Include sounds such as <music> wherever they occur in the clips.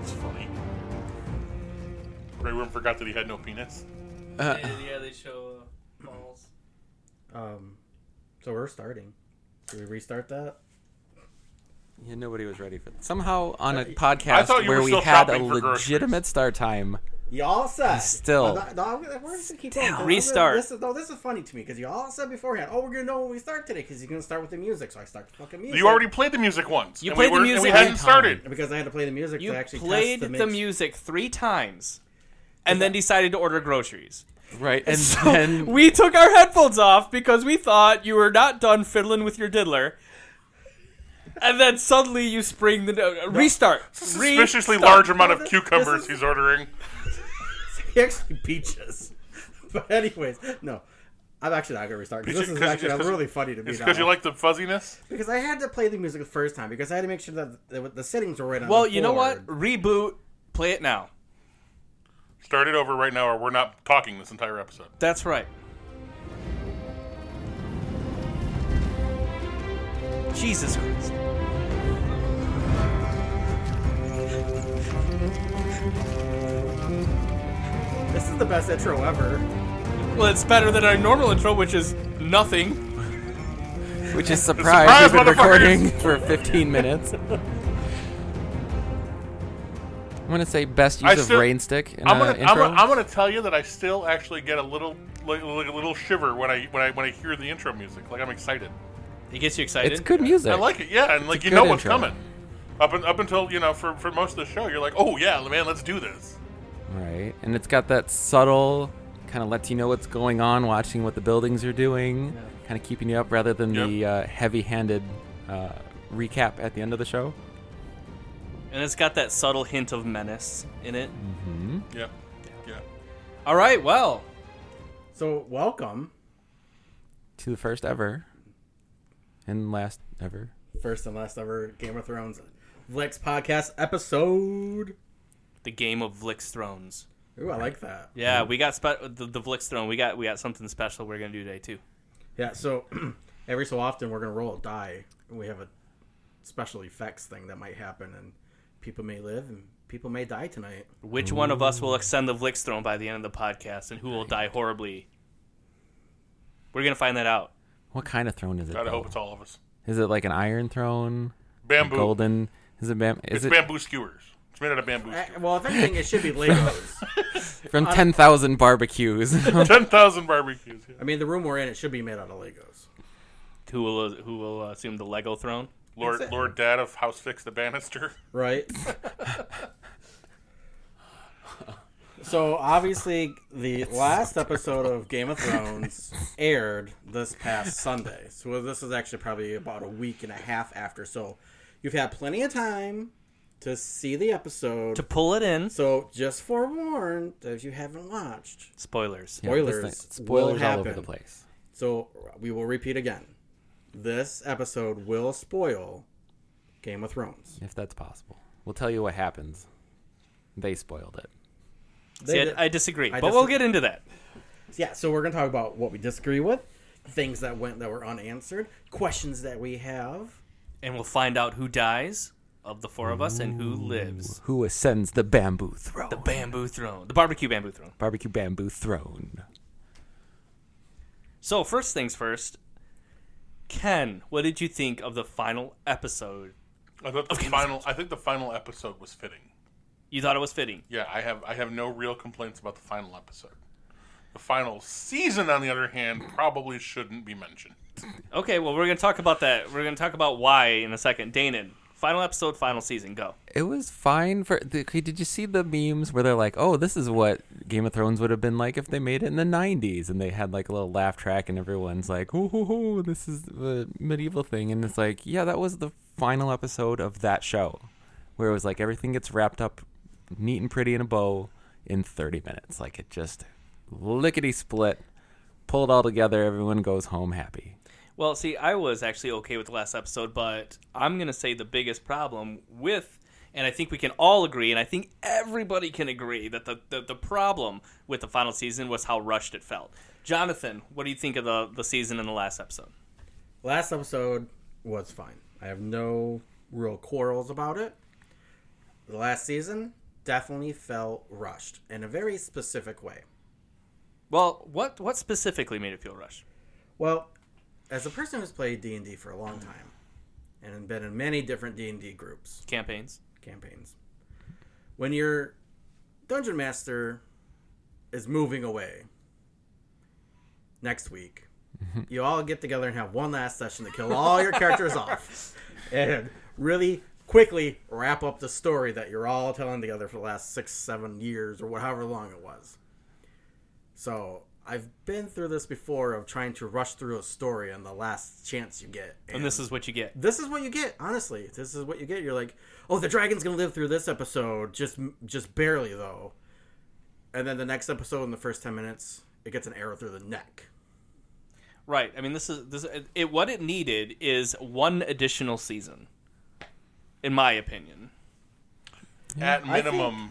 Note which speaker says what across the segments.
Speaker 1: It's funny. Grey Worm forgot that he had no penis.
Speaker 2: Uh,
Speaker 3: yeah, yeah, they show uh, balls.
Speaker 4: Um, so we're starting. Do we restart that?
Speaker 2: yeah, nobody was ready for that. Somehow on a
Speaker 1: I
Speaker 2: podcast
Speaker 1: thought you
Speaker 2: where
Speaker 1: were
Speaker 2: we
Speaker 1: still
Speaker 2: had a
Speaker 1: shopping for groceries.
Speaker 2: legitimate start time.
Speaker 4: Y'all said
Speaker 2: Still.
Speaker 4: No, no, we're just gonna keep going.
Speaker 3: Still.
Speaker 4: I'm gonna-
Speaker 3: Restart.
Speaker 4: This is, no, this is funny to me because y'all said beforehand. Oh, we're gonna know when we start today because you're gonna start with the music. So I start the fucking music.
Speaker 1: You already played the music once.
Speaker 3: You
Speaker 1: and
Speaker 3: played
Speaker 1: we
Speaker 3: the
Speaker 1: were-
Speaker 3: music
Speaker 1: And we hadn't
Speaker 2: one time.
Speaker 1: started.
Speaker 4: because I had to play the music
Speaker 3: You
Speaker 4: to actually
Speaker 3: played
Speaker 4: test the,
Speaker 3: the,
Speaker 4: mix.
Speaker 3: music three times, and then decided to order groceries.
Speaker 2: Right.
Speaker 1: <laughs>
Speaker 2: And
Speaker 3: So
Speaker 2: then
Speaker 3: we took our headphones off because we thought you were not done fiddling with your diddler. And then suddenly you spring the uh, restart.
Speaker 1: Suspiciously
Speaker 3: Restart.
Speaker 1: large amount of
Speaker 4: This is-
Speaker 1: cucumbers he's ordering.
Speaker 4: <laughs> He actually peaches. <laughs> But anyways, no. I'm actually not gonna restart 'cause
Speaker 1: Peaches-
Speaker 4: this is
Speaker 1: 'cause-
Speaker 4: actually
Speaker 1: it's 'cause-
Speaker 4: really funny to me.
Speaker 1: It's
Speaker 4: now.
Speaker 1: because you like the fuzziness.
Speaker 4: because I had to play the music the first time because I had to make sure that the, the settings were right. On
Speaker 3: Well,
Speaker 4: the
Speaker 3: you know what?
Speaker 4: board.
Speaker 3: Reboot. Play it now.
Speaker 1: Start it over right now, or we're not talking this entire episode.
Speaker 3: That's right. Jesus Christ.
Speaker 4: This is the best intro ever.
Speaker 3: Well, it's better than our normal intro, which is nothing.
Speaker 1: <laughs>
Speaker 2: which is surprise we've been
Speaker 1: motherfuckers!
Speaker 2: recording for 15 minutes. I'm gonna say best
Speaker 1: I
Speaker 2: use of
Speaker 1: still-
Speaker 2: rain stick in
Speaker 1: I'm
Speaker 2: an
Speaker 1: gonna, I'm,
Speaker 2: intro.
Speaker 1: gonna, I'm gonna tell you that I still actually get a little like, like a little shiver when I when I when I hear the intro music. Like I'm excited.
Speaker 3: It gets you excited.
Speaker 2: It's good music.
Speaker 1: I like it. Yeah, and like
Speaker 2: a
Speaker 1: you
Speaker 2: good
Speaker 1: know what's
Speaker 2: intro.
Speaker 1: coming. Up and, up until you know for for most of the show, you're like, oh yeah, man, let's do this.
Speaker 2: Right. And it's got that subtle kind of lets you know what's going on, watching what the buildings are doing, kind of keeping you up rather than
Speaker 1: Yep.
Speaker 2: the uh, heavy handed uh, recap at the end of the show.
Speaker 3: And it's got that subtle hint of menace in it.
Speaker 1: Yeah, yeah.
Speaker 3: All right, well,
Speaker 4: So welcome,
Speaker 2: To the first ever and last ever.
Speaker 4: first and last ever Game of Thrones Vlex podcast episode.
Speaker 3: the game of Vlix Thrones.
Speaker 4: Ooh, I like that.
Speaker 3: Yeah, we got spe- the, the Vlix Throne. We got we got something special we're gonna do today too.
Speaker 4: Yeah. So <clears throat> every so often we're gonna roll a die, and we have a special effects thing that might happen, and people may live and people may die tonight.
Speaker 3: Which one of us will extend the Vlix Throne by the end of the podcast, and who will die horribly? We're gonna find that out.
Speaker 2: What kind of throne is it?
Speaker 1: Gotta
Speaker 2: though?
Speaker 1: hope it's all of us.
Speaker 2: Is it like an iron throne? A
Speaker 1: Bamboo.
Speaker 2: golden? Is it, bam- is
Speaker 1: It's
Speaker 2: it
Speaker 1: bamboo skewers. It's made out of bamboo.
Speaker 4: Uh, well, if anything, it should be Legos.
Speaker 2: from 10,000 barbecues? <laughs>
Speaker 1: Ten thousand barbecues. Yeah.
Speaker 4: I mean, the room we're in, it should be made out of Legos.
Speaker 3: Who will who will assume the Lego Throne?
Speaker 1: Lord
Speaker 4: That's it.
Speaker 1: Lord Dad of House Fix the Bannister.
Speaker 3: <laughs>
Speaker 4: Right. so obviously, the last episode of Game of
Speaker 3: <laughs>
Speaker 4: Thrones aired this past Sunday. So this is actually probably about a week and a half after. So you've had plenty of time to see the episode.
Speaker 3: To pull it in.
Speaker 4: so just forewarned that if you haven't watched,
Speaker 3: Spoilers.
Speaker 2: Yeah, this
Speaker 4: Spoilers
Speaker 2: thing-
Speaker 4: will
Speaker 2: spoilers all over
Speaker 4: happen.
Speaker 2: the place.
Speaker 4: so we will repeat again. This episode will spoil Game of Thrones.
Speaker 2: If that's possible. We'll tell you what happens. They spoiled it.
Speaker 3: See,
Speaker 4: They-
Speaker 3: I, I disagree,
Speaker 4: I
Speaker 3: but we'll
Speaker 4: disagree.
Speaker 3: get into that.
Speaker 4: Yeah, so we're gonna talk about what we disagree with, things that went that were unanswered, questions that we have.
Speaker 3: and we'll find out who dies of the four of us and who lives.
Speaker 2: Who ascends the bamboo throne?
Speaker 3: The bamboo throne, the barbecue bamboo throne.
Speaker 2: barbecue bamboo throne.
Speaker 3: So first things first, Ken, what did you think of the final episode?
Speaker 1: <laughs> I thought the final. I think the final episode was fitting.
Speaker 3: You thought it was fitting.
Speaker 1: Yeah, I have. I have no real complaints about the final episode. The final season, on the other hand, probably shouldn't be mentioned.
Speaker 3: Okay, well we're gonna talk about that. We're gonna talk about why in a second. Danon, final episode, final season, go.
Speaker 2: It was fine for. The, okay, did you see the memes where they're like, "Oh, this is what Game of Thrones would have been like if they made it in the '90s," and they had like a little laugh track, and everyone's like, "Ooh, hoo, hoo, this is the medieval thing," and it's like, "Yeah, that was the final episode of that show, where it was like everything gets wrapped up neat and pretty in a bow in 30 minutes. Like it just lickety split pull it all together. Everyone goes home happy.
Speaker 3: Well, see, I was actually okay with the last episode, but I'm going to say the biggest problem with, and I think we can all agree, and I think everybody can agree, that the, the, the problem with the final season was how rushed it felt. Jonathan, what do you think of the, the season in the last episode?
Speaker 4: last episode was fine. I have no real quarrels about it. The last season definitely felt rushed in a very specific way.
Speaker 3: Well, what, what specifically made it feel rushed?
Speaker 4: Well, as a person who's played D and D for a long time, and been in many different D and D groups
Speaker 3: Campaigns?
Speaker 4: campaigns, when your dungeon master is moving away next week, you all get together and have one last session to kill all your characters off, and really quickly wrap up the story that you're all telling together for the last six, seven years or however long it was. So. I've been through this before of trying to rush through a story on the last chance you get.
Speaker 3: And this is what you get.
Speaker 4: this is what you get honestly this is what you get you're like oh the dragon's gonna live through this episode just just barely though and then the next episode in the first 10 minutes it gets an arrow through the neck
Speaker 3: Right. I mean, this is this. It, what it needed is one additional season, in my opinion.
Speaker 1: At minimum,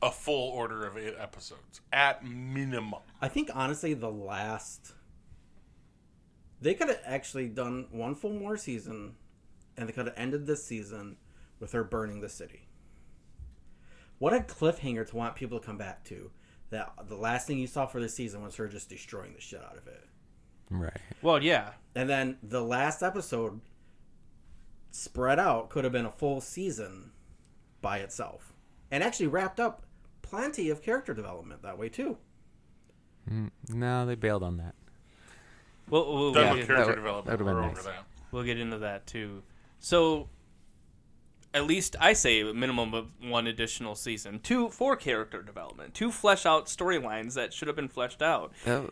Speaker 1: a full order of eight episodes. At minimum.
Speaker 4: i think honestly the last they could have actually done one full more season and they could have ended this season with her burning the city what a cliffhanger to want people to come back to that the last thing you saw for this season was her just destroying the shit out of it
Speaker 2: Right.
Speaker 3: Well, yeah.
Speaker 4: And then the last episode spread out could have been a full season by itself. And actually wrapped up plenty of character development that way too.
Speaker 2: No, they bailed on that.
Speaker 3: We'll we'll,
Speaker 1: Done
Speaker 3: we'll,
Speaker 1: with
Speaker 3: get,
Speaker 1: character
Speaker 2: would-
Speaker 1: development.
Speaker 2: that would've been
Speaker 1: We're
Speaker 2: nice.
Speaker 1: over that.
Speaker 3: we'll get into that too. So, at least I say a minimum of one additional season, two for character development, two flesh out storylines that should have been fleshed out.
Speaker 2: That,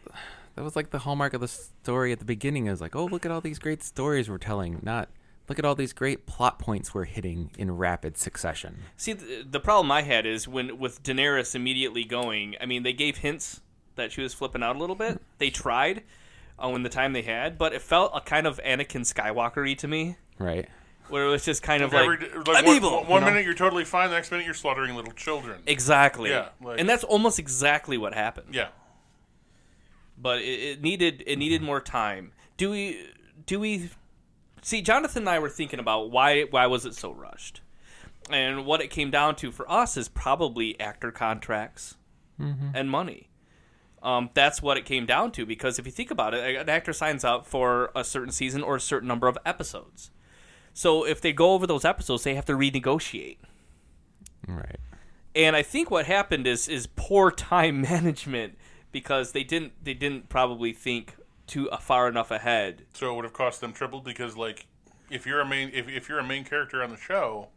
Speaker 2: that was like the hallmark of the story at the beginning. It was like, oh, look at all these great stories we're telling. Not look at all these great plot points we're hitting in rapid succession.
Speaker 3: See, the, the problem I had is when with Daenerys immediately going. I mean, they gave hints that she was flipping out a
Speaker 1: <laughs>
Speaker 3: little bit. They tried uh, when the time they had, but it felt a kind of Anakin Skywalkery to me,
Speaker 2: Right.
Speaker 3: where it was just kind of like,
Speaker 1: Every, like
Speaker 3: I'm
Speaker 1: one,
Speaker 3: evil.
Speaker 1: one-
Speaker 3: you
Speaker 1: one
Speaker 3: know?
Speaker 1: minute you're totally fine, the next minute you're slaughtering little children.
Speaker 3: exactly.
Speaker 1: Yeah, like-
Speaker 3: and that's almost exactly what happened.
Speaker 1: yeah.
Speaker 3: but it, it needed it needed more time. Do we do we see Jonathan and I were thinking about why why was it so rushed, and what it came down to for us is probably actor contracts and money. Um, that's what it came down to because if you think about it, an actor signs up for a certain season or a certain number of episodes. So if they go over those episodes, they have to renegotiate.
Speaker 2: Right.
Speaker 3: And I think what happened is is poor time <laughs> management because they didn't they didn't probably think too uh, far enough ahead.
Speaker 1: So it would have cost them triple because like if you're a main if, if you're a main character on the show,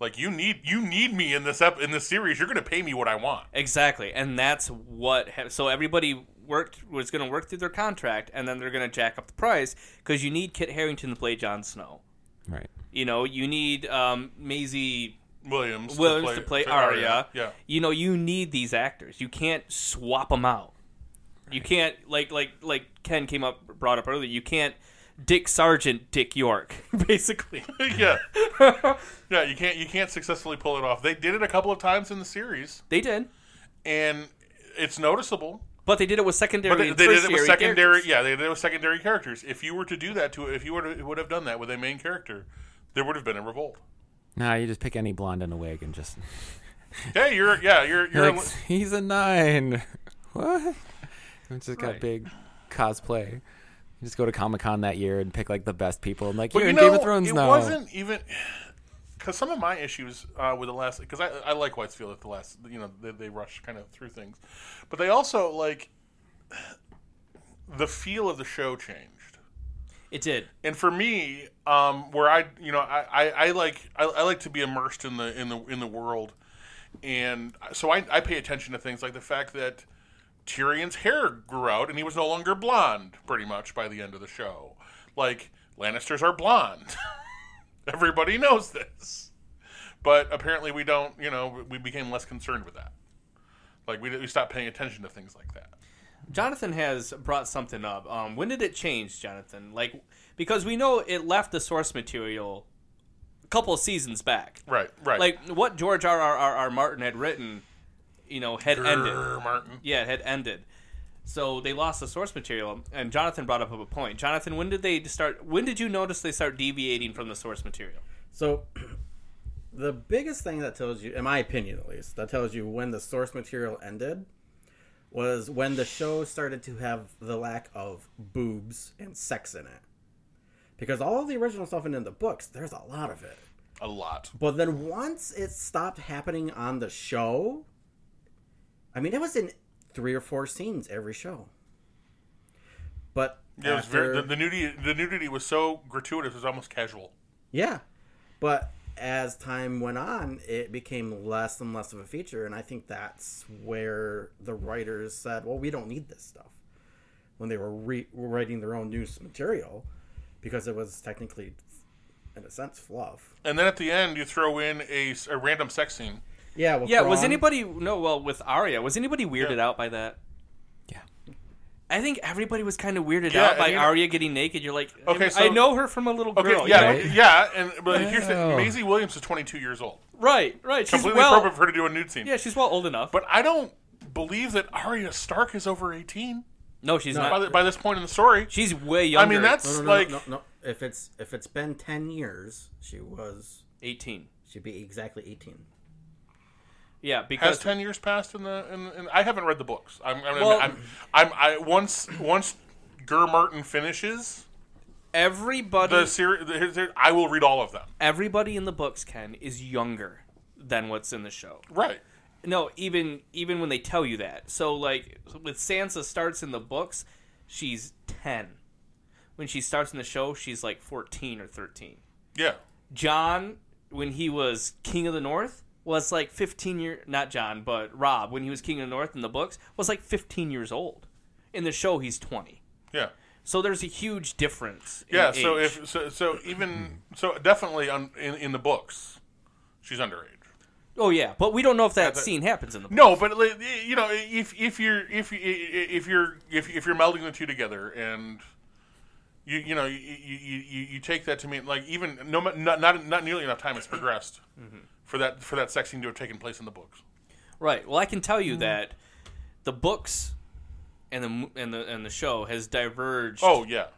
Speaker 1: like you need you need me in this up in this series, you're gonna pay me what I want.
Speaker 3: Exactly, and that's what. Ha- so everybody worked was going to work through their contract, and then they're going to jack up the price because you need Kit Harrington to play Jon Snow.
Speaker 2: Right.
Speaker 3: You know, you need um, Maisie
Speaker 1: Williams
Speaker 3: Williams to play, Arya. <laughs>
Speaker 1: Yeah.
Speaker 3: You know, you need these actors. You can't swap them out. You can't like like like Ken came up brought up earlier. You can't Dick Sargent Dick York <laughs> basically.
Speaker 1: yeah. Yeah, you can't you can't successfully pull it off. They did it a couple of times in the series
Speaker 3: they did,
Speaker 1: and it's noticeable.
Speaker 3: but they did it with secondary.
Speaker 1: But they,
Speaker 3: and
Speaker 1: they did it with
Speaker 3: tertiary
Speaker 1: secondary
Speaker 3: characters.
Speaker 1: yeah, they did it with secondary characters. If you were to do that to if you were to, would have done that with a main character, there would have been a revolt.
Speaker 2: Nah, you just pick any blonde in a wig and just
Speaker 1: Hey, you're <laughs> yeah, you're you're
Speaker 2: like, he's a nine. <laughs> What? It just got
Speaker 3: Right.
Speaker 2: big cosplay. You just go to Comic Con that year and pick like the best people and like
Speaker 1: But
Speaker 2: you're in
Speaker 1: you know,
Speaker 2: Game of Thrones
Speaker 1: it
Speaker 2: now.
Speaker 1: wasn't even because some of my issues uh, with the last because I, I like Whitesfield at the last you know they, they rush kind of through things, but they also like the feel of the show changed.
Speaker 3: It did.
Speaker 1: And for me, um, where I you know I, I, I like I, I like to be immersed in the in the in the world, and so I, I pay attention to things like the fact that Tyrion's hair grew out and he was no longer blonde pretty much by the end of the show. Like Lannisters are blonde. <laughs> Everybody knows this. But apparently we don't, you know, we became less concerned with that. Like we, we stopped paying attention to things like that.
Speaker 3: Jonathan has brought something up. Um, when did it change, Jonathan? Like, because we know it left the source material a couple of seasons back.
Speaker 1: Right, right.
Speaker 3: Like what George R. R. R. R. Martin had written, you know, had ended.
Speaker 1: Grr, Martin.
Speaker 3: Yeah, it had ended. So they lost the source material, and Jonathan brought up a point. Jonathan, when did they start? When did you notice they start deviating from the source material?
Speaker 4: So, <clears throat> the biggest thing that tells you, in my opinion at least, that tells you when the source material ended was when the show started to have the lack of boobs and sex in it. Because all of the original stuff and in the books, there's a lot of it.
Speaker 1: A lot.
Speaker 4: But then once it stopped happening on the show, I mean, it was in three or four scenes every show. But
Speaker 1: Yeah, it was very,
Speaker 4: after-
Speaker 1: the, the nudity the nudity was so gratuitous, it was almost casual.
Speaker 4: Yeah. But as time went on, it became less and less of a feature. And I think that's where the writers said, well, we don't need this stuff when they were re- writing their own news material because it was technically, in a sense, fluff.
Speaker 1: And then at the end, you throw in a, s- a random sex scene.
Speaker 4: Yeah. Well,
Speaker 3: Yeah, was
Speaker 4: Thrawn-
Speaker 3: anybody no? Well, with Arya, was anybody weirded out by that?
Speaker 2: Yeah.
Speaker 3: I think everybody was kind of weirded
Speaker 1: Yeah,
Speaker 3: out by
Speaker 1: and you-
Speaker 3: Arya getting naked. You're like,
Speaker 1: Okay,
Speaker 3: I- I
Speaker 1: so-
Speaker 3: know her from a little girl.
Speaker 1: Okay, yeah,
Speaker 2: right?
Speaker 1: yeah. And but here's the
Speaker 2: Wow.
Speaker 1: Maisie Williams is 22 years old.
Speaker 3: right, right. She's
Speaker 1: Completely
Speaker 3: well,
Speaker 1: appropriate for her to do a nude scene.
Speaker 3: yeah, she's well old enough.
Speaker 1: But I don't believe that Arya Stark is over 18
Speaker 3: no, she's
Speaker 1: by,
Speaker 3: not.
Speaker 1: the, by this point in the story.
Speaker 3: she's way
Speaker 1: I
Speaker 3: younger.
Speaker 1: mean,
Speaker 4: No,
Speaker 1: that's
Speaker 4: Uh, no, no,
Speaker 1: like
Speaker 4: no, no, no. If it's if it's been ten years, she was
Speaker 3: eighteen.
Speaker 4: she'd be exactly eighteen.
Speaker 3: Yeah,
Speaker 1: has
Speaker 3: because
Speaker 1: 10 years passed in the. In, in, I haven't read the books. I'm, I'm,
Speaker 3: Well-
Speaker 1: I'm, I'm I once once Ger Martin finishes
Speaker 3: everybody,
Speaker 1: the series, the, his- I will read all of them.
Speaker 3: everybody in the books, Ken, is younger than what's in the show.
Speaker 1: Right.
Speaker 3: No, even even when they tell you that. So like with Sansa starts in the books, she's ten. When she starts in the show, she's like fourteen or thirteen.
Speaker 1: Yeah.
Speaker 3: John, when he was King of the North, was like 15 year not John, but Rob, when he was King of the North in the books, was like 15 years old. In the show, he's 20.
Speaker 1: Yeah.
Speaker 3: So there's a huge difference. in
Speaker 1: Yeah, so
Speaker 3: age.
Speaker 1: if so, so even <clears throat> so, definitely on, in in the books, she's underage.
Speaker 3: oh yeah, but we don't know if that
Speaker 1: the-
Speaker 3: scene happens in the
Speaker 1: No, but like, you know, if if you're if you- if you're if if you're melding the two together, and you you know you you, you, you take that to mean like even no ma- not not not nearly enough <clears throat> time has progressed for that for that sex scene to have taken place in the books.
Speaker 3: right. Well, I can tell you
Speaker 1: Mm-hmm.
Speaker 3: that the books and the mo- and the and the show has diverged
Speaker 1: Oh yeah,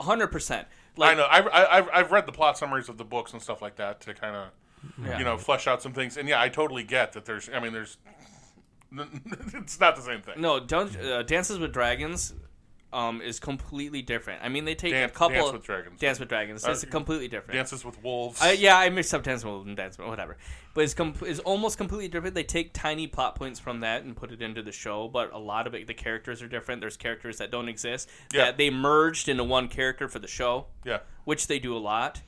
Speaker 3: 100%.
Speaker 1: I know. I've I- I've I've read the plot summaries of the books and stuff like that to kind of you know flesh out some things. And yeah, I totally get that. There's I mean there's <laughs> it's not the same thing.
Speaker 3: No, Dun- uh, Dances with Dragons um, is completely different. I mean, they take
Speaker 1: Dance-
Speaker 3: a couple
Speaker 1: Dance
Speaker 3: of-
Speaker 1: with Dragons. Uh,
Speaker 3: Dance with Dragons. It's completely different.
Speaker 1: Dances with wolves.
Speaker 3: Uh, yeah, I mixed up Dance with and Dance, with- whatever. But it's, com- it's almost completely different. They take tiny plot points from that and put it into the show, but a lot of it, the characters are different. There's characters that don't exist
Speaker 1: Yeah.
Speaker 3: that they merged into one character for the show,
Speaker 1: yeah.
Speaker 3: which they do a lot.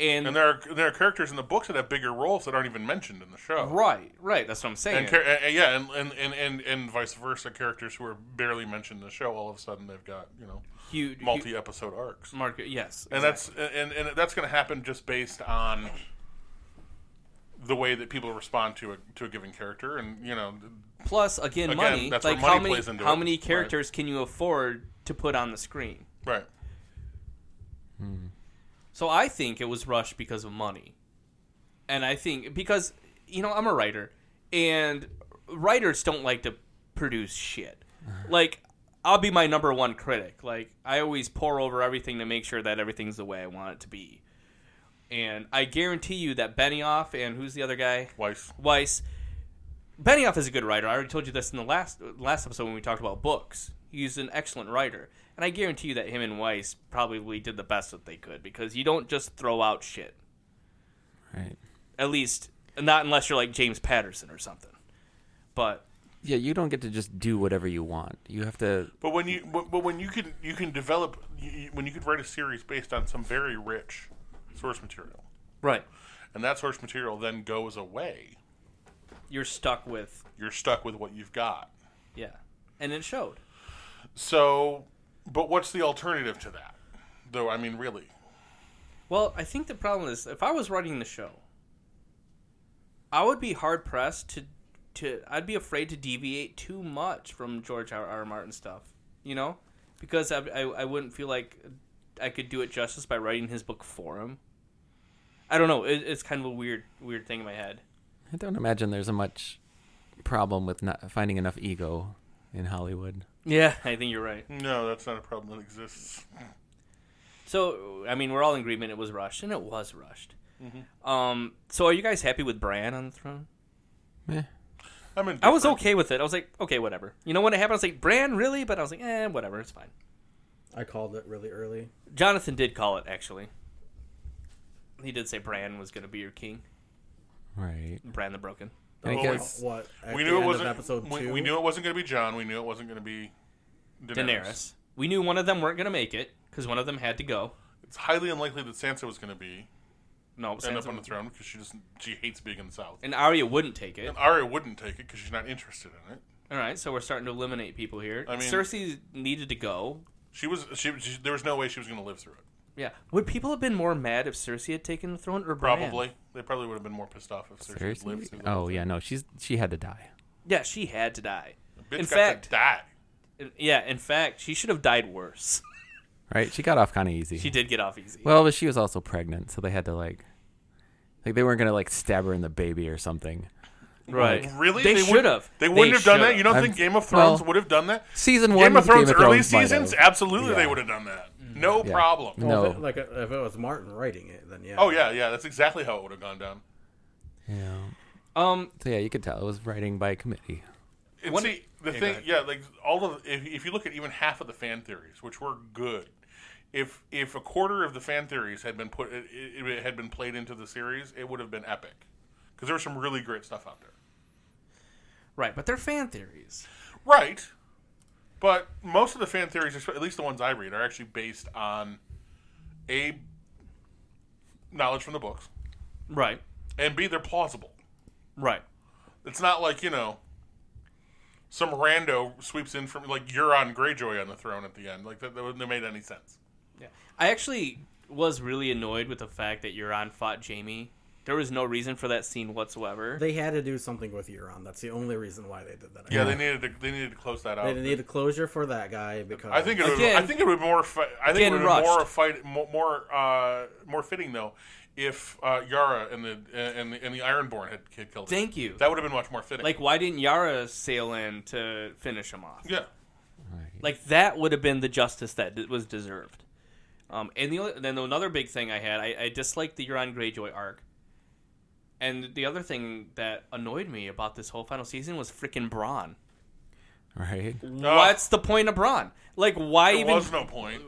Speaker 3: And,
Speaker 1: And there are there are characters in the books that have bigger roles that aren't even mentioned in the show.
Speaker 3: right, right, that's what I'm saying.
Speaker 1: And char- uh, uh, yeah, and and, and and and vice versa, characters who are barely mentioned in the show, all of a sudden they've got you know
Speaker 3: huge, huge
Speaker 1: multi episode arcs, and
Speaker 3: market, yes,
Speaker 1: that's and, and that's going to happen just based on the way that people respond to a to a given character, and you know,
Speaker 3: plus again,
Speaker 1: Again,
Speaker 3: money.
Speaker 1: that's where
Speaker 3: like
Speaker 1: money
Speaker 3: how many
Speaker 1: plays into
Speaker 3: how
Speaker 1: it.
Speaker 3: many characters can you afford to put on the screen?
Speaker 1: right?
Speaker 3: So I think it was rushed because of money. And I think because you know, I'm a writer and writers don't like to produce shit. Like I'll be my number one critic. Like I always pour over everything to make sure that everything's the way I want it to be. And I guarantee you that Benioff and who's the other guy?
Speaker 1: Weiss,
Speaker 3: Weiss. Benioff is a good writer. I already told you this in the last last episode when we talked about books. He's an excellent writer, and I guarantee you that him and Weiss probably did the best that they could because you don't just throw out shit.
Speaker 2: Right.
Speaker 3: At least, not unless you're like James Patterson or something. But
Speaker 2: Yeah, you don't get to just do whatever you want. You have to.
Speaker 1: but when you but, but when you can you can develop you, you- when you could write a series based on some very rich source material,
Speaker 3: right,
Speaker 1: and that source material then goes away,
Speaker 3: you're stuck with
Speaker 1: you're stuck with what you've got.
Speaker 3: yeah, and it showed.
Speaker 1: So, but what's the alternative to that? Though, I mean, really,
Speaker 3: Well, I think the problem is if I was writing the show, I would be hard pressed to to I'd be afraid to deviate too much from George R. R. Martin stuff, you know, because I, I I wouldn't feel like I could do it justice by writing his book for him. I don't know. It, it's kind of a weird weird thing in my head.
Speaker 2: I don't imagine there's a much problem with not finding enough ego in Hollywood.
Speaker 3: Yeah, I think you're right.
Speaker 1: No, that's not a problem that exists.
Speaker 3: So I mean, we're all in agreement. It was rushed, and it was rushed.
Speaker 1: Mm-hmm.
Speaker 3: Um, so are you guys happy with Bran on the throne?
Speaker 2: Meh.
Speaker 1: I'm in.
Speaker 3: I was okay with it. I was like, okay, whatever. You know when it happened, I was like, Bran, really? But I was like, eh, whatever, it's fine.
Speaker 4: I called it really early.
Speaker 3: Jonathan did call it actually. He did say Bran was going to be your king,
Speaker 2: Right.
Speaker 3: Bran the Broken.
Speaker 2: I
Speaker 1: Oh,
Speaker 2: guess-
Speaker 1: it's-
Speaker 4: what at
Speaker 1: We
Speaker 4: the
Speaker 1: knew it
Speaker 4: end of
Speaker 1: wasn't.
Speaker 4: episode
Speaker 1: we,
Speaker 4: two?
Speaker 1: we knew it wasn't going to be John. We knew it wasn't going to be Daenerys.
Speaker 3: Daenerys. We knew one of them weren't going to make it because one of them had to go.
Speaker 1: It's highly unlikely that Sansa was going to be
Speaker 3: No,
Speaker 1: end up
Speaker 3: Sansa-
Speaker 1: on the throne because she just she hates being in the South.
Speaker 3: and Arya wouldn't take it.
Speaker 1: And Arya wouldn't take it because she's not interested in it.
Speaker 3: All right, so we're starting to eliminate people here.
Speaker 1: I mean-
Speaker 3: Cersei needed to go.
Speaker 1: She was. She, she there was no way she was going to live through it.
Speaker 3: Yeah. Would people have been more mad if Cersei had taken the throne or Bran?
Speaker 1: Probably they probably would have been more pissed off if Cersei had lived
Speaker 2: Seriously?
Speaker 1: through the whole
Speaker 2: Oh
Speaker 1: thing.
Speaker 2: yeah, no, she's she had to die.
Speaker 3: Yeah, she had to die.
Speaker 1: Bitch
Speaker 3: in
Speaker 1: got
Speaker 3: fact-
Speaker 1: to die.
Speaker 3: In- Yeah, in fact, she should have died worse. <laughs>
Speaker 2: Right? She got off kind of easy.
Speaker 3: She did get off easy.
Speaker 2: Well, but she was also pregnant, so they had to like like they weren't gonna like stab her in the baby or something.
Speaker 3: right.
Speaker 1: Really?
Speaker 3: They, should
Speaker 1: wouldn't-
Speaker 3: have.
Speaker 1: They wouldn't have done that.
Speaker 3: should've.
Speaker 1: You don't
Speaker 2: I'm-
Speaker 1: think Game of Thrones
Speaker 2: well,
Speaker 1: would have done that?
Speaker 2: Season one
Speaker 1: Game of Thrones early
Speaker 2: might
Speaker 1: seasons,
Speaker 2: have.
Speaker 1: absolutely, they would have done that. No
Speaker 2: Yeah.
Speaker 1: problem.
Speaker 4: Well, if
Speaker 2: No.
Speaker 4: it- like uh, if it was Martin writing it, then yeah.
Speaker 1: Oh yeah, yeah. That's exactly how it would have gone down.
Speaker 2: Yeah.
Speaker 3: Um,
Speaker 2: So yeah, you could tell it was writing by committee.
Speaker 1: And
Speaker 3: One-
Speaker 1: see, the
Speaker 3: Yeah, go
Speaker 1: thing,
Speaker 3: ahead.
Speaker 1: yeah, like all of if, if you look at even half of the fan theories, which were good, if if a quarter of the fan theories had been put, it, it, it had been played into the series, it would have been epic, because there was some really great stuff out there.
Speaker 3: right, but they're fan theories.
Speaker 1: Right, but most of the fan theories, espe- at least the ones I read, are actually based on a knowledge from the books,
Speaker 3: Right.
Speaker 1: and b they're plausible.
Speaker 3: Right.
Speaker 1: It's not like you know, some rando sweeps in from like Euron Greyjoy on the throne at the end. Like that, that wouldn't have made any sense.
Speaker 3: Yeah. I actually was really annoyed with the fact that Euron fought Jamie. There was no reason for that scene whatsoever.
Speaker 4: They had to do something with Euron. That's the only reason why they did that.
Speaker 1: Yeah, they needed to they needed to close that
Speaker 4: They
Speaker 1: out.
Speaker 4: need a closure for that guy because
Speaker 1: I think it would
Speaker 3: Again-
Speaker 1: I think it would be more fi- I think
Speaker 3: Again,
Speaker 1: it would be
Speaker 3: rushed.
Speaker 1: more a fight more more, uh, more fitting though if uh, Yara and the and the, and the Ironborn had, had killed him.
Speaker 3: Thank you.
Speaker 1: That would have been much more fitting.
Speaker 3: like, why didn't Yara sail in to finish him off?
Speaker 1: yeah.
Speaker 2: Right.
Speaker 3: Like that would have been the justice that d- was deserved. Um, and the other- then another big thing I had, I, I disliked the Euron Greyjoy arc. And the other thing that annoyed me about this whole final season was freaking Braun.
Speaker 2: Right.
Speaker 1: Oh.
Speaker 3: What's the point of Braun? Like, why
Speaker 1: Uh, There
Speaker 3: even?
Speaker 1: was no point.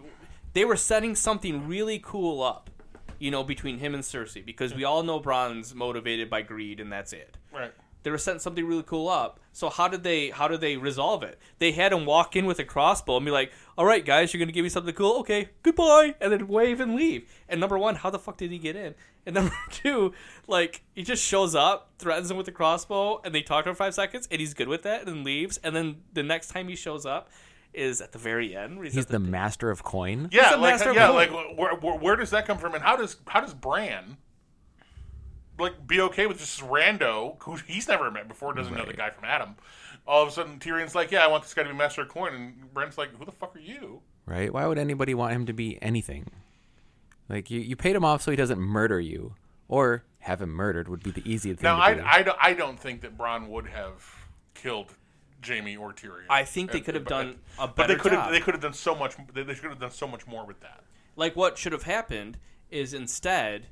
Speaker 3: They were setting something really cool up, you know, between him and Cersei, because we all know Braun's motivated by greed, and that's it.
Speaker 1: Right.
Speaker 3: they were setting something really cool up. So how did they how did they resolve it? They had him walk in with a crossbow and be like, "All right, guys, you're gonna give me something cool. Okay, goodbye," and then wave and leave. And number one, how the fuck did he get in? And <laughs> number two, like he just shows up, threatens him with the crossbow, and they talk for five seconds, and he's good with that, and then leaves. And then the next time he shows up is at the very end. Where he's
Speaker 2: He's
Speaker 3: at
Speaker 2: the master of coin.
Speaker 1: Yeah,
Speaker 3: a
Speaker 1: like
Speaker 3: master
Speaker 1: yeah,
Speaker 3: plan.
Speaker 1: like where, where where does that come from and how does how does Bran like be okay with this rando who he's never met before, doesn't know the guy from Adam. All of a sudden Tyrion's like, "Yeah, I want this guy to be master of coin." And Bran's like, "Who the fuck are you?"
Speaker 2: Right? Why would anybody want him to be anything? Like you, you paid him off so he doesn't murder you. Or have him murdered would be the easiest thing
Speaker 1: Now,
Speaker 2: to
Speaker 1: I,
Speaker 2: do.
Speaker 1: I, don't- I don't think that Braun would have killed Jamie or Tyrion.
Speaker 3: I think they
Speaker 1: At-
Speaker 3: could have
Speaker 1: Uh, but-
Speaker 3: done a
Speaker 1: but
Speaker 3: better
Speaker 1: they could have
Speaker 3: job.
Speaker 1: they could have done so much. They, they could have done so much more with that.
Speaker 3: like what should have happened is instead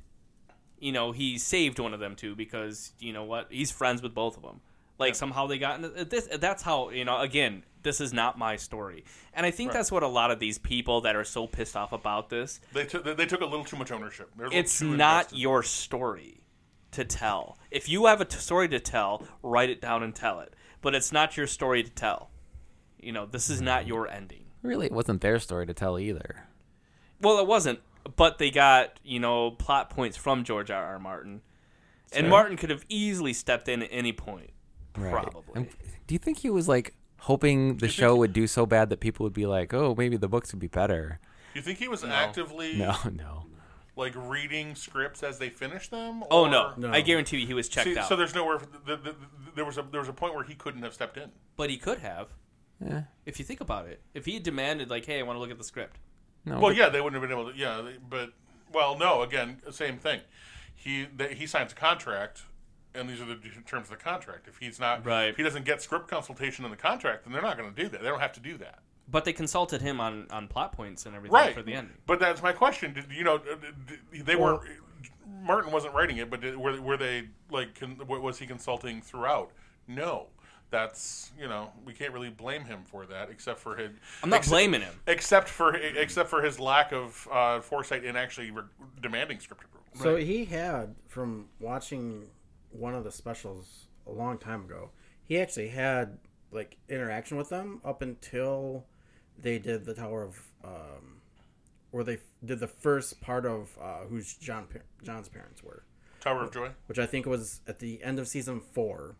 Speaker 3: you know he saved one of them too because you know what he's friends with both of them like somehow they got in this that's how you know again this is not my story and i think that's what a lot of these people that are so pissed off about this
Speaker 1: They took they, they took a little too much ownership. They were a little
Speaker 3: it's
Speaker 1: too
Speaker 3: not
Speaker 1: invested.
Speaker 3: your story to tell if you have a t- story to tell write it down and tell it but it's not your story to tell you know this is not your ending
Speaker 2: really it wasn't their story to tell either.
Speaker 3: Well, it wasn't, but they got you know plot points from George R. R. Martin, and Martin could have easily stepped in at any point.
Speaker 2: Right.
Speaker 3: Probably.
Speaker 2: I'm- do you think he was like hoping the show would do so bad that people would be like, "Oh, maybe the books would be better"?
Speaker 1: You think he was actively
Speaker 2: No, <laughs> no.
Speaker 1: like reading scripts as they finish them?
Speaker 3: Oh
Speaker 1: or-
Speaker 3: no.
Speaker 4: No.
Speaker 3: I guarantee you he was checked
Speaker 1: See,
Speaker 3: out.
Speaker 1: so there's nowhere. The, the, there was a there was a point where he couldn't have stepped in.
Speaker 3: but he could have,
Speaker 2: Yeah.
Speaker 3: if you think about it. If he had demanded, like, "Hey, I want to look at the script,"
Speaker 2: No.
Speaker 1: Well,
Speaker 2: but-
Speaker 1: yeah, they wouldn't have been able to. Yeah, they- but well, no. Again, same thing. He they, he signs a contract, and these are the terms of the contract. If he's not
Speaker 3: Right.
Speaker 1: if he doesn't get script consultation in the contract, then they're not going to do that. They don't have to do that.
Speaker 3: but they consulted him on on plot points and everything
Speaker 1: right
Speaker 3: for the ending.
Speaker 1: But that's my question. Did you know uh, did- they
Speaker 4: Well-
Speaker 1: were Martin wasn't writing it, but did, were were they like con, wa- was he consulting throughout? No. That's you know we can't really blame him for that except for his
Speaker 3: I'm not
Speaker 1: except-
Speaker 3: blaming him.
Speaker 1: except for except for his lack of uh, foresight in actually re- demanding script approval.
Speaker 4: So he had from watching one of the specials a long time ago. He actually had like interaction with them up until they did the Tower of, um, where they f- did the first part of uh, who's John pa- John's parents were,
Speaker 1: Tower of Joy.
Speaker 4: which I think was at the end of season four.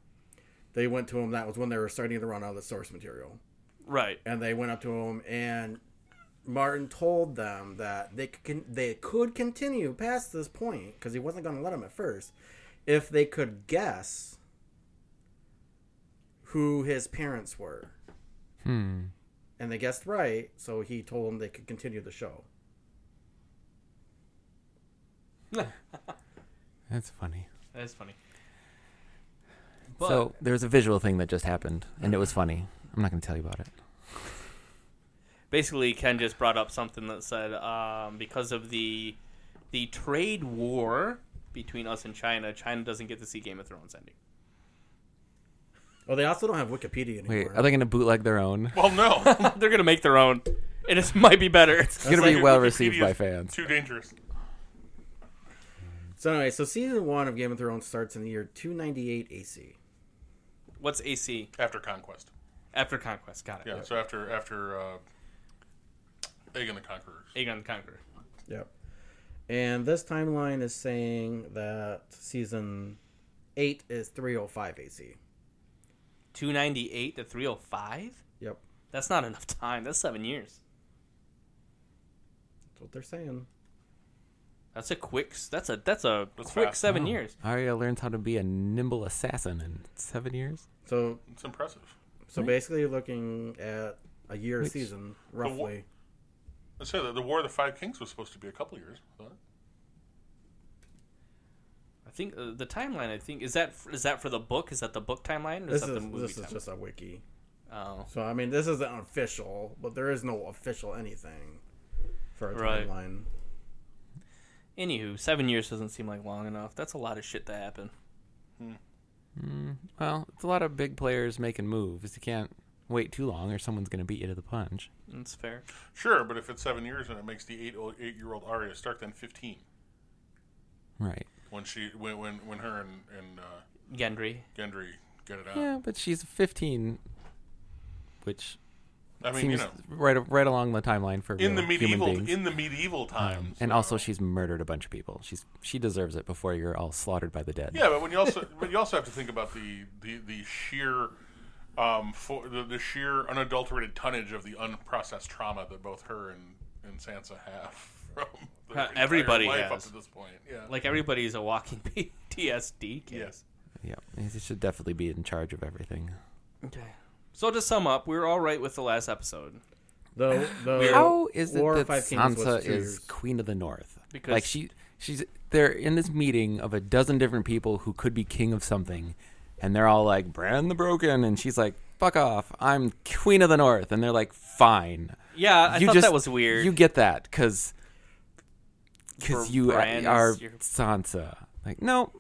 Speaker 4: They went to him. That was when they were starting to run out of the source material
Speaker 3: Right.
Speaker 4: and they went up to him and Martin told them that they could con- they could continue past this point because he wasn't going to let him at first if they could guess who his parents were.
Speaker 2: Hmm.
Speaker 4: And they guessed right, so he told them they could continue the show.
Speaker 2: That's funny.
Speaker 3: That's funny. But
Speaker 2: so there's a visual thing that just happened, and it was funny. I'm not going to tell you about it.
Speaker 3: basically, Ken just brought up something that said um, because of the the trade war between us and China, China doesn't get to see Game of Thrones ending. <laughs>
Speaker 4: Oh, they also don't have Wikipedia
Speaker 2: Wait,
Speaker 4: anymore.
Speaker 2: are they going to bootleg their own?
Speaker 1: Well,
Speaker 3: <laughs>
Speaker 1: no,
Speaker 3: They're gonna make their own, and it <laughs> might be better.
Speaker 2: It's going to be
Speaker 1: Like,
Speaker 2: well
Speaker 1: Wikipedia
Speaker 2: received by
Speaker 1: is
Speaker 2: fans.
Speaker 1: Too dangerous.
Speaker 4: so anyway, so season one of Game of Thrones starts in the year 298 AC.
Speaker 3: What's AC
Speaker 1: After conquest,
Speaker 3: after conquest? Got it.
Speaker 1: yeah. So after after uh, Aegon the Conqueror.
Speaker 3: Aegon the Conqueror.
Speaker 4: Yep. And this timeline is saying that season eight is 305 AC.
Speaker 3: Two ninety eight to three hundred five.
Speaker 4: Yep.
Speaker 3: That's not enough time. That's seven years.
Speaker 4: That's what they're saying.
Speaker 3: That's a quick. s- That's a that's a
Speaker 1: That's
Speaker 3: quick
Speaker 1: fast.
Speaker 3: seven
Speaker 2: Oh.
Speaker 4: Mm-hmm.
Speaker 3: years.
Speaker 2: Arya learns how to be a nimble assassin in seven years.
Speaker 4: So,
Speaker 1: It's impressive.
Speaker 4: so basically, you're looking at a year a
Speaker 2: Which-
Speaker 4: season, roughly.
Speaker 1: I said that the War of the Five Kings was supposed to be a couple years. I thought.
Speaker 3: I think uh, the timeline. I think is that f- is that for the book? Is that the book timeline? Or
Speaker 4: This
Speaker 3: is that
Speaker 4: is
Speaker 3: the movie
Speaker 4: this is
Speaker 3: timeline?
Speaker 4: just a wiki.
Speaker 3: oh,
Speaker 4: So I mean, this isn't official, but there is no official anything for a
Speaker 3: Right.
Speaker 4: timeline.
Speaker 3: anywho, seven years doesn't seem like long enough. That's a lot of shit to happen.
Speaker 2: Well, it's a lot of big players making moves. You can't wait too long, or someone's going to beat you to the punch.
Speaker 3: That's fair.
Speaker 1: Sure, but if it's seven years and it makes the eight old eight year old Arya Stark then fifteen
Speaker 2: Right.
Speaker 1: when she when when, when her and and uh,
Speaker 3: Gendry.
Speaker 1: Gendry get it out.
Speaker 2: Yeah, but she's 15, which
Speaker 1: I mean, you
Speaker 2: seems
Speaker 1: know,
Speaker 2: right right along the timeline for
Speaker 1: in the
Speaker 2: real
Speaker 1: medieval
Speaker 2: human beings. Um,
Speaker 1: in the medieval times,
Speaker 2: and also, she's murdered a bunch of people. She's she deserves it before you're all slaughtered by the dead.
Speaker 1: Yeah, but when you also but you also have to think about the the the sheer um for the, the sheer unadulterated tonnage of the unprocessed trauma that both her and and Sansa have <laughs> from their
Speaker 3: Uh,
Speaker 1: entire
Speaker 3: everybody
Speaker 1: life up
Speaker 3: has.
Speaker 1: to this point. Yeah,
Speaker 3: Like everybody's a walking <laughs> PTSD case.
Speaker 1: yes.
Speaker 2: Yeah, he should definitely be in charge of everything.
Speaker 3: Okay. So to sum up, we were all right with the last episode.
Speaker 4: The, the
Speaker 2: How is it
Speaker 4: War
Speaker 2: that
Speaker 4: of Five Kings was
Speaker 2: Sansa is
Speaker 4: two years.
Speaker 2: queen of the North?
Speaker 3: Because-
Speaker 2: like she she's they're in this meeting of a dozen different people who could be king of something, and they're all like Bran the Broken, and she's like fuck off, I'm queen of the North, and they're like fine.
Speaker 3: Yeah, I
Speaker 2: you
Speaker 3: thought
Speaker 2: just,
Speaker 3: that was weird.
Speaker 2: You get that because because
Speaker 3: For
Speaker 2: you uh,
Speaker 3: Bran is
Speaker 2: are
Speaker 3: your-
Speaker 2: Sansa. Like no,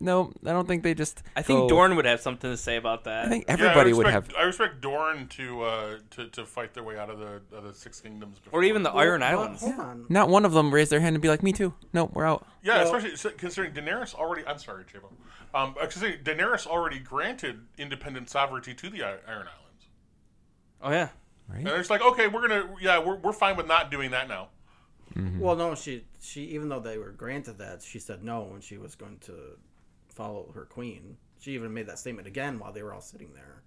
Speaker 2: no, I don't think they just.
Speaker 3: I think
Speaker 2: go-
Speaker 3: Dorn would have something to say about that.
Speaker 2: I think
Speaker 1: Yeah, I
Speaker 2: everybody would
Speaker 1: respect-
Speaker 2: have.
Speaker 1: I respect Dorne to uh, to to fight their way out of the of the Six Kingdoms, before.
Speaker 3: or even the Iron
Speaker 4: Well,
Speaker 3: Islands.
Speaker 4: Hold on.
Speaker 2: Not one of them raise their hand and be like, "Me too." No, we're out.
Speaker 1: yeah,
Speaker 4: well-
Speaker 1: especially so- considering Daenerys already. I'm sorry, Jabo. Um, considering Daenerys already granted independent sovereignty to the I- Iron Islands,
Speaker 3: Oh yeah.
Speaker 1: and it's like, okay, we're gonna yeah, we're we're fine with not doing that now.
Speaker 4: Well, no, she she even though they were granted that, she said no, and she was going to follow her queen. She even made that statement again while they were all sitting there.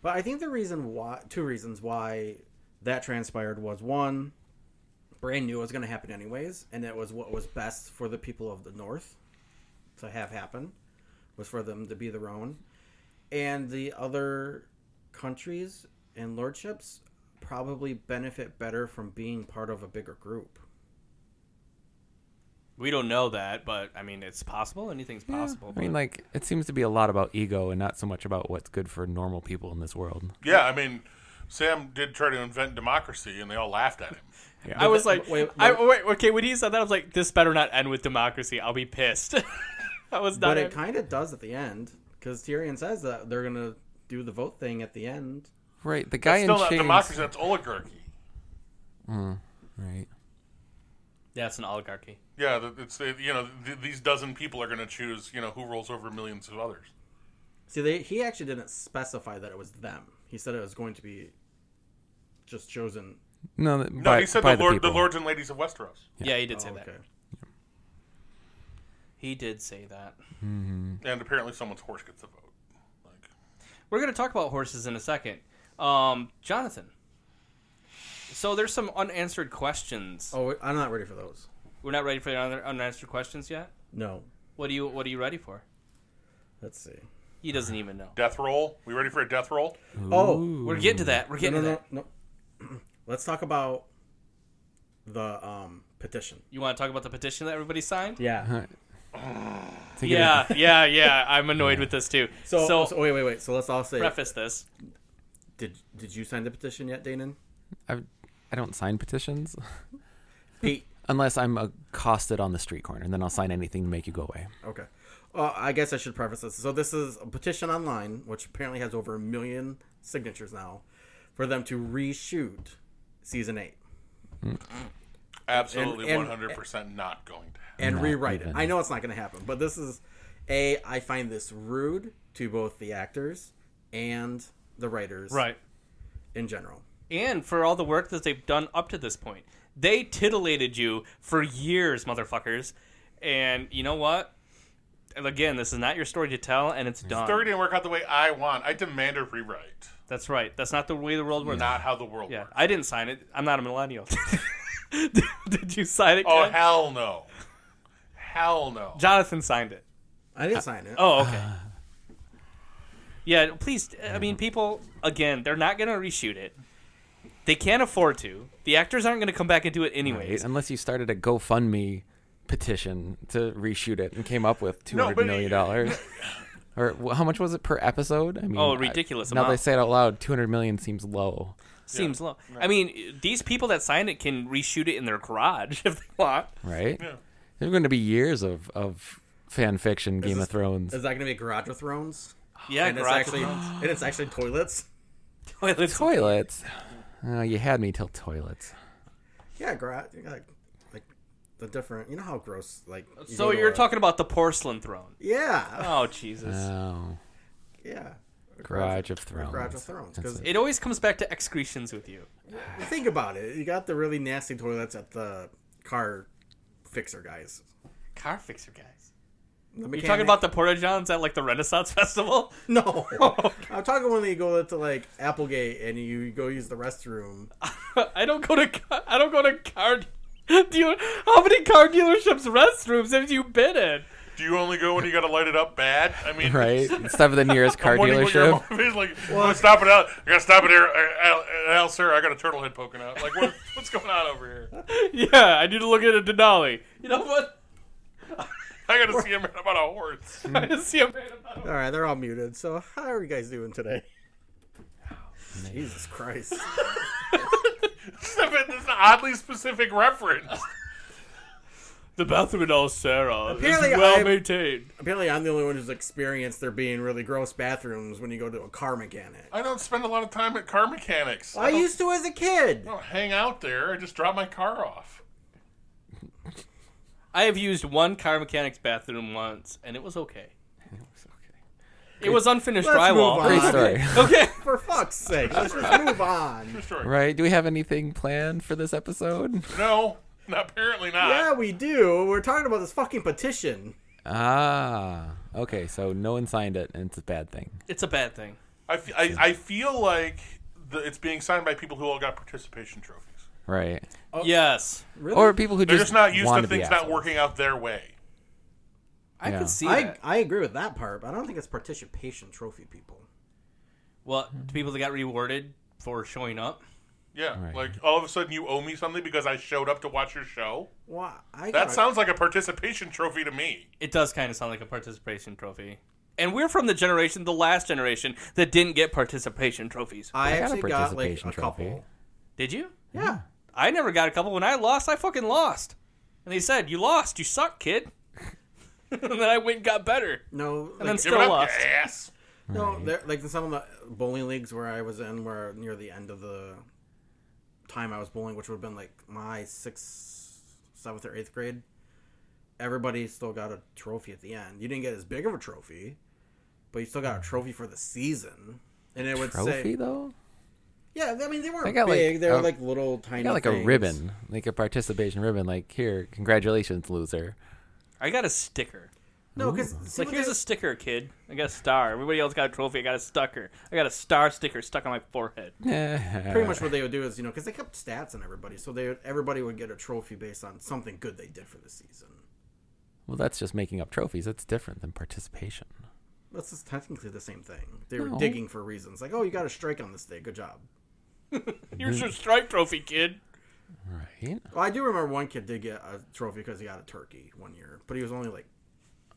Speaker 4: But I think the reason why, two reasons why that transpired was one, brand new was going to happen anyways, and it was what was best for the people of the North to have happen was for them to be their own, and the other countries and lordships probably benefit better from being part of a bigger group.
Speaker 3: We don't know that, but I mean, it's possible. Anything's possible.
Speaker 2: I mean,
Speaker 3: but-
Speaker 2: like it seems to be a lot about ego and not so much about what's good for normal people in this world.
Speaker 1: Yeah, I mean, Sam did try to invent democracy, and they all laughed at him.
Speaker 3: I was like,
Speaker 4: wait, wait.
Speaker 3: I, wait, okay, when he said that, I was like, this better not end with democracy. I'll be pissed. <laughs> I was not.
Speaker 4: But it kind of does at the end because Tyrion says that they're going to do the vote thing at the end.
Speaker 2: Right, the
Speaker 1: That's
Speaker 2: guy
Speaker 1: still
Speaker 2: in
Speaker 1: not
Speaker 2: chains.
Speaker 1: democracy. That's oligarchy.
Speaker 2: Right.
Speaker 3: yeah, it's an oligarchy.
Speaker 1: Yeah, th- it's uh, you know th- these dozen people are going to choose you know who rolls over millions of others.
Speaker 4: See, they, he actually didn't specify that it was them. He said it was going to be just chosen.
Speaker 2: No, th-
Speaker 1: No,
Speaker 2: by,
Speaker 1: he said
Speaker 2: by
Speaker 1: the, lord, the
Speaker 2: people.
Speaker 1: lords and ladies of Westeros,
Speaker 3: Yeah, he did say
Speaker 4: Oh,
Speaker 3: that.
Speaker 4: okay.
Speaker 3: He did say that.
Speaker 1: and apparently someone's horse gets the vote. Like,
Speaker 3: We're going to talk about horses in a second. Um, Jonathan. So there's some unanswered questions.
Speaker 4: Oh, wait, I'm not ready for those.
Speaker 3: We're not ready for the un- unanswered questions yet.
Speaker 4: No.
Speaker 3: What do you What are you ready for?
Speaker 4: Let's see.
Speaker 3: He doesn't even know.
Speaker 1: death roll. We ready for a death roll?
Speaker 4: Oh,
Speaker 3: We're getting to that. We're
Speaker 4: no,
Speaker 3: getting
Speaker 4: no,
Speaker 3: to
Speaker 4: no,
Speaker 3: that.
Speaker 4: no. <clears throat> Let's talk about the um, petition.
Speaker 3: You want to talk about the petition that everybody
Speaker 4: <laughs>
Speaker 3: signed?
Speaker 4: Yeah.
Speaker 2: Think of
Speaker 3: Yeah, yeah, yeah. <laughs> I'm annoyed with this too.
Speaker 4: So,
Speaker 3: so,
Speaker 4: so, wait, wait, wait. So let's all say,
Speaker 3: preface this.
Speaker 4: did did you sign the petition yet, Danon?
Speaker 2: it. I, I don't sign petitions <laughs>
Speaker 4: Pete.
Speaker 2: unless I'm accosted on the street corner, and then I'll sign anything to make you go away.
Speaker 4: Okay. Well, I guess I should preface this. So this is a petition online, which apparently has over a million signatures now, for them to reshoot season eight
Speaker 1: Absolutely,
Speaker 4: and-
Speaker 1: one hundred percent not going to. happen.
Speaker 4: and rewrite
Speaker 2: even.
Speaker 4: it. I know it's not going to happen, but this is a. I find this rude to both the actors and the writers, in general.
Speaker 3: and for all the work that they've done up to this point. They titillated you for years, motherfuckers. And you know what? And again, this is not your story to tell, and it's done.
Speaker 1: Thirty didn't work out the way I want. I demand a rewrite.
Speaker 3: That's right. That's not the way the world works.
Speaker 1: Not how the world
Speaker 3: Yeah,
Speaker 1: works.
Speaker 3: I didn't sign it. I'm not a millennial. <laughs> Did you sign it?
Speaker 1: Oh
Speaker 3: Ken?
Speaker 1: hell no, hell no.
Speaker 3: Jonathan signed it.
Speaker 4: I didn't sign it.
Speaker 3: Oh, okay. yeah, please. I mean, people, again, they're not going to reshoot it. They can't afford to. The actors aren't going to come back and do it anyways.
Speaker 2: Right? Unless you started a GoFundMe petition to reshoot it and came up with two
Speaker 1: No,
Speaker 2: hundred
Speaker 1: but- <laughs>
Speaker 2: million dollars. Or wh- how much was it per episode? I mean,
Speaker 3: Oh,
Speaker 2: I-
Speaker 3: ridiculous
Speaker 2: now they
Speaker 3: amount.
Speaker 2: say it out loud. Two hundred million seems low.
Speaker 3: Seems low. I mean, these people that signed it can reshoot it in their garage <laughs> if they want.
Speaker 2: right? There's going to be years of of fan fiction, Game of
Speaker 4: this-
Speaker 2: Thrones.
Speaker 4: Is that going to be Garage of Thrones?
Speaker 3: Yeah,
Speaker 4: and it's
Speaker 3: garage <laughs>
Speaker 4: actually and it's actually toilets.
Speaker 3: toilets.
Speaker 2: toilets. Oh, you had me till toilets.
Speaker 4: Yeah, garage like, like the different. You know how gross like.
Speaker 3: <laughs>
Speaker 4: you
Speaker 3: So
Speaker 4: go to
Speaker 3: you're
Speaker 4: a-
Speaker 3: talking about the porcelain throne.
Speaker 4: Yeah,
Speaker 3: Oh Jesus!
Speaker 2: Oh,
Speaker 4: yeah.
Speaker 2: Garage of Thrones.
Speaker 4: Garage of Thrones. Because
Speaker 3: it always comes back to excretions with you.
Speaker 4: think about it, you got the really nasty toilets at the car fixer guys.
Speaker 3: Car fixer guys.
Speaker 4: The
Speaker 3: You're talking about Oh, the porta johns at like the Renaissance <laughs> Festival.
Speaker 4: no.
Speaker 3: <laughs>
Speaker 4: <laughs> I'm talking when you go to like Applegate and you go use
Speaker 3: <laughs>
Speaker 4: the restroom.
Speaker 3: I don't go to. ca- I don't go to car. <laughs> Deal- How many car dealerships restrooms have you been in? <laughs>
Speaker 1: Do you only go when you got to light it up bad? I mean,
Speaker 2: right. Stuff at the
Speaker 4: <laughs>
Speaker 2: nearest car
Speaker 1: I'm wondering what your
Speaker 2: dealership.
Speaker 1: motive is, like, I'm gonna stop it out. I gotta stop it here, Uh, Al, Al, sir. I got a turtle head poking out. Like, what, <laughs> what's going on over here?
Speaker 3: Yeah, I need to look at a Denali. You know what?
Speaker 1: I gotta see him about a horse. <laughs>
Speaker 3: <laughs> I just see a man about
Speaker 4: All right, they're all muted. So how are you guys doing today?
Speaker 3: Oh,
Speaker 4: Jesus Christ.
Speaker 1: This is an oddly specific reference.
Speaker 3: The bathroom in all Sarah is
Speaker 4: Apparently
Speaker 3: well
Speaker 4: I'm-
Speaker 3: maintained.
Speaker 4: Apparently, I'm the only one who's experienced there being really gross bathrooms when you go to a car mechanic.
Speaker 1: I don't spend a lot of time at car mechanics.
Speaker 3: Oh.
Speaker 4: I used to as a kid.
Speaker 1: I don't hang out there. I just drop my car off.
Speaker 3: I have used one car mechanic's bathroom once, and <laughs> it was okay. It was unfinished
Speaker 4: Let's
Speaker 3: drywall.
Speaker 4: move
Speaker 2: Great
Speaker 4: on.
Speaker 2: story.
Speaker 3: <laughs> Okay.
Speaker 4: For fuck's sake, let's just
Speaker 3: <laughs>
Speaker 4: move on.
Speaker 1: Destroy.
Speaker 2: <laughs> Right? Do we have anything planned for this episode?
Speaker 1: No, apparently not.
Speaker 4: Yeah, we do. We're talking about this fucking petition.
Speaker 2: Ah, okay. So no one signed it, and it's a bad thing.
Speaker 3: It's a bad thing.
Speaker 1: I, fe- I, I feel like the, it's being signed by people who all got participation trophies.
Speaker 2: right?
Speaker 3: Oh. Yes,
Speaker 4: Really?
Speaker 2: Or people who
Speaker 1: They're
Speaker 2: just
Speaker 1: just not used
Speaker 2: want
Speaker 1: to
Speaker 2: be
Speaker 1: things not
Speaker 2: assholes.
Speaker 1: working out their way.
Speaker 3: I
Speaker 2: Yeah.
Speaker 3: can see
Speaker 4: I
Speaker 3: that.
Speaker 4: I agree with that part, but I don't think it's participation trophy people.
Speaker 3: Well, to people that got rewarded for showing up.
Speaker 1: Yeah,
Speaker 2: Right.
Speaker 1: like all of a sudden you owe me something because I showed up to watch your show.
Speaker 4: Well, I
Speaker 1: That
Speaker 4: got
Speaker 1: sounds like a participation trophy to me.
Speaker 3: It does kind of sound like a participation trophy. And we're from the generation, the last generation, that didn't get participation trophies.
Speaker 4: I,
Speaker 2: I got a
Speaker 4: actually got like
Speaker 2: participation
Speaker 4: a couple.
Speaker 2: trophy.
Speaker 3: Did you?
Speaker 4: Yeah.
Speaker 3: I never got a couple. When I lost, I fucking lost. And they said, You lost. You suck, kid. <laughs> and then I went and got better.
Speaker 4: No,
Speaker 3: And then
Speaker 4: like,
Speaker 1: Give it
Speaker 3: Still
Speaker 1: up,
Speaker 3: lost.
Speaker 1: ass.
Speaker 4: no, there, like in some of the bowling leagues where I was in, where near the end of the time I was bowling, which would have been like my sixth, seventh, or eighth grade, everybody still got a trophy at the end. You didn't get as big of a trophy, but you still got a trophy for the season. And it would
Speaker 2: Hmm. trophy
Speaker 4: say,
Speaker 2: though.
Speaker 4: yeah, I mean they weren't
Speaker 2: They got, like,
Speaker 4: big; they were
Speaker 2: a-
Speaker 4: like little tiny.
Speaker 2: I got like a
Speaker 4: things.
Speaker 2: ribbon, like a participation ribbon. Like here, congratulations, loser. <laughs>
Speaker 3: I got a sticker.
Speaker 4: No, because
Speaker 3: It's like, here's a sticker, kid. I got a star. Everybody else got a trophy. I got a sticker. I got a star sticker stuck on my forehead.
Speaker 4: pretty much what they would do is you know because they kept stats on everybody, so they everybody would get a trophy based on something good they did for the season.
Speaker 2: Well, that's just making up trophies. That's different than participation.
Speaker 4: That's just technically the same thing. They were
Speaker 2: No.
Speaker 4: digging for reasons like, oh, you got a strike on this day, good job.
Speaker 3: Here's your stripe trophy, kid.
Speaker 2: Right?
Speaker 4: Well, I do remember one kid did get a trophy because he got a turkey one year, but he was only like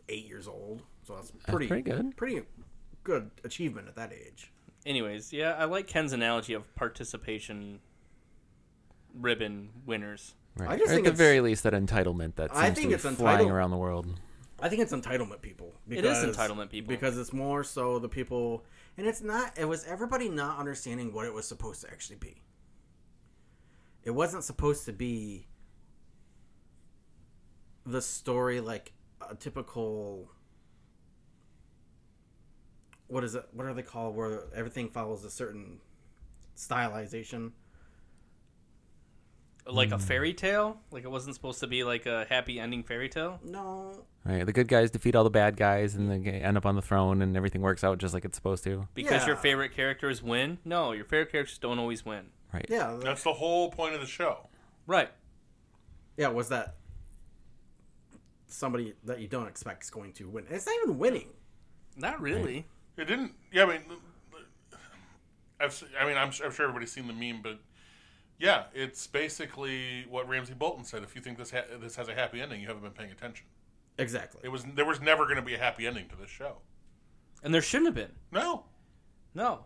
Speaker 4: eight years old, so that's pretty
Speaker 2: pretty good.
Speaker 4: pretty good achievement at that age.
Speaker 3: Anyways, yeah, I like Ken's analogy of participation ribbon winners.
Speaker 2: right.
Speaker 4: I just
Speaker 2: or
Speaker 4: think
Speaker 2: at the
Speaker 4: it's-
Speaker 2: very least that entitlement that seems
Speaker 4: I think
Speaker 2: to be
Speaker 4: it's
Speaker 2: flying
Speaker 4: entitled-
Speaker 2: around the world.
Speaker 4: I think it's entitlement people.
Speaker 3: It is entitlement people.
Speaker 4: because it's more so the people, and it's not. It was everybody not understanding what it was supposed to actually be. It wasn't supposed to be the story like a typical. What is it? What are they called? Where everything follows a certain stylization.
Speaker 3: Like a fairy tale? Like it wasn't supposed to be like a happy ending fairy tale?
Speaker 4: No,
Speaker 2: Right? The good guys defeat all the bad guys, and then end up on the throne, and everything works out just like it's supposed to.
Speaker 3: Because your
Speaker 4: Yeah.
Speaker 3: favorite characters win? No, your favorite characters don't always win.
Speaker 2: Right?
Speaker 4: yeah,
Speaker 1: That's the whole point of the show.
Speaker 3: Right.
Speaker 4: yeah, was that somebody that you don't expect is going to win? It's not even winning.
Speaker 3: Not really.
Speaker 1: It didn't. Yeah, I mean, I've. se- I mean, I'm, su- I'm sure everybody's seen the meme, but yeah, it's basically what Ramsey Bolton said. If you think this ha- this has a happy ending, you haven't been paying attention. It
Speaker 4: Exactly.
Speaker 1: was there was never going to be a happy ending to this show.
Speaker 3: And there shouldn't have been.
Speaker 1: No,
Speaker 3: No.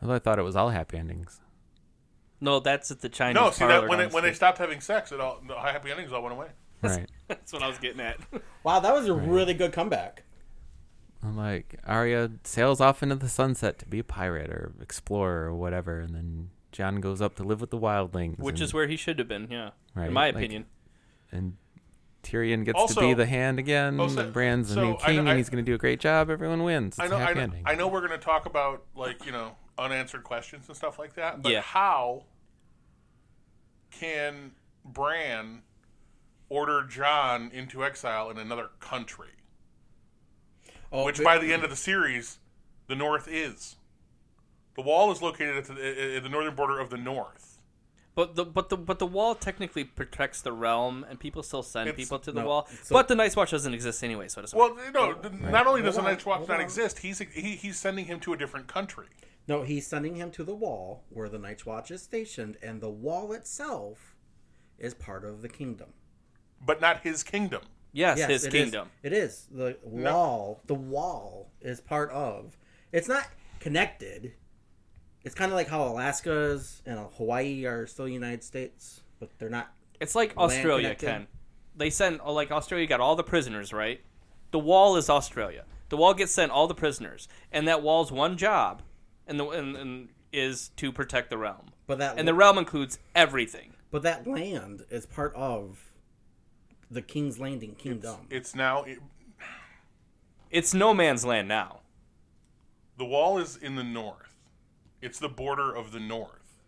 Speaker 2: Although I thought it was all happy endings.
Speaker 3: No, that's at the Chinese
Speaker 1: no. See
Speaker 3: parlor
Speaker 1: that when
Speaker 3: down
Speaker 1: it, when they
Speaker 3: the
Speaker 1: <laughs>
Speaker 3: street.
Speaker 1: stopped having sex, it all the happy endings all went away.
Speaker 2: Right?
Speaker 3: That's what I was getting at.
Speaker 4: Wow, that was a really good comeback.
Speaker 2: I'm like Arya sails off into the sunset to be a pirate or explorer or whatever, and then John goes up to live with the wildlings,
Speaker 3: <laughs> Which
Speaker 2: and,
Speaker 3: is where he should have been, yeah.
Speaker 2: Right,
Speaker 3: In my
Speaker 2: like-
Speaker 3: opinion.
Speaker 2: and Tyrion gets to
Speaker 1: Also-
Speaker 2: be the hand again.
Speaker 1: also-
Speaker 2: and Bran's the
Speaker 1: so
Speaker 2: new
Speaker 1: I-
Speaker 2: king,
Speaker 1: I-
Speaker 2: and he's going to do a great job. Everyone wins. It's
Speaker 1: I know,
Speaker 2: a
Speaker 1: I
Speaker 2: happy
Speaker 1: know,
Speaker 2: ending.
Speaker 1: I know we're going to talk about like you know unanswered questions and stuff like that. But
Speaker 3: Yeah.
Speaker 1: how can Bran order John into exile in another country?
Speaker 4: Oh,
Speaker 1: Which
Speaker 4: but-
Speaker 1: by the end of the series, the North is. The wall is located at the, at the northern border of the North.
Speaker 3: But the but the but the wall technically protects the realm, and people still send
Speaker 1: It's-
Speaker 3: people to the
Speaker 4: no,
Speaker 3: wall.
Speaker 4: so-
Speaker 3: but the Night's Watch doesn't exist anyway, so it doesn't.
Speaker 1: Well, you know, not only does the
Speaker 4: Hold on,
Speaker 1: Night's Watch
Speaker 4: hold
Speaker 1: not
Speaker 4: on.
Speaker 1: exist, he's he, he's sending him to a different country.
Speaker 4: no, he's sending him to the wall where the Night's Watch is stationed, and the wall itself is part of the kingdom.
Speaker 1: but not his kingdom.
Speaker 3: yes,
Speaker 4: Yes,
Speaker 3: his
Speaker 4: it is.
Speaker 3: kingdom.
Speaker 4: It is the wall. The wall is part of. It's not connected. It's kind of like how Alaska's and Hawaii are still United States, but they're not.
Speaker 3: It's like
Speaker 4: Land
Speaker 3: Australia,
Speaker 4: connected.
Speaker 3: Ken. They send oh, like Australia got all the prisoners, right? The wall is Australia. The wall gets sent all the prisoners, and that wall's one job, and the and, and is to protect the realm,
Speaker 4: But that
Speaker 3: and the realm includes everything.
Speaker 4: but that land is part of the King's Landing kingdom.
Speaker 1: It's now
Speaker 3: It's no man's land now.
Speaker 1: the wall is in the north. It's the border of the north,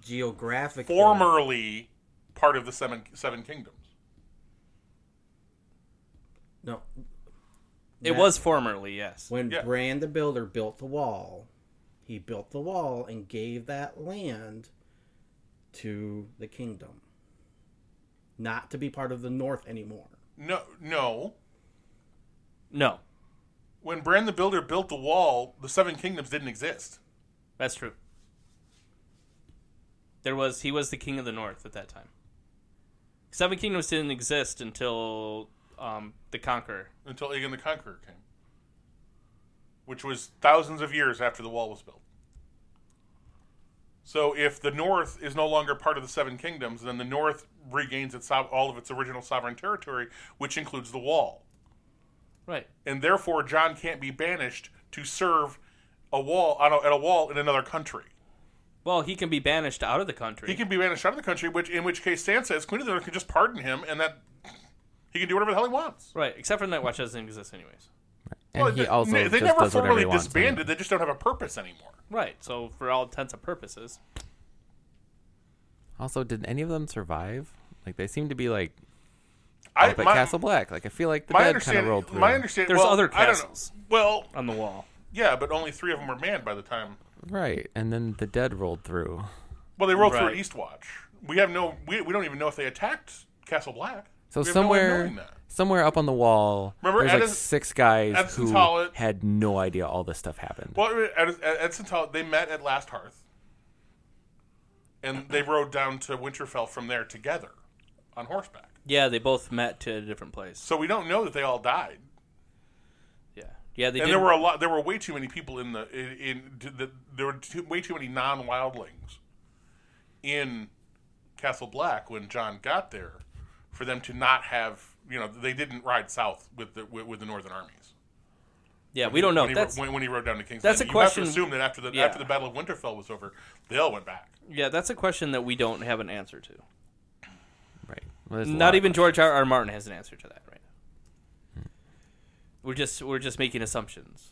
Speaker 4: Geographic
Speaker 1: formerly part of the seven seven kingdoms.
Speaker 4: No,
Speaker 3: It
Speaker 4: That-
Speaker 3: was formerly, yes.
Speaker 4: When
Speaker 1: Yeah.
Speaker 4: Bran the Builder built the wall, he built the wall and gave that land to the kingdom, not to be part of the North anymore.
Speaker 1: No, no.
Speaker 3: No,
Speaker 1: When Bran the Builder built the wall, the Seven Kingdoms didn't exist.
Speaker 3: that's true. There was he was the king of the north at that time. Seven Kingdoms didn't exist until um, the Conqueror.
Speaker 1: until Aegon the Conqueror came, which was thousands of years after the wall was built. So, if the North is no longer part of the Seven Kingdoms, then the North regains its, sov- all of its original sovereign territory, which includes the Wall.
Speaker 3: Right.
Speaker 1: And therefore, John can't be banished to serve a wall on a, at a wall in another country.
Speaker 3: Well, he can be banished out of the country.
Speaker 1: He can be banished out of the country, which in which case Sansa, as Queen of the North, can just pardon him, and that he can do whatever the hell he wants.
Speaker 3: Right, except for Nightwatch doesn't exist anyways.
Speaker 2: And he
Speaker 1: they-
Speaker 2: also
Speaker 1: they,
Speaker 2: just
Speaker 1: never
Speaker 2: does whatever
Speaker 1: formally
Speaker 2: he wants.
Speaker 1: disbanded; they just don't have a purpose anymore.
Speaker 3: Right, so for all intents and purposes,
Speaker 2: Also, did any of them survive? Like they seem to be like
Speaker 1: I,
Speaker 2: up at Castle Black. Like I feel like the
Speaker 1: my
Speaker 2: bed kind of
Speaker 1: understanding,
Speaker 2: rolled through.
Speaker 1: my understanding,
Speaker 3: There's
Speaker 1: well,
Speaker 3: other
Speaker 1: I don't know.
Speaker 3: castles.
Speaker 1: Well,
Speaker 3: on the wall.
Speaker 1: yeah, but only three of them were manned by the time.
Speaker 2: right, and then the dead rolled through.
Speaker 1: Well, they rolled
Speaker 3: Right.
Speaker 1: through Eastwatch. We have no, we, we don't even know if they attacked Castle Black.
Speaker 2: So
Speaker 1: we have no way of
Speaker 2: somewhere,
Speaker 1: knowing that.
Speaker 2: somewhere up on the wall,
Speaker 1: Remember
Speaker 2: there's like
Speaker 1: Addis-
Speaker 2: six guys
Speaker 1: Addison
Speaker 2: who
Speaker 1: Tollett-
Speaker 2: had no idea all this stuff happened.
Speaker 1: Well, at, at, at Centaur, they met at Last Hearth, and they rode down to Winterfell from there together on horseback.
Speaker 3: Yeah, they both met to a different place.
Speaker 1: So we don't know that they all died.
Speaker 3: Yeah, yeah, they
Speaker 1: and
Speaker 3: did.
Speaker 1: there were a lot. There were way too many people in the in, in to the, there were too, way too many non-wildlings in Castle Black when John got there for them to not have you know they didn't ride south with the with, with the northern armies.
Speaker 3: yeah, we don't know.
Speaker 1: When he, ro-
Speaker 3: That's
Speaker 1: when, when he rode down to King's
Speaker 3: that's
Speaker 1: Landing.
Speaker 3: a
Speaker 1: you
Speaker 3: question-
Speaker 1: have to assume that after the
Speaker 3: yeah.
Speaker 1: after the Battle of Winterfell was over, they all went back.
Speaker 3: yeah, that's a question that we don't have an answer to.
Speaker 2: right, Well, there's a
Speaker 3: Not
Speaker 2: lot.
Speaker 3: even George R. R. Martin has an answer to that right now. Hmm. We're just we're just making assumptions.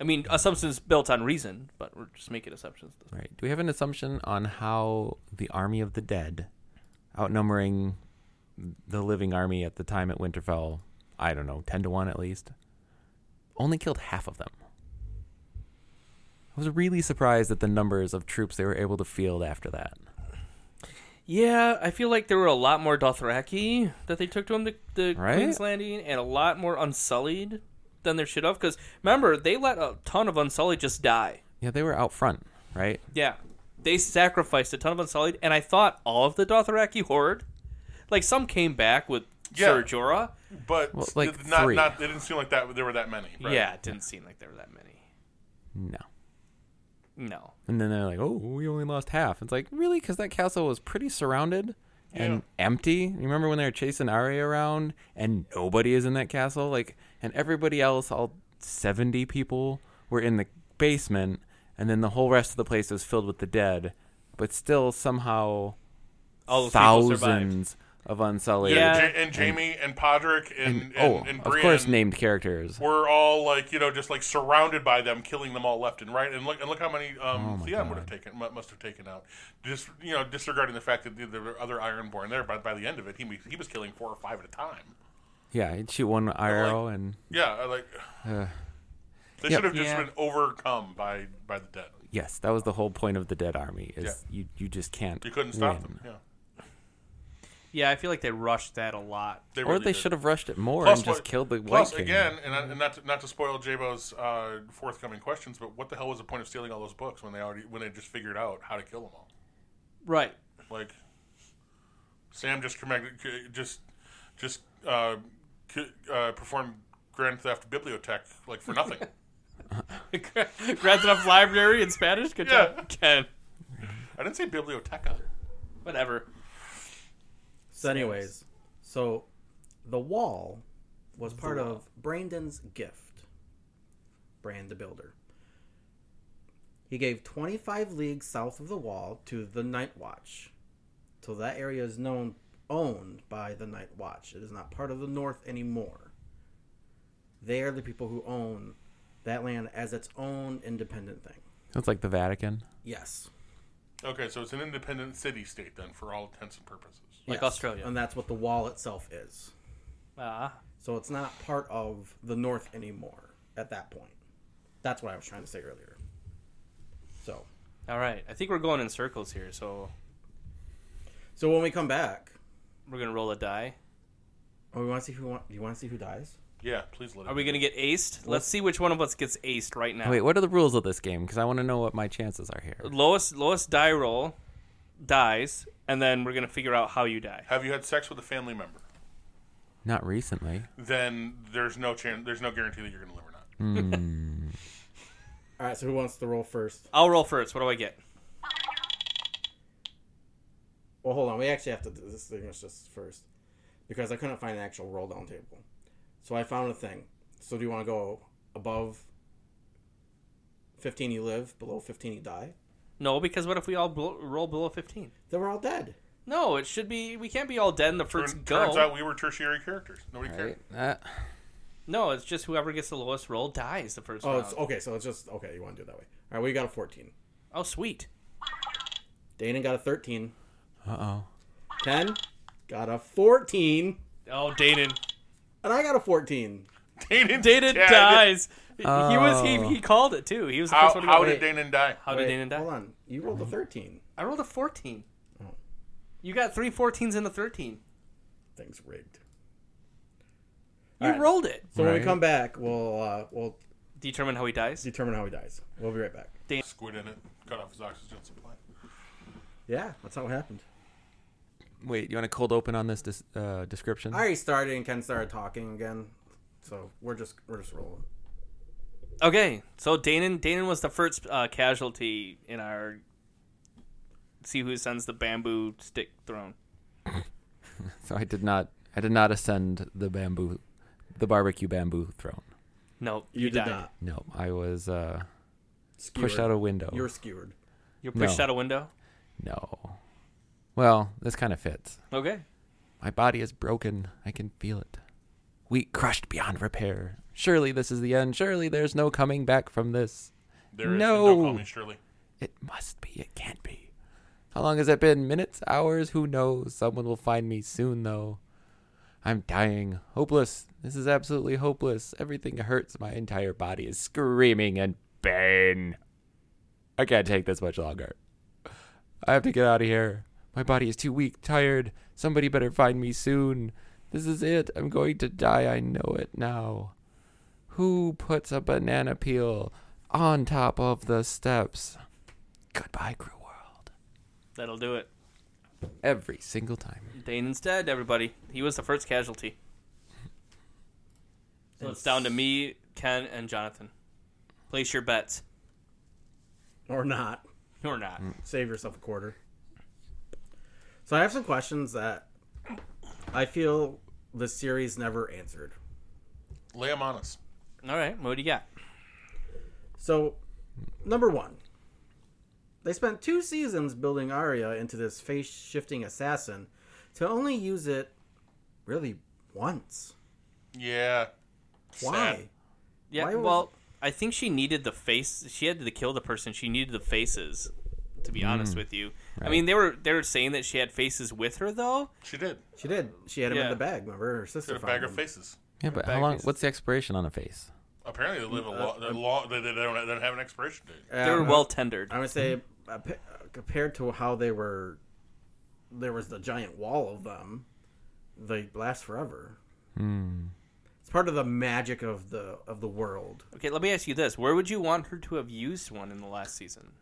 Speaker 3: I mean, assumptions built on reason, but we're just making assumptions.
Speaker 2: Right. Do we have an assumption on how the army of the dead, outnumbering the living army at the time at Winterfell, I don't know, 10 to 1 at least, only killed half of them? I was really surprised at the numbers of troops they were able to field after that.
Speaker 3: Yeah, I feel like there were a lot more Dothraki that they took to him, the, the
Speaker 2: Right?
Speaker 3: Queen's Landing, and a lot more Unsullied than there should have. Because remember, they let a ton of Unsullied just die.
Speaker 2: Yeah, they were out front, right?
Speaker 3: Yeah. They sacrificed a ton of Unsullied, and I thought all of the Dothraki horde, like some came back with
Speaker 1: Yeah.
Speaker 3: Ser Jorah.
Speaker 1: But
Speaker 2: Well, like
Speaker 1: th- not
Speaker 2: three.
Speaker 1: not it didn't seem like that there were that many. Right?
Speaker 3: Yeah, it didn't seem like there were that many.
Speaker 2: No.
Speaker 3: No.
Speaker 2: And then they're like, oh, we only lost half. It's like, really? Because that castle was pretty surrounded and empty. You remember when they were chasing Arya around and nobody is in that castle? Like, and everybody else, all 70 people, were in the basement. And then the whole rest of the place was filled with the dead. But still, somehow,
Speaker 3: All those people survived.
Speaker 2: thousands of Unsullied.
Speaker 3: Yeah.
Speaker 1: Ja- and Jamie and Podrick and and,
Speaker 2: Oh,
Speaker 1: and
Speaker 2: of
Speaker 1: Brienne
Speaker 2: course, named characters.
Speaker 1: were all like you know just like surrounded by them, killing them all left and right. And look and look how many um, Theon would have taken mu- must have taken out. Just you know disregarding the fact that there were other Ironborn there. But by the end of it, he was- he was killing four or five at a time.
Speaker 2: Yeah, he'd shoot one arrow and.
Speaker 1: Yeah, I like they
Speaker 2: Yeah.
Speaker 1: should have just
Speaker 3: Yeah.
Speaker 1: been overcome by by the dead.
Speaker 2: Yes, that was the whole point of the dead army. Is you, you just can't.
Speaker 1: You couldn't stop
Speaker 2: win.
Speaker 1: them. Yeah,
Speaker 3: Yeah, I feel like they rushed that a lot.
Speaker 1: they
Speaker 2: Or
Speaker 1: really
Speaker 2: they
Speaker 1: did.
Speaker 2: should have rushed it more
Speaker 1: Plus
Speaker 2: and just
Speaker 1: what-
Speaker 2: killed the
Speaker 1: Plus
Speaker 2: White King.
Speaker 1: again, and, I- and not to, not to spoil Jabo's uh, forthcoming questions, but what the hell was the point of stealing all those books when they already when they just figured out how to kill them all?
Speaker 3: Right. <laughs>
Speaker 1: Like Sam just commeg- c- just just uh, c- uh, performed Grand Theft Bibliotech like for nothing.
Speaker 3: Grand Theft Library in Spanish? Good
Speaker 1: Yeah.
Speaker 3: job, Ken.
Speaker 1: I didn't say biblioteca.
Speaker 3: Whatever.
Speaker 4: So, anyways, so the wall was part of Brandon's gift. Brand the Builder. He gave 25 leagues south of the wall to the Night Watch. So that area is known owned by the Night Watch. It is not part of the North anymore. They are the people who own that land as its own independent thing.
Speaker 2: It's like the Vatican.
Speaker 4: Yes.
Speaker 1: Okay, so it's an independent city state then, for all intents and purposes.
Speaker 3: Like
Speaker 4: Yes.
Speaker 3: Australia.
Speaker 4: And that's what the wall itself is.
Speaker 3: Ah.
Speaker 4: So it's not part of the North anymore at that point. That's what I was trying to say earlier. So
Speaker 3: All right. I think we're going in circles here, so
Speaker 4: So when we come back,
Speaker 3: we're gonna roll a die.
Speaker 4: oh, we want to see who. Want, you want to see who dies?
Speaker 1: Yeah, please let it.
Speaker 3: Are we gonna get aced? Let's see which one of us gets aced right now.
Speaker 2: Wait, what are the rules of this game? Because I want to know what my chances are here.
Speaker 3: Lowest lowest die roll dies, and then we're gonna figure out how you die.
Speaker 1: Have you had sex with a family member?
Speaker 2: Not recently.
Speaker 1: Then there's no chance. There's no guarantee that you're going to live or not.
Speaker 4: All right. So who wants to roll first?
Speaker 3: I'll roll first. What do I get?
Speaker 4: Well, hold on. We actually have to. do This thing was just first because I couldn't find an actual roll down table. So I found a thing. So do you want to go above fifteen? You live below fifteen. You die.
Speaker 3: No, because what if we all bl- roll below fifteen?
Speaker 4: Then we're all dead.
Speaker 3: No, it should be. We can't be all dead in the first
Speaker 1: Turn-
Speaker 3: go.
Speaker 1: Turns out we were tertiary characters. Nobody cared. <laughs>
Speaker 2: Right? Uh,
Speaker 3: no, it's just whoever gets the lowest roll dies the first
Speaker 4: Oh,
Speaker 3: round.
Speaker 4: it's, okay. So it's just okay. You want to do it that way? All right. We got a fourteen.
Speaker 3: Oh, sweet.
Speaker 4: Dana got a thirteen.
Speaker 2: oh.
Speaker 4: Ken got a fourteen,
Speaker 3: Oh, Danon.
Speaker 4: and I got a fourteen.
Speaker 1: Danon,
Speaker 3: Danon
Speaker 1: died.
Speaker 3: dies. He was
Speaker 2: Oh.
Speaker 3: he, he called it too. He was the
Speaker 1: How,
Speaker 3: first one to
Speaker 1: how
Speaker 3: go.
Speaker 1: did Danon die?
Speaker 3: How did
Speaker 4: Wait,
Speaker 3: Danon die?
Speaker 4: Hold on. You rolled a thirteen.
Speaker 3: I rolled a 14.
Speaker 4: Oh.
Speaker 3: You got three 14s and a 13.
Speaker 4: Things rigged.
Speaker 3: You
Speaker 4: Alright.
Speaker 3: rolled it.
Speaker 4: So when we
Speaker 2: Right.
Speaker 4: come back, we'll uh, we'll
Speaker 3: Determine how he dies.
Speaker 4: determine how he dies. We'll be right back.
Speaker 1: Squid in it. Cut off his oxygen supply.
Speaker 4: Yeah, that's how it happened.
Speaker 2: Wait, you want to cold open on this dis- uh, description?
Speaker 4: I already started and Ken started talking again, so we're just we're just rolling.
Speaker 3: Okay, so Danon Danon was the first uh, casualty in our. See who sends the bamboo stick thrown.
Speaker 2: So I did not. I did not ascend the bamboo, the barbecue bamboo throne.
Speaker 3: No,
Speaker 4: You, did
Speaker 3: died.
Speaker 4: not
Speaker 2: No, I was uh,
Speaker 4: skewered.
Speaker 2: pushed out a window.
Speaker 4: You were skewered.
Speaker 3: You're pushed
Speaker 2: No.
Speaker 3: out a window.
Speaker 2: No. Well, this kind of fits.
Speaker 3: Okay.
Speaker 2: My body is broken. I can feel it. We crushed beyond repair. Surely this is the end. Surely there's no coming back from this.
Speaker 1: There is
Speaker 2: No.
Speaker 1: no call me Shirley.
Speaker 2: It must be. It can't be. How long has it been? Minutes? Hours? Who knows? Someone will find me soon, though. I'm dying. Hopeless. This is absolutely hopeless. Everything hurts. My entire body is screaming in pain. I can't take this much longer. I have to get out of here. My body is too weak, tired. Somebody better find me soon. This is it. I'm going to die. I know it now. Who puts a banana peel on top of the steps? Goodbye, crew world.
Speaker 3: That'll do it.
Speaker 2: Every single time.
Speaker 3: Danon's dead, everybody. He was the first casualty. So it's down to me, Ken, and Jonathan. Place your bets.
Speaker 4: Or not.
Speaker 3: Or not.
Speaker 4: Save yourself a quarter. So I have some questions that I feel the series never answered.
Speaker 1: Lay 'em on us.
Speaker 3: All right, what do you got?
Speaker 4: So, number one, they spent two seasons building Arya into this face shifting assassin to only use it really once.
Speaker 1: Yeah.
Speaker 4: Why?
Speaker 3: Yeah,
Speaker 4: Why was-
Speaker 3: well, I think she needed the face. She had to kill the person. She needed the faces. To be
Speaker 4: Mm.
Speaker 3: honest with you, I mean they were they were saying that she had faces with her though.
Speaker 1: She did.
Speaker 4: She did. She had him
Speaker 3: Yeah.
Speaker 4: in the bag. Remember, her sister
Speaker 1: Did a
Speaker 4: found
Speaker 1: bag
Speaker 4: him.
Speaker 1: of faces.
Speaker 2: Yeah, but
Speaker 3: back
Speaker 2: how long?
Speaker 3: is-
Speaker 2: What's the expiration on a face?
Speaker 1: Apparently they
Speaker 4: Uh,
Speaker 1: live a long. They're long they, they, don't, they don't have an expiration date.
Speaker 4: Yeah,
Speaker 3: They were
Speaker 4: I-
Speaker 3: well tendered.
Speaker 4: I would say uh, p- uh, compared to how they were, there was the giant wall of them. They last forever. It's part of the magic of the of the world.
Speaker 3: Okay, let me ask you this: Where would you want her to have used one in the last season?
Speaker 4: Uh.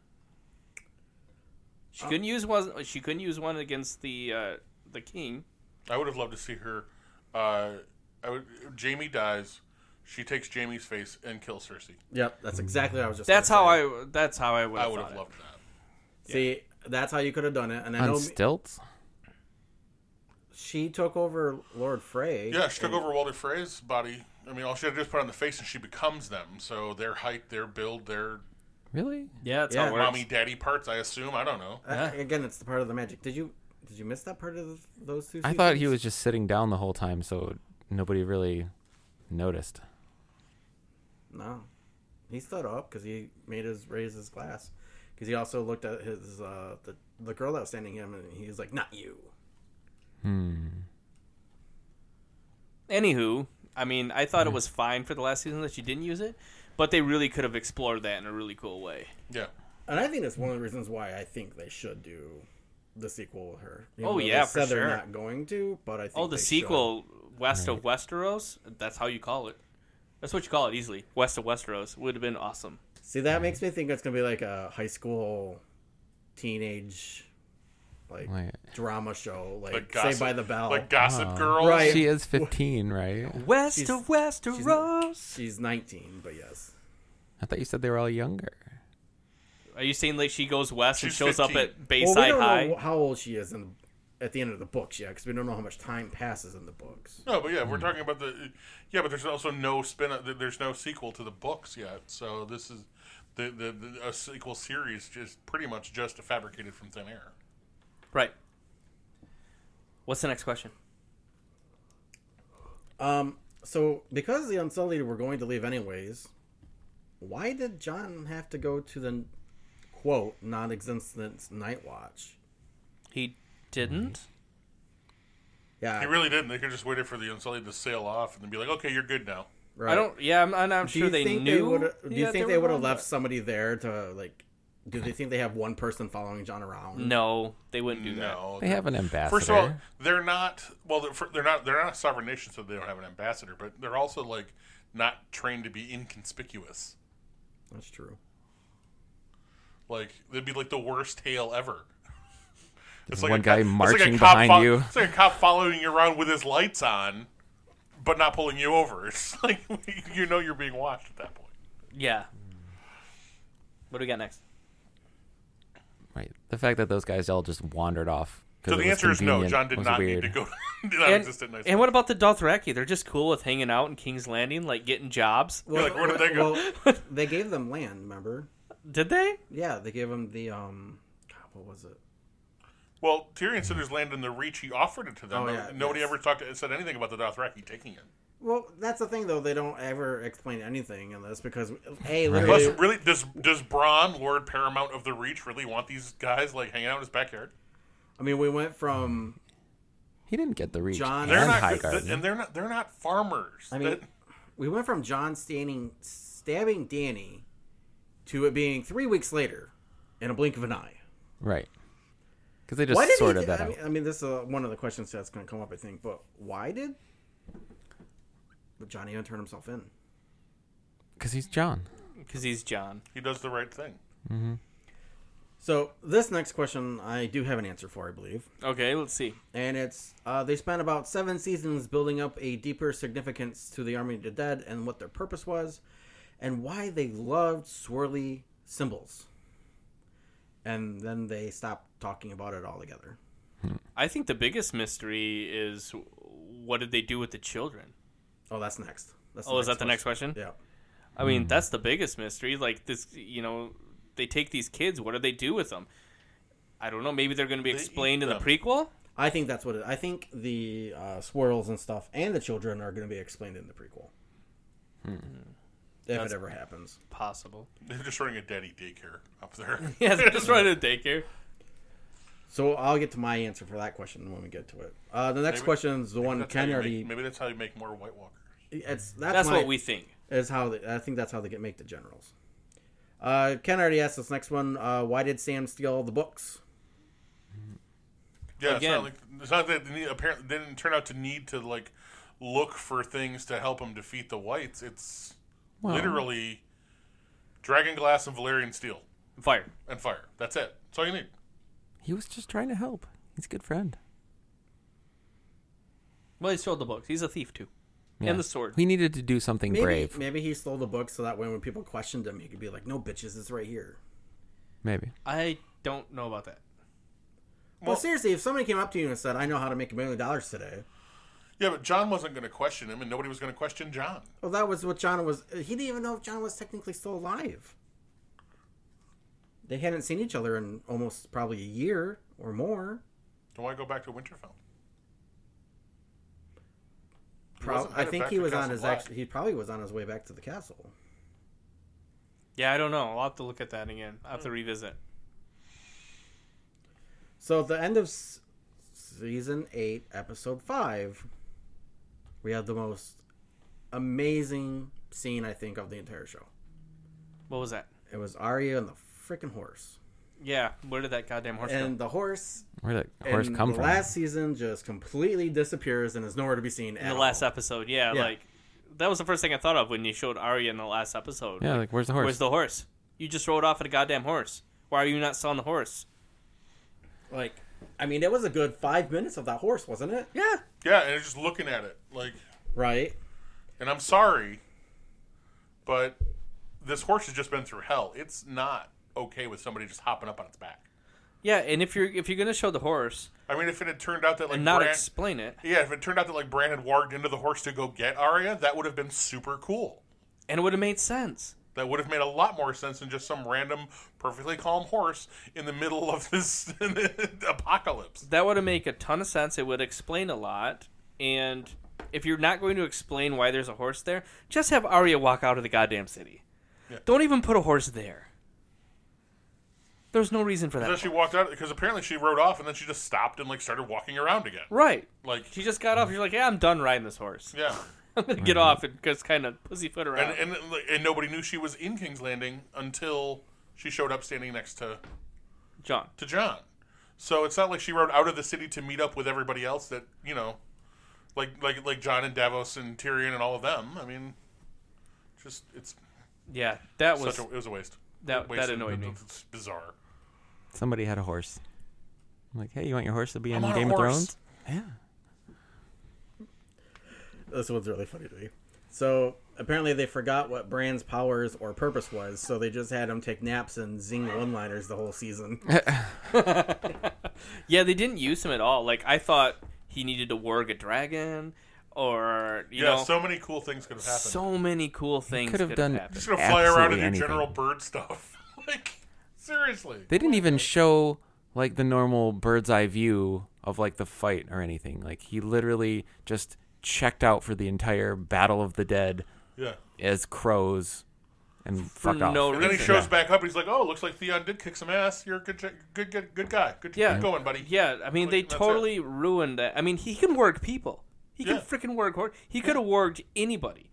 Speaker 3: She couldn't use one. She couldn't use one against the uh, the king.
Speaker 1: I would have loved to see her. Uh, I would, Jamie dies. She takes Jamie's face and kills Cersei.
Speaker 4: Yep, that's exactly what I was just.
Speaker 3: That's
Speaker 4: gonna
Speaker 3: how
Speaker 4: say.
Speaker 3: I. That's how I would.
Speaker 1: I
Speaker 3: Have
Speaker 1: would
Speaker 3: thought
Speaker 1: have
Speaker 3: it.
Speaker 1: loved that.
Speaker 4: See, that's how you could have done it. And I know
Speaker 2: On stilts?
Speaker 4: she took over Lord Frey.
Speaker 1: Yeah, she took over Walter Frey's body. I mean, all she had to do is put on the face, and she becomes them. So their height, their build, their
Speaker 2: Really?
Speaker 3: Yeah, that's
Speaker 4: Yeah.
Speaker 3: how it works.
Speaker 1: mommy, daddy parts. I assume. I don't know.
Speaker 4: Uh, again, it's the part of the magic. Did you did you miss that part of those two?
Speaker 2: I thought he
Speaker 4: seasons?
Speaker 2: was just sitting down the whole time, so nobody really noticed.
Speaker 4: no. He stood up because he made his raise his glass because he also looked at his uh, the the girl that was standing him and he was like, "Not you."
Speaker 3: Anywho, I mean, I thought
Speaker 4: Mm-hmm.
Speaker 3: it was fine for the last season that she didn't use it, but they really could have explored that in a really cool way.
Speaker 1: Yeah,
Speaker 4: And I think that's one of the reasons why I think they should do the sequel with her. You
Speaker 3: Oh,
Speaker 4: know, they
Speaker 3: yeah,
Speaker 4: said
Speaker 3: for
Speaker 4: they're
Speaker 3: sure.
Speaker 4: not going to, but I think
Speaker 3: Oh, the
Speaker 4: they
Speaker 3: sequel, West of Westeros. That's how you call it. That's what you call it easily. West of Westeros would have been awesome.
Speaker 4: should. See, that makes me think it's gonna be like a high school, teenage, like
Speaker 2: Like,
Speaker 4: drama show, like,
Speaker 1: Like
Speaker 4: Saved
Speaker 1: gossip,
Speaker 4: by the Bell.
Speaker 1: like Gossip
Speaker 2: Oh.
Speaker 1: Girl.
Speaker 4: Right.
Speaker 2: she is 15, right?
Speaker 3: West
Speaker 4: She's-
Speaker 3: of Westeros.
Speaker 4: She's 19, but yes.
Speaker 2: I thought you said they were all younger.
Speaker 3: Are you saying like she goes west and
Speaker 1: She's
Speaker 3: shows up
Speaker 1: 15.
Speaker 3: at
Speaker 4: Well, we
Speaker 3: Bayside
Speaker 4: don't
Speaker 3: High?
Speaker 4: know how old she is in the, at the end of the books yet, because we don't know how much time passes in the books.
Speaker 1: No, but yeah,
Speaker 2: Hmm.
Speaker 1: we're talking about the yeah, but there's also no spin. there- There's no sequel to the books yet, so this is the the, the a sequel series just pretty much just fabricated from thin air.
Speaker 3: Right. What's the next question?
Speaker 4: Um, so because the Unsullied were going to leave anyways, why did John have to go to the quote non-existent Night Watch?
Speaker 3: He didn't.
Speaker 4: Yeah,
Speaker 1: They really didn't. They could just waited for the Unsullied to sail off and then be like, okay, you're good now.
Speaker 4: right.
Speaker 3: I don't. Yeah, I'm, I'm not
Speaker 4: Do
Speaker 3: sure
Speaker 4: you
Speaker 3: they
Speaker 4: think
Speaker 3: knew.
Speaker 4: they would? Do you
Speaker 3: that
Speaker 4: think
Speaker 3: were
Speaker 4: they would have
Speaker 3: going,
Speaker 4: left
Speaker 3: but-
Speaker 4: somebody there to like? Do they think they have one person following John around?
Speaker 3: No, they wouldn't do that.
Speaker 1: No,
Speaker 2: They have an ambassador.
Speaker 1: First of all, they're not well. They're, fir- they're not. They're not a sovereign nation, so they don't have an ambassador. But they're also like not trained to be inconspicuous.
Speaker 4: that's true.
Speaker 1: Like they'd be like the worst tale ever. It's
Speaker 2: one guy
Speaker 1: cop-
Speaker 2: marching
Speaker 1: cop
Speaker 2: behind you.
Speaker 1: It's like a cop following you around with his lights on, but not pulling you over. <laughs> It's like you know you're being watched at that point.
Speaker 3: Yeah. What do we got next?
Speaker 2: right. The fact that those guys all just wandered off. 'cause
Speaker 1: So the
Speaker 2: it was
Speaker 1: answer is no.
Speaker 2: convenient
Speaker 1: John did
Speaker 2: was
Speaker 1: not
Speaker 2: weird.
Speaker 1: need to go. <laughs> to did not exist at
Speaker 3: And,
Speaker 1: night.
Speaker 3: and what about the Dothraki? They're just cool with hanging out in King's Landing, like getting jobs.
Speaker 4: Well,
Speaker 1: like, where did they go?
Speaker 3: <laughs>
Speaker 4: well, they gave them land. Remember?
Speaker 3: Did they?
Speaker 4: Yeah, they gave him the um. God, what was it?
Speaker 1: well, Tyrion said there's land in the Reach. He offered it to them.
Speaker 4: Oh,
Speaker 1: No-
Speaker 4: yeah,
Speaker 1: Nobody
Speaker 4: yes.
Speaker 1: ever talked to, said anything about the Dothraki taking it.
Speaker 4: Well, that's the thing, though. They don't ever explain anything in this because
Speaker 1: Plus,
Speaker 4: a literally,
Speaker 1: really, does does Bronn, Lord Paramount of the Reach, really want these guys like hanging out in his backyard?
Speaker 4: I mean, we went from
Speaker 2: He didn't get the reach.
Speaker 4: John-
Speaker 1: They're
Speaker 2: and
Speaker 1: not,
Speaker 2: High
Speaker 1: good-
Speaker 2: Garden.
Speaker 1: and they're not, they're not farmers.
Speaker 4: I mean,
Speaker 1: That-
Speaker 4: we went from John standing stabbing Danny to it being three weeks later in a blink of an eye.
Speaker 2: right. Because they
Speaker 4: Why
Speaker 2: just
Speaker 4: did
Speaker 2: sorted
Speaker 4: he?
Speaker 2: that
Speaker 4: I
Speaker 2: out.
Speaker 4: mean, I mean, this is uh, one of the questions that's going to come up, I think. But why did? But John even turn himself in.
Speaker 2: Because he's John.
Speaker 3: Because he's John.
Speaker 1: he does the right thing.
Speaker 4: So this next question, I do have an answer for, I believe.
Speaker 3: Okay, let's see.
Speaker 4: and it's uh, they spent about seven seasons building up a deeper significance to the Army of the Dead and what their purpose was, and why they loved swirly symbols. And then they stopped talking about it altogether.
Speaker 3: I think the biggest mystery is what did they do with the children?
Speaker 4: Oh, that's next. That's
Speaker 3: Oh, is that the next question?
Speaker 4: Yeah.
Speaker 3: I mean, that's the biggest mystery. Like this, you know, they take these kids. What do they do with them? I don't know. Maybe they're going to be
Speaker 1: eat
Speaker 3: explained in the
Speaker 1: them.
Speaker 3: prequel.
Speaker 4: I think that's what it. I think the uh, swirls and stuff and the children are going to be explained in the prequel. If
Speaker 3: Hmm. That's-
Speaker 4: it ever happens.
Speaker 3: Possible.
Speaker 1: They're just running a daddy daycare up there.
Speaker 3: <laughs> Yeah, they're just running a daycare.
Speaker 4: So I'll get to my answer for that question when we get to it. Uh, the next
Speaker 1: Maybe-
Speaker 4: question is the one
Speaker 1: That's how
Speaker 4: Ken
Speaker 1: you
Speaker 4: already.
Speaker 1: make, maybe that's how you make more White Walkers.
Speaker 4: It's
Speaker 3: That's
Speaker 4: my-
Speaker 3: what we think.
Speaker 4: is how they, I think that's how they get make the generals. Uh, Ken already asked this next one. Uh, why did Sam steal the books?
Speaker 1: Yeah, it's
Speaker 3: Again.
Speaker 1: not like it's not that they need, apparently they didn't turn out to need to like look for things to help him defeat the Whites. It's
Speaker 2: Well.
Speaker 1: literally dragon glass and Valerian steel
Speaker 3: Fire.
Speaker 1: and fire. That's it. That's all you need.
Speaker 2: He was just trying to help. He's a good friend.
Speaker 3: Well, he stole the books. He's a thief too,
Speaker 2: Yeah.
Speaker 3: and the sword.
Speaker 2: He needed to do something
Speaker 4: Maybe,
Speaker 2: brave.
Speaker 4: Maybe he stole the books so that way when people questioned him, he could be like, "No, bitches, it's right here."
Speaker 2: Maybe.
Speaker 3: I don't know about that.
Speaker 4: Well, seriously, if somebody came up to you and said, "I know how to make a million dollars today,"
Speaker 1: Yeah, but John wasn't going to question him, and nobody was going to question John.
Speaker 4: well, that was what John was. He didn't even know if John was technically still alive. They hadn't seen each other in almost probably a year or more.
Speaker 1: Then why go back to Winterfell? He
Speaker 4: Pro-
Speaker 1: wasn't
Speaker 4: I
Speaker 1: headed
Speaker 4: think
Speaker 1: back
Speaker 4: he
Speaker 1: to
Speaker 4: was on
Speaker 1: Castle
Speaker 4: his.
Speaker 1: Black.
Speaker 4: Act- he probably was on his way back to the castle.
Speaker 3: Yeah, I don't know. I'll have to look at that again. I'll have to revisit.
Speaker 4: So at the end of s- season eight, episode five, we have the most amazing scene I think of the entire show.
Speaker 3: What was that?
Speaker 4: It was Arya in the freaking horse.
Speaker 3: Yeah, where did that goddamn horse
Speaker 4: And the horse
Speaker 2: Where did that horse
Speaker 4: in
Speaker 2: come
Speaker 4: the
Speaker 2: from?
Speaker 4: last season just completely disappears and is nowhere to be seen
Speaker 3: go? In the last episode, yeah,
Speaker 4: Yeah.
Speaker 3: like that was the first thing I thought of when you showed Arya in the last episode.
Speaker 2: yeah,
Speaker 3: Like,
Speaker 2: like where's the horse?
Speaker 3: where's the horse? You just rode off at a goddamn horse. Why are you not selling the horse?
Speaker 4: Like, I mean, it was a good five minutes of that horse, wasn't it?
Speaker 3: Yeah,
Speaker 1: Yeah, and it's just looking at it like,
Speaker 4: Right.
Speaker 1: and I'm sorry, but this horse has just been through hell. It's not okay with somebody just hopping up on its back.
Speaker 3: yeah. And if you're if you're gonna show the horse
Speaker 1: I mean, if it had turned out that like
Speaker 3: and not
Speaker 1: Bran-
Speaker 3: explain it,
Speaker 1: yeah, if it turned out that like Bran had warged into the horse to go get Arya, that would have been super cool.
Speaker 3: and it would have made sense.
Speaker 1: That would have made a lot more sense than just some random, perfectly calm horse in the middle of this <laughs> apocalypse.
Speaker 3: That would have make a ton of sense. It would explain a lot. And if you're not going to explain why there's a horse there, just have Arya walk out of the goddamn city.
Speaker 1: Yeah.
Speaker 3: Don't even put a horse there. There's no reason for that.
Speaker 1: Then she walked out because apparently she rode off and then she just stopped and like started walking around again.
Speaker 3: Right.
Speaker 1: Like
Speaker 3: She just got off. She's like, yeah, I'm done riding this horse.
Speaker 1: yeah,
Speaker 3: <laughs> I'm going to get off and just kind of pussyfoot around.
Speaker 1: and, and and nobody knew she was in King's Landing until she showed up standing next to
Speaker 3: John.
Speaker 1: to John. So it's not like she rode out of the city to meet up with everybody else that you know, like like like John and Davos and Tyrion and all of them. I mean, just it's
Speaker 3: Yeah, that was.
Speaker 1: such a, it was a waste.
Speaker 3: that- that
Speaker 1: Wasted.
Speaker 3: annoyed me.
Speaker 1: It's bizarre.
Speaker 2: Somebody had a horse. I'm like, hey, you want your horse to be in
Speaker 1: want a
Speaker 2: Game of
Speaker 1: horse.
Speaker 2: Thrones? Yeah.
Speaker 4: This one's really funny to me. So apparently they forgot what Brand's powers or purpose was, so they just had him take naps and zing one-liners the whole season.
Speaker 3: yeah, they didn't use him at all. Like, I thought he needed to warg a dragon or, you
Speaker 1: yeah,
Speaker 3: know,
Speaker 1: so many cool things could have happened.
Speaker 3: so many cool things
Speaker 2: could have
Speaker 3: done.
Speaker 2: done-
Speaker 1: just gonna fly around and do
Speaker 2: absolutely anything.
Speaker 1: general bird stuff. <laughs> like seriously,
Speaker 2: They didn't even show like the normal bird's eye view of like the fight or anything. Like he literally just checked out for the entire Battle of the Dead
Speaker 1: yeah.
Speaker 2: as crows and fuck off.
Speaker 3: no
Speaker 1: And then he
Speaker 3: reason.
Speaker 1: shows back up and he's like, "Oh, looks like Theon did kick some ass. You're a good, ch- good, good, good guy. Good,
Speaker 3: Yeah.
Speaker 1: good going, buddy."
Speaker 3: Yeah, I mean, they
Speaker 1: That's it.
Speaker 3: totally ruined that. I mean, he can work people. He can
Speaker 1: Yeah.
Speaker 3: freaking work. hor- He could have worked anybody.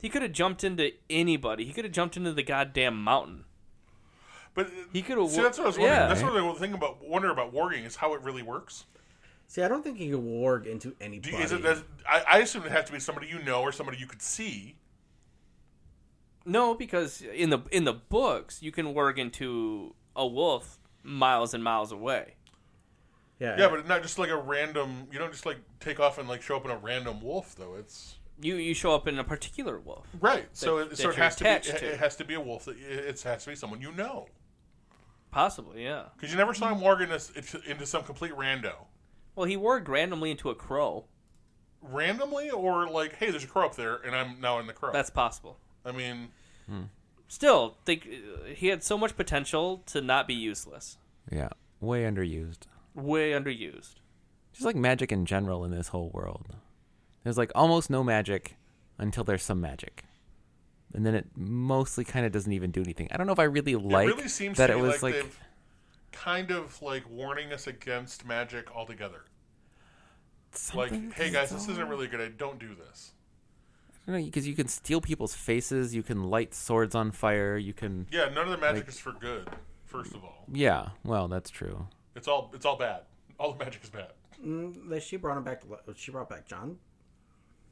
Speaker 3: He could have jumped into anybody. He could have jumped into the goddamn mountain.
Speaker 1: But
Speaker 3: He could've
Speaker 1: see.
Speaker 3: wa-
Speaker 1: That's what I was wondering.
Speaker 3: yeah.
Speaker 1: That's what I was thinking about. Wonder about warging is how it really works.
Speaker 4: See, I don't think he could warg into
Speaker 1: Do
Speaker 4: anybody.
Speaker 1: you, is it? Does, I, I assume it has to be somebody you know or somebody you could see.
Speaker 3: No, because in the in the books, you can work into a wolf miles and miles away.
Speaker 4: yeah,
Speaker 1: Yeah, but not just like a random. You don't just like take off and like show up in a random wolf though. It's
Speaker 3: You you show up in a particular wolf.
Speaker 1: right. So it,
Speaker 3: that
Speaker 1: so it
Speaker 3: you're
Speaker 1: has to be.
Speaker 3: attached
Speaker 1: It,
Speaker 3: to.
Speaker 1: it has to be a wolf. It, it has to be someone you know.
Speaker 3: Possibly, yeah.
Speaker 1: Because you never saw him warg into, into some complete rando.
Speaker 3: Well, he worked randomly into a crow.
Speaker 1: randomly or like hey there's a crow up there and i'm now in the crow
Speaker 3: That's possible.
Speaker 1: i mean
Speaker 3: Still, they, he had so much potential to not be useless.
Speaker 2: Yeah. Way underused.
Speaker 3: Way underused.
Speaker 2: Just like magic in general in this whole world. There's like almost no magic until there's some magic. And then it mostly kind of doesn't even do anything. I don't know if I really like
Speaker 1: it really seems
Speaker 2: that
Speaker 1: to
Speaker 2: it
Speaker 1: be
Speaker 2: was
Speaker 1: like,
Speaker 2: like,
Speaker 1: they've kind of like warning us against magic altogether
Speaker 2: something
Speaker 1: like hey guys this isn't really good i don't do this
Speaker 2: because you can steal people's faces, you can light swords on fire, you can
Speaker 1: yeah none of the magic is for good first of all
Speaker 2: yeah. Well, that's true.
Speaker 1: it's all it's all bad all the magic is bad
Speaker 4: They- she brought him back. To, li- she brought back John.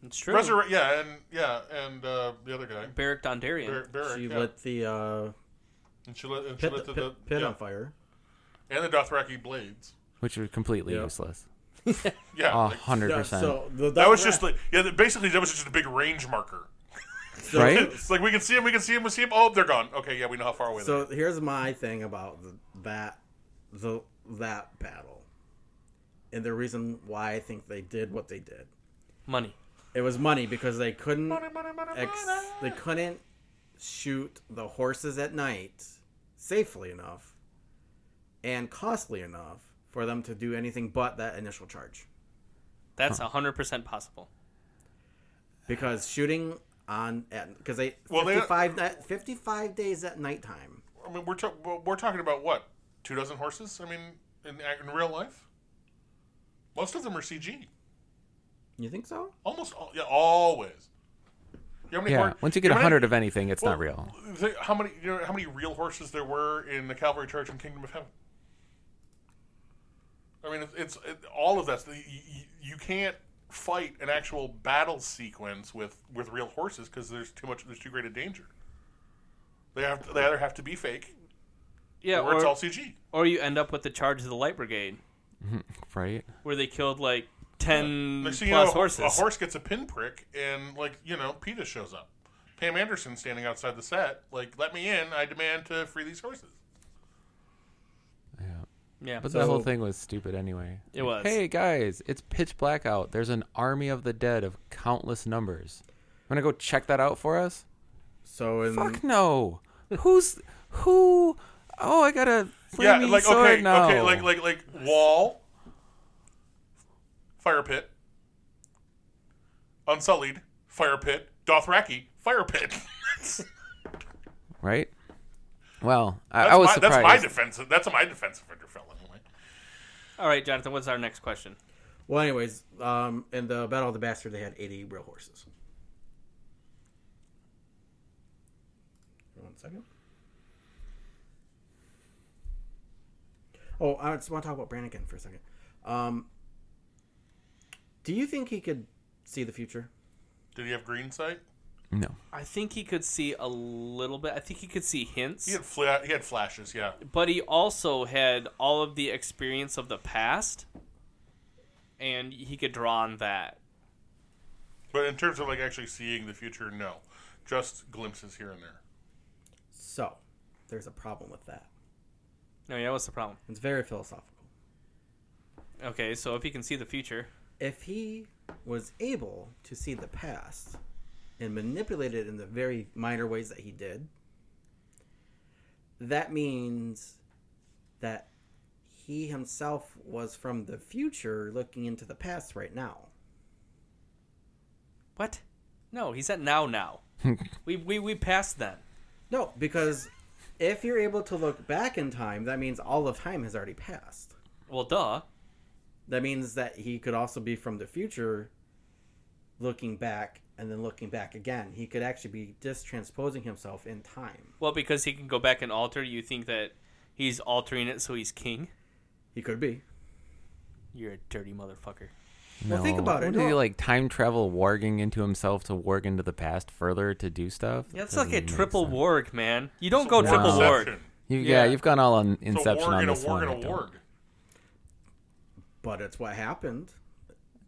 Speaker 3: It's true.
Speaker 1: Resurre- yeah and yeah and uh, the other guy
Speaker 3: Beric Dondarrion.
Speaker 1: Bar- Barrack,
Speaker 4: She
Speaker 1: yeah.
Speaker 4: lit the uh,
Speaker 1: and she lit, and she
Speaker 4: pit,
Speaker 1: lit the,
Speaker 4: pit,
Speaker 1: the-
Speaker 4: pit
Speaker 1: yeah.
Speaker 4: on fire.
Speaker 1: and the Dothraki blades.
Speaker 2: Which are completely
Speaker 4: Yeah.
Speaker 2: useless.
Speaker 1: Yeah,
Speaker 2: A
Speaker 4: Ah.
Speaker 1: like,
Speaker 2: hundred
Speaker 4: Yeah,
Speaker 2: percent.
Speaker 4: so the,
Speaker 1: that was just like yeah. Basically, that was just a big range marker. <laughs>
Speaker 2: Right?
Speaker 1: It's like we can see him, we can see him, we see him. Oh, they're gone. Okay, yeah, we know how far away.
Speaker 4: So here's my thing about the, that the that battle, and the reason why I think they did what they did.
Speaker 3: Money.
Speaker 4: It was money because they couldn't
Speaker 1: they're at. Money, money, money,
Speaker 4: ex-
Speaker 1: money.
Speaker 4: they couldn't shoot the horses at night safely enough and costly enough for them to do anything but that initial charge.
Speaker 3: That's a 100% possible.
Speaker 4: because shooting on at because they
Speaker 1: Well, they-
Speaker 4: 55, at 55 days at nighttime
Speaker 1: I mean, we're ta- we're talking about what two dozen horses? I mean, in in real life, most of them are CG.
Speaker 4: you think so
Speaker 1: Almost all, yeah, always. You know how many
Speaker 2: Yeah.
Speaker 1: hor-
Speaker 2: Once you get
Speaker 1: know
Speaker 2: a
Speaker 1: how many-
Speaker 2: hundred of anything, it's not real.
Speaker 1: Think How many? You know how many real horses there were in the Calvary Church and Kingdom of Heaven? I mean, it's, it's it, all of that's the, you, you- you can't fight an actual battle sequence with with real horses because there's too much there's too great a danger. They have to, they either have to be fake
Speaker 3: Yeah,
Speaker 1: or it's all
Speaker 3: or,
Speaker 1: CG.
Speaker 3: or you end up with the charge of the light brigade
Speaker 2: Right?
Speaker 3: where they killed like ten
Speaker 1: Next
Speaker 3: plus
Speaker 1: thing you know, a-
Speaker 3: horses.
Speaker 1: a horse gets a pinprick, and like you know, PETA shows up. Pam Anderson standing outside the set, like, "Let me in! I demand to free these horses."
Speaker 2: Yeah.
Speaker 3: Yeah,
Speaker 2: But the whole
Speaker 4: So-
Speaker 2: thing was stupid anyway.
Speaker 3: It was.
Speaker 2: Hey guys, it's pitch black out. There's an army of the dead of countless numbers. Want to go check that out for us?
Speaker 4: So in
Speaker 1: Mm.
Speaker 2: Fuck no. Who's who? Oh, I got a
Speaker 1: yeah,
Speaker 2: flaming
Speaker 1: like
Speaker 2: sword
Speaker 1: okay,
Speaker 2: now.
Speaker 1: okay, like like like wall, fire pit, unsullied, fire pit, Dothraki, fire pit. <laughs> that's
Speaker 2: right. Well, I, I was
Speaker 1: my,
Speaker 2: surprised.
Speaker 1: that's my defense. That's my defense of Winterfell anyway.
Speaker 3: all right, Jonathan. What's our next question?
Speaker 4: well, anyways, um, in the Battle of the Bastard, they had eighty real horses. One second. Oh, I just want to talk about Brannigan for a second. Um, do you think he could see the future?
Speaker 1: Did he have green sight?
Speaker 2: no.
Speaker 3: I think he could see a little bit. I think he could see hints,
Speaker 1: He had fla- he had flashes. Yeah,
Speaker 3: but he also had all of the experience of the past, and he could draw on that.
Speaker 1: but in terms of like actually seeing the future, no, just glimpses here and there.
Speaker 4: So, there's a problem with that.
Speaker 3: No, yeah, what's the problem?
Speaker 4: It's very philosophical.
Speaker 3: Okay, so if he can see the future,
Speaker 4: if he was able to see the past and manipulate it in the very minor ways that he did, that means that he himself was from the future looking into the past right now.
Speaker 3: what? No, he's at now. <laughs> Now, we we we passed that.
Speaker 4: No, because if you're able to look back in time, that means all of time has already passed.
Speaker 3: Well, duh.
Speaker 4: That means that he could also be from the future looking back and then looking back again. He could actually be just transposing himself in time.
Speaker 3: Well, because he can go back and alter. You think that he's altering it so he's king?
Speaker 4: He could be.
Speaker 3: You're a dirty motherfucker.
Speaker 4: Well, think
Speaker 2: No.
Speaker 4: about it.
Speaker 2: What is he
Speaker 4: No.
Speaker 2: like time travel warging into himself to warg into the past further to do stuff?
Speaker 3: Yeah, it's
Speaker 2: Doesn't
Speaker 3: like a
Speaker 2: even make
Speaker 3: triple
Speaker 2: sense.
Speaker 3: warg, man. You don't go triple warg.
Speaker 1: Inception.
Speaker 2: You, yeah.
Speaker 3: Yeah.
Speaker 2: you've gone all on
Speaker 1: So
Speaker 2: Inception
Speaker 1: warg
Speaker 2: on
Speaker 1: and a
Speaker 2: this
Speaker 1: warg
Speaker 2: one.
Speaker 1: and
Speaker 2: I
Speaker 1: a
Speaker 2: don't-
Speaker 1: warg.
Speaker 4: But it's what happened.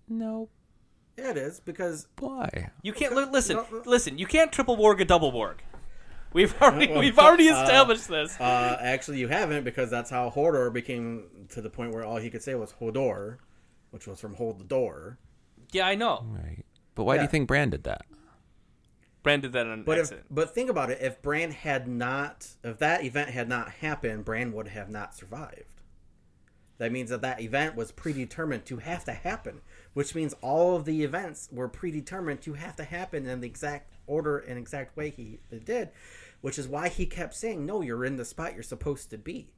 Speaker 2: No,
Speaker 4: Yeah, it is because
Speaker 2: why?
Speaker 3: You can't li- listen.
Speaker 4: No, no.
Speaker 3: Listen, you can't triple warg a double warg.
Speaker 4: <laughs>
Speaker 3: We've already
Speaker 4: well,
Speaker 3: we've already
Speaker 4: uh,
Speaker 3: established this.
Speaker 4: uh, actually you haven't because that's how Hodor became to the point where all he could say was Hodor, which was from hold the door.
Speaker 3: Yeah, I know.
Speaker 2: Right. But why do
Speaker 4: Yeah.
Speaker 2: you think Brand did that?
Speaker 3: Brand did that on
Speaker 4: But if,
Speaker 3: accident.
Speaker 4: but think about it. If Bran had not, if that event had not happened, Bran would have not survived. That means that that event was predetermined to have to happen, which means all of the events were predetermined to have to happen in the exact order and exact way he it did, which is why he kept saying, "No, you're in the spot you're supposed to be."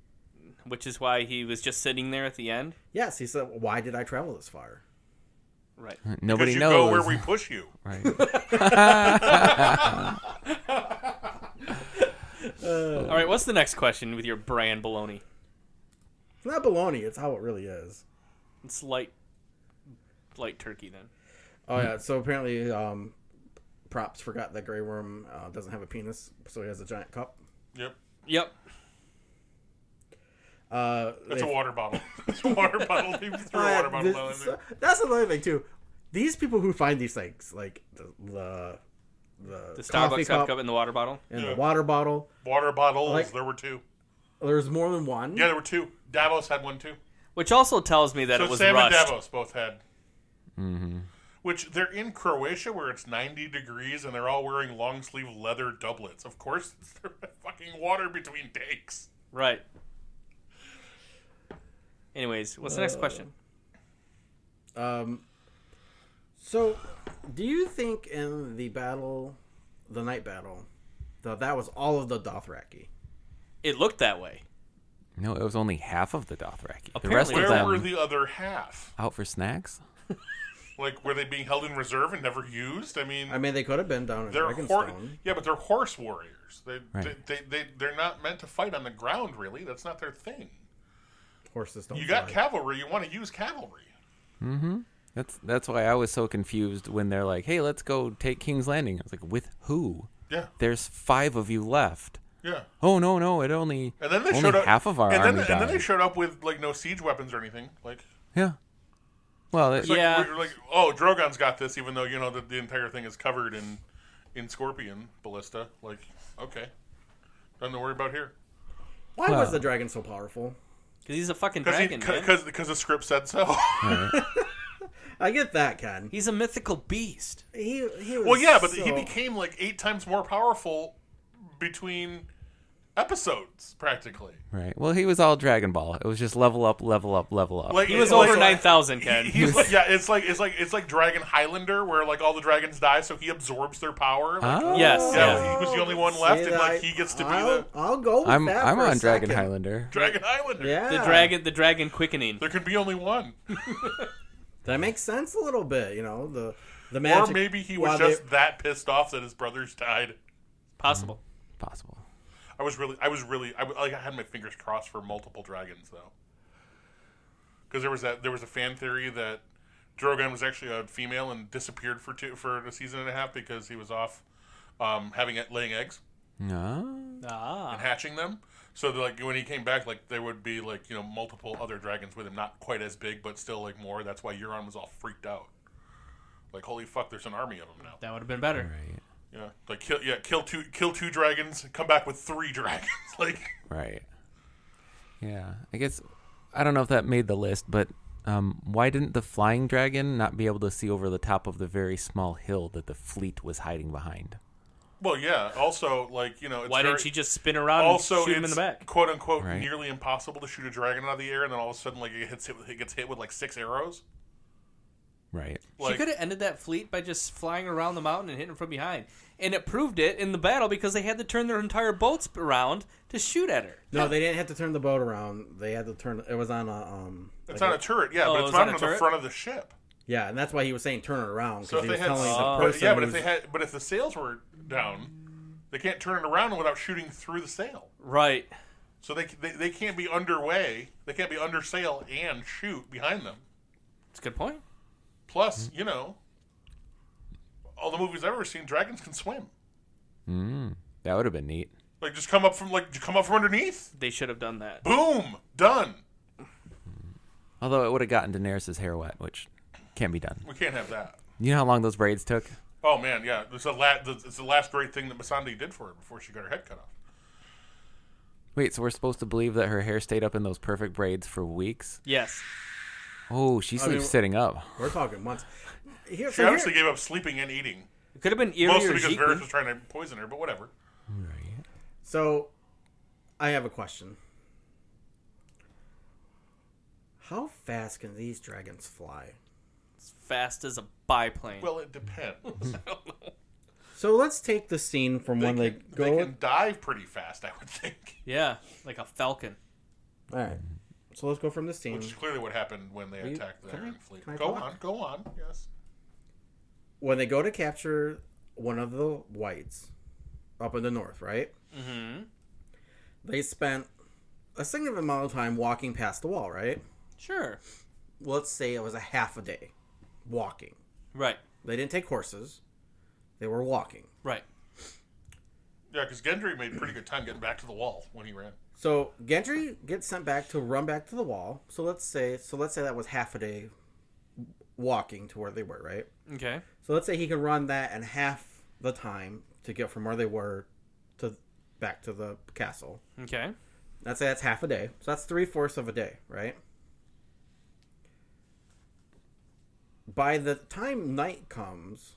Speaker 3: which is why he was just sitting there at the end.
Speaker 4: Yes, he said, "Why did I travel this far?"
Speaker 3: Right.
Speaker 1: Because
Speaker 2: Nobody
Speaker 1: you
Speaker 2: knows.
Speaker 1: go where we push you.
Speaker 2: <laughs> Right.
Speaker 3: All right. What's the next question with your brand baloney?
Speaker 4: It's not baloney; it's how it really is.
Speaker 3: It's light, light turkey then.
Speaker 4: Oh yeah. So apparently, um, props forgot that Grey Worm uh, doesn't have a penis, so he has a giant cup.
Speaker 1: Yep,
Speaker 3: Yep.
Speaker 4: Uh,
Speaker 1: it's a
Speaker 4: they-
Speaker 1: water
Speaker 2: <laughs>
Speaker 1: bottle. It's a water bottle. He threw a water bottle down
Speaker 4: This-
Speaker 1: in there.
Speaker 4: That's another thing too. These people who find these things, like the the the,
Speaker 3: The
Speaker 4: coffee
Speaker 3: Starbucks
Speaker 4: cup,
Speaker 3: cup in the water bottle.
Speaker 4: and
Speaker 1: Yeah.
Speaker 4: the water bottle,
Speaker 1: Water bottles.
Speaker 4: Like-
Speaker 1: there were two.
Speaker 4: there's more than one.
Speaker 1: Yeah, there were two. Davos had one too.
Speaker 3: Which also tells me that
Speaker 1: So
Speaker 3: it was
Speaker 1: Sam
Speaker 3: rushed.
Speaker 1: and Davos both had.
Speaker 2: Mm-hmm.
Speaker 1: Which they're in Croatia where it's 90 degrees and they're all wearing long sleeve leather doublets. Of course, <laughs> it's their fucking water between takes.
Speaker 3: Right. Anyways, what's the next question?
Speaker 4: Um, so, do you think in the battle, the night battle, that that was all of the Dothraki?
Speaker 3: It looked that way.
Speaker 2: no, it was only half of the Dothraki. The rest
Speaker 3: Apparently-
Speaker 1: Where
Speaker 2: of them
Speaker 1: were the other half?
Speaker 2: out for snacks.
Speaker 1: Like, were they being held in reserve and never used? I mean,
Speaker 4: I mean, they could have been down in
Speaker 1: they're hor-
Speaker 4: Dragonstone.
Speaker 1: yeah, but they're horse warriors. They,
Speaker 2: Right.
Speaker 1: they, they, they they're not meant to fight on the ground. Really, that's not their thing.
Speaker 4: Horses don't.
Speaker 1: You got
Speaker 4: fly.
Speaker 1: cavalry. You want to use cavalry.
Speaker 2: That's that's why I was so confused when they're like, "Hey, let's go take King's Landing." I was like, "With who?
Speaker 1: Yeah,
Speaker 2: There's five of you left."
Speaker 1: yeah.
Speaker 2: Oh no, no, it only
Speaker 1: And then they
Speaker 2: only
Speaker 1: showed up.
Speaker 2: half of our
Speaker 1: and
Speaker 2: army
Speaker 1: then,
Speaker 2: died.
Speaker 1: and then they showed up with like no siege weapons or anything. Like,
Speaker 2: yeah. Well, it,
Speaker 1: it's like,
Speaker 3: Yeah.
Speaker 1: we're like oh, Drogon's got this, even though you know that the entire thing is covered in in scorpion ballista. Like, okay, nothing to worry about here.
Speaker 4: Why
Speaker 2: Well-
Speaker 4: was the dragon so powerful?
Speaker 3: Because he's a fucking dragon, man.
Speaker 1: Because because the script said so. <laughs>
Speaker 4: I get that, Ken.
Speaker 3: He's a mythical beast.
Speaker 4: He, he was
Speaker 1: well, yeah, but
Speaker 4: so...
Speaker 1: he became like eight times more powerful between episodes, practically.
Speaker 2: right. Well, he was all Dragon Ball. It was just level up, level up, level up.
Speaker 1: Like
Speaker 3: He was
Speaker 1: it's like-
Speaker 3: over nine thousand,
Speaker 1: He-
Speaker 3: Ken.
Speaker 1: He's like, yeah, it's like it's like it's like Dragon Highlander, where like all the dragons die, so he absorbs their power. Like,
Speaker 2: Ah.
Speaker 3: Yes,
Speaker 1: Yeah, he was the only one left,
Speaker 4: See
Speaker 1: and
Speaker 4: that-
Speaker 1: like he gets to be
Speaker 4: I'll,
Speaker 1: the
Speaker 4: I'll go. With
Speaker 2: I'm
Speaker 4: that
Speaker 2: I'm
Speaker 4: for a
Speaker 2: on Dragon
Speaker 4: second.
Speaker 2: Highlander.
Speaker 1: Dragon Highlander.
Speaker 4: Yeah,
Speaker 3: the dragon, the dragon quickening.
Speaker 1: There could be only one,
Speaker 4: That makes sense a little bit. You know the the
Speaker 1: or
Speaker 4: magic.
Speaker 1: maybe he was
Speaker 4: while
Speaker 1: just
Speaker 4: they-
Speaker 1: that pissed off that his brothers died.
Speaker 3: Possible.
Speaker 2: Possible.
Speaker 1: I was really, I was really, I was- like, I had my fingers crossed for multiple dragons though, because there was that there was a fan theory that Drogon was actually a female and disappeared for two for a season and a half because he was off um, having it laying eggs
Speaker 2: No.
Speaker 3: Ah,
Speaker 1: and hatching them. So that, like when he came back, like there would be like you know multiple other dragons with him, not quite as big, but still like more. That's why Euron was all freaked out. Like holy fuck, there's an army of them now.
Speaker 3: that would have been better.
Speaker 2: Right.
Speaker 1: Yeah, like kill yeah kill two kill two dragons, and come back with three <laughs> dragons. like
Speaker 2: Right. Yeah. I guess I don't know if that made the list, but um, why didn't the flying dragon not be able to see over the top of the very small hill that the fleet was hiding behind?
Speaker 1: well yeah. Also like you know it's
Speaker 3: Why
Speaker 1: very,
Speaker 3: didn't she just spin around
Speaker 1: also
Speaker 3: and shoot him in
Speaker 1: it's
Speaker 3: the back?
Speaker 1: quote unquote
Speaker 2: Right.
Speaker 1: nearly impossible to shoot a dragon out of the air, and then all of a sudden like it hits hit with- it gets hit with like six arrows.
Speaker 2: Right.
Speaker 1: Like
Speaker 3: she could have ended that fleet by just flying around the mountain and hitting from behind. And it proved it in the battle because they had to turn their entire boats around to shoot at her.
Speaker 4: No, they didn't have to turn the boat around. They had to turn. It was on a um.
Speaker 1: it's
Speaker 4: like
Speaker 1: on a turret, yeah,
Speaker 3: Oh,
Speaker 1: but
Speaker 3: it
Speaker 1: it's
Speaker 3: was
Speaker 1: not
Speaker 3: on a
Speaker 1: on the
Speaker 3: turret?
Speaker 1: front of the ship.
Speaker 4: yeah, and that's why he was saying turn it around
Speaker 1: So
Speaker 4: because
Speaker 1: if
Speaker 4: he
Speaker 1: they
Speaker 4: was
Speaker 1: had,
Speaker 4: telling
Speaker 3: Oh.
Speaker 4: the
Speaker 1: but,
Speaker 4: person.
Speaker 1: yeah, but if
Speaker 4: who's-
Speaker 1: they had, but if the sails were down, they can't turn it around without shooting through the sail.
Speaker 3: Right.
Speaker 1: So they, they they can't be underway. They can't be under sail and shoot behind them.
Speaker 3: It's a good point.
Speaker 1: Plus,
Speaker 4: Hmm.
Speaker 1: you know, all the movies I've ever seen, dragons can swim.
Speaker 2: That would have been neat.
Speaker 1: Like just come up from like just come up from underneath.
Speaker 3: They should have done that.
Speaker 1: Boom, done.
Speaker 2: Although it would have gotten Daenerys' hair wet, which can't be done.
Speaker 1: We can't have that.
Speaker 2: You know how long those braids took?
Speaker 1: Oh man, yeah. It's the la- the- it's the last great thing that Masandi did for her before she got her head cut off.
Speaker 2: Wait, so we're supposed to believe that her hair stayed up in those perfect braids for weeks?
Speaker 3: Yes.
Speaker 2: Oh, she sleeps
Speaker 4: mean-
Speaker 2: sitting up.
Speaker 4: We're talking months. Here,
Speaker 1: She
Speaker 4: so
Speaker 1: obviously
Speaker 4: here,
Speaker 1: gave up sleeping and eating,
Speaker 3: It could have been eerie
Speaker 1: mostly
Speaker 3: or
Speaker 1: because
Speaker 3: Zeke.
Speaker 1: Varys was trying to poison her. But whatever.
Speaker 2: Right.
Speaker 4: so, I have a question. How fast can these dragons fly?
Speaker 3: fast as a biplane.
Speaker 1: Well, it
Speaker 4: <laughs>
Speaker 1: depends. <laughs>
Speaker 4: So let's take the scene from when
Speaker 1: they,
Speaker 4: they
Speaker 1: can,
Speaker 4: go.
Speaker 1: they can dive pretty fast, I would think.
Speaker 3: yeah, like a falcon.
Speaker 4: All right. So let's go from the scene.
Speaker 1: Which is clearly what happened when they
Speaker 4: you-
Speaker 1: attacked the
Speaker 4: can I-
Speaker 1: Iron Fleet.
Speaker 4: can I
Speaker 1: Go
Speaker 4: talk?
Speaker 1: on, go on. Yes.
Speaker 4: when they go to capture one of the whites up in the north, right? Mm-hmm. They spent a significant amount of time walking past the wall, right?
Speaker 3: Sure.
Speaker 4: Let's say it was a half a day walking.
Speaker 3: Right.
Speaker 4: They didn't take horses; they were walking.
Speaker 3: Right.
Speaker 1: Yeah, because Gendry made pretty good time getting back to the wall when he ran.
Speaker 4: So Gendry gets sent back to run back to the wall. So let's say, so let's say that was half a day walking to where they were, right?
Speaker 3: Okay.
Speaker 4: So let's say he can run that in half the time to get from where they were to back to the castle.
Speaker 3: Okay.
Speaker 4: Let's say that's half a day. So that's three fourths of a day, right? By the time night comes,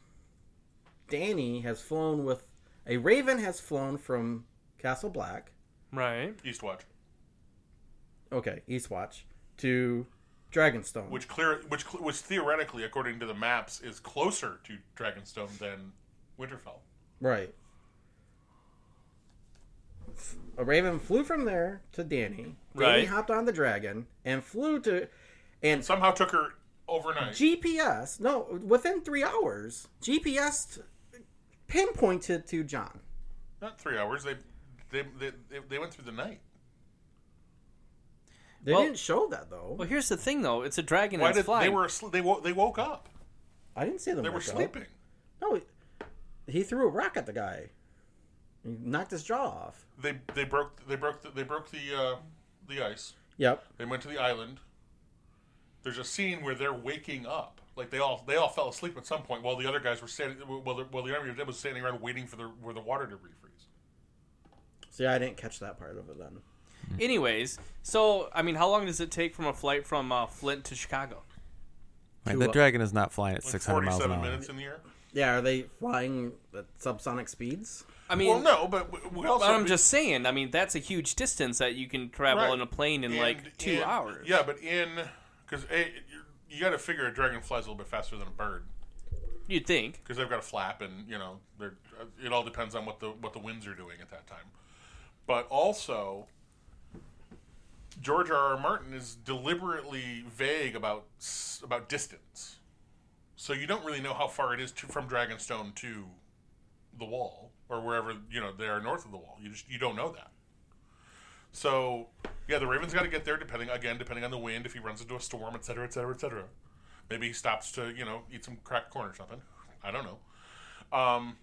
Speaker 4: Danny has flown with a raven has flown from Castle Black,
Speaker 3: Right.
Speaker 1: Eastwatch,
Speaker 4: okay, Eastwatch, to Dragonstone.
Speaker 1: which clear, which cl- which theoretically, according to the maps, is closer to Dragonstone than Winterfell.
Speaker 4: right. A raven flew from there to Danny. Danny
Speaker 3: Right.
Speaker 4: hopped on the dragon and flew to and
Speaker 1: Somehow took her overnight.
Speaker 4: GPS, no, within three hours, GPS pinpointed to John.
Speaker 1: Not three hours. They they, they they they went through the night.
Speaker 4: They
Speaker 3: Well-
Speaker 4: didn't show that though.
Speaker 3: Well, here's the thing, though. It's a dragon
Speaker 1: Why
Speaker 3: that's
Speaker 1: did they
Speaker 3: flying.
Speaker 1: were asleep, they woke they woke up?
Speaker 4: I didn't see them.
Speaker 1: They were
Speaker 4: wake up.
Speaker 1: sleeping.
Speaker 4: No, he threw a rock at the guy. He knocked his jaw off.
Speaker 1: They they broke they broke the, they broke the uh, the ice.
Speaker 4: Yep.
Speaker 1: They went to the island. There's a scene where they're waking up. Like they all they all fell asleep at some point while the other guys were standing while the, while the army of dead was standing around waiting for the where the water to refreeze.
Speaker 4: See, I didn't catch that part of it then.
Speaker 3: Anyways, so I mean, how long does it take from a flight from uh, Flint to Chicago?
Speaker 2: Right,
Speaker 4: Two
Speaker 2: that
Speaker 4: up.
Speaker 2: dragon is not flying at
Speaker 1: Like
Speaker 2: 600 miles an
Speaker 1: 47
Speaker 2: hour.
Speaker 1: minutes in the air.
Speaker 4: Yeah, are they flying at subsonic speeds?
Speaker 3: I mean,
Speaker 1: well, no, but we- we also
Speaker 3: but I'm just saying. I mean, that's a huge distance that you can travel
Speaker 1: Right.
Speaker 3: in a plane in
Speaker 1: and-
Speaker 3: like two
Speaker 1: and-
Speaker 3: hours.
Speaker 1: Yeah, but in because you got to figure a dragon flies a little bit faster than a bird
Speaker 3: you'd think.
Speaker 1: because they've got a flap and you know they're uh, it all depends on what the what the winds are doing at that time. But also, George R. R. Martin is deliberately vague about s- about distance, so you don't really know how far it is to, from Dragonstone to the wall or wherever you know they are north of the wall. You just you don't know that. So yeah, the Ravens got to get there depending again depending on the wind. If he runs into a storm, et cetera, et cetera, et cetera. Maybe he stops to you know eat some cracked corn or something. I don't know. Um,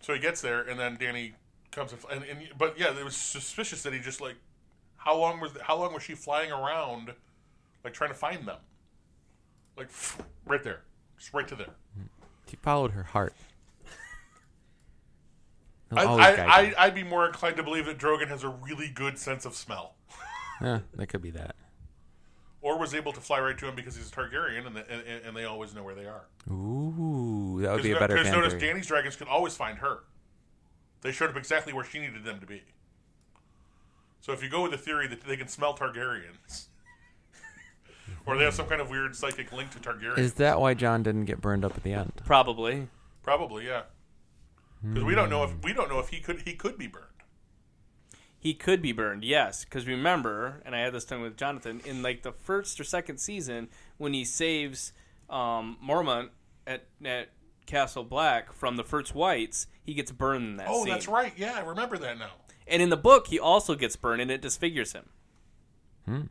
Speaker 1: so he gets there, and then Danny comes and, fl- and, and but yeah, it was suspicious that he just like how long was how long was she flying around, like trying to find them, like <sniffs> right there, just right to there.
Speaker 2: She followed her heart. They'll
Speaker 1: I,
Speaker 2: always
Speaker 1: I,
Speaker 2: guide
Speaker 1: I,
Speaker 2: you.
Speaker 1: I'd be more inclined to believe that Drogon has a really good sense of smell,
Speaker 2: Yeah, that could be that.
Speaker 1: or was able to fly right to him because he's a Targaryen, and, the, and, and they always know where they are.
Speaker 2: Ooh, that
Speaker 1: Because
Speaker 2: would be a better fan
Speaker 1: notice,
Speaker 2: theory.
Speaker 1: Danny's dragons could always find her. They showed up exactly where she needed them to be. So if you go with the theory that they can smell Targaryens, <laughs> or they have some kind of weird psychic link to Targaryens,
Speaker 2: Is that why John didn't get burned up at the end?
Speaker 3: Probably.
Speaker 1: probably yeah. Because we don't know if we don't know if he could he could be burned.
Speaker 3: He could be burned, yes, because remember, and I had this time with Jonathan in like the first or second season when he saves um, Mormont at at Castle Black from the First Whites, he gets burned in that
Speaker 1: Oh,
Speaker 3: scene.
Speaker 1: that's right. Yeah, I remember that now.
Speaker 3: And in the book, he also gets burned, and it disfigures him.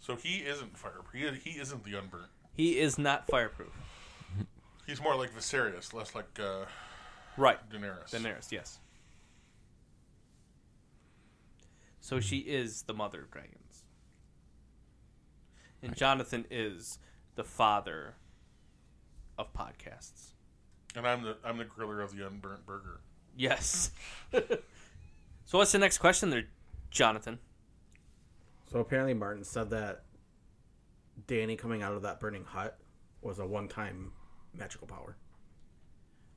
Speaker 1: So he isn't fire. He, he isn't the unburnt.
Speaker 3: He is not fireproof.
Speaker 1: He's more like Viserys, less like uh,
Speaker 3: Right.
Speaker 1: Daenerys.
Speaker 3: Daenerys, yes. So she is the mother of dragons. And Jonathan is the father of podcasts.
Speaker 1: And I'm the I'm the griller of the unburnt burger.
Speaker 3: Yes. <laughs> so what's the next question there, Jonathan?
Speaker 4: So apparently, Martin said that Danny coming out of that burning hut was a one-time magical power.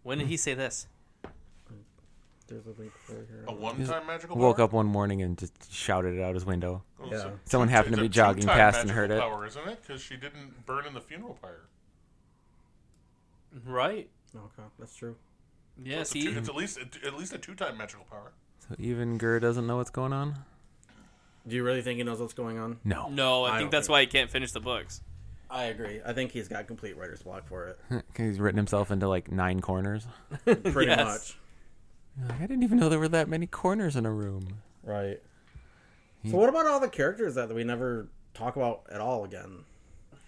Speaker 3: When did he say this?
Speaker 4: There's a link for here.
Speaker 1: A one-time magical.
Speaker 2: Woke
Speaker 1: power?
Speaker 2: up one morning and just shouted it out his window.
Speaker 1: Oh,
Speaker 4: Yeah.
Speaker 1: so-
Speaker 2: Someone
Speaker 1: so
Speaker 2: happened to
Speaker 1: it's
Speaker 2: be
Speaker 1: a
Speaker 2: jogging
Speaker 1: two-time
Speaker 2: past and
Speaker 1: magical
Speaker 2: heard it.
Speaker 1: Power, isn't it? Because she didn't burn in the funeral pyre.
Speaker 3: Right.
Speaker 4: Okay, that's true.
Speaker 3: Yes,
Speaker 1: It's, a two,
Speaker 3: he
Speaker 1: it's at least at least a two-time magical power.
Speaker 2: So even Gur doesn't know what's going on?
Speaker 4: Do you really think he knows what's going on?
Speaker 2: No.
Speaker 3: No, I,
Speaker 4: I
Speaker 3: think
Speaker 4: don't
Speaker 3: that's
Speaker 4: think-
Speaker 3: why he can't finish the books.
Speaker 4: I agree. I think he's got complete writer's block for <laughs> it.
Speaker 2: <laughs> 'Cause He's written himself into like nine corners.
Speaker 4: Pretty
Speaker 3: Yes.
Speaker 2: Like, I didn't even know there were that many corners in a room.
Speaker 4: much. Right. So what about all the characters that we never talk about at all again?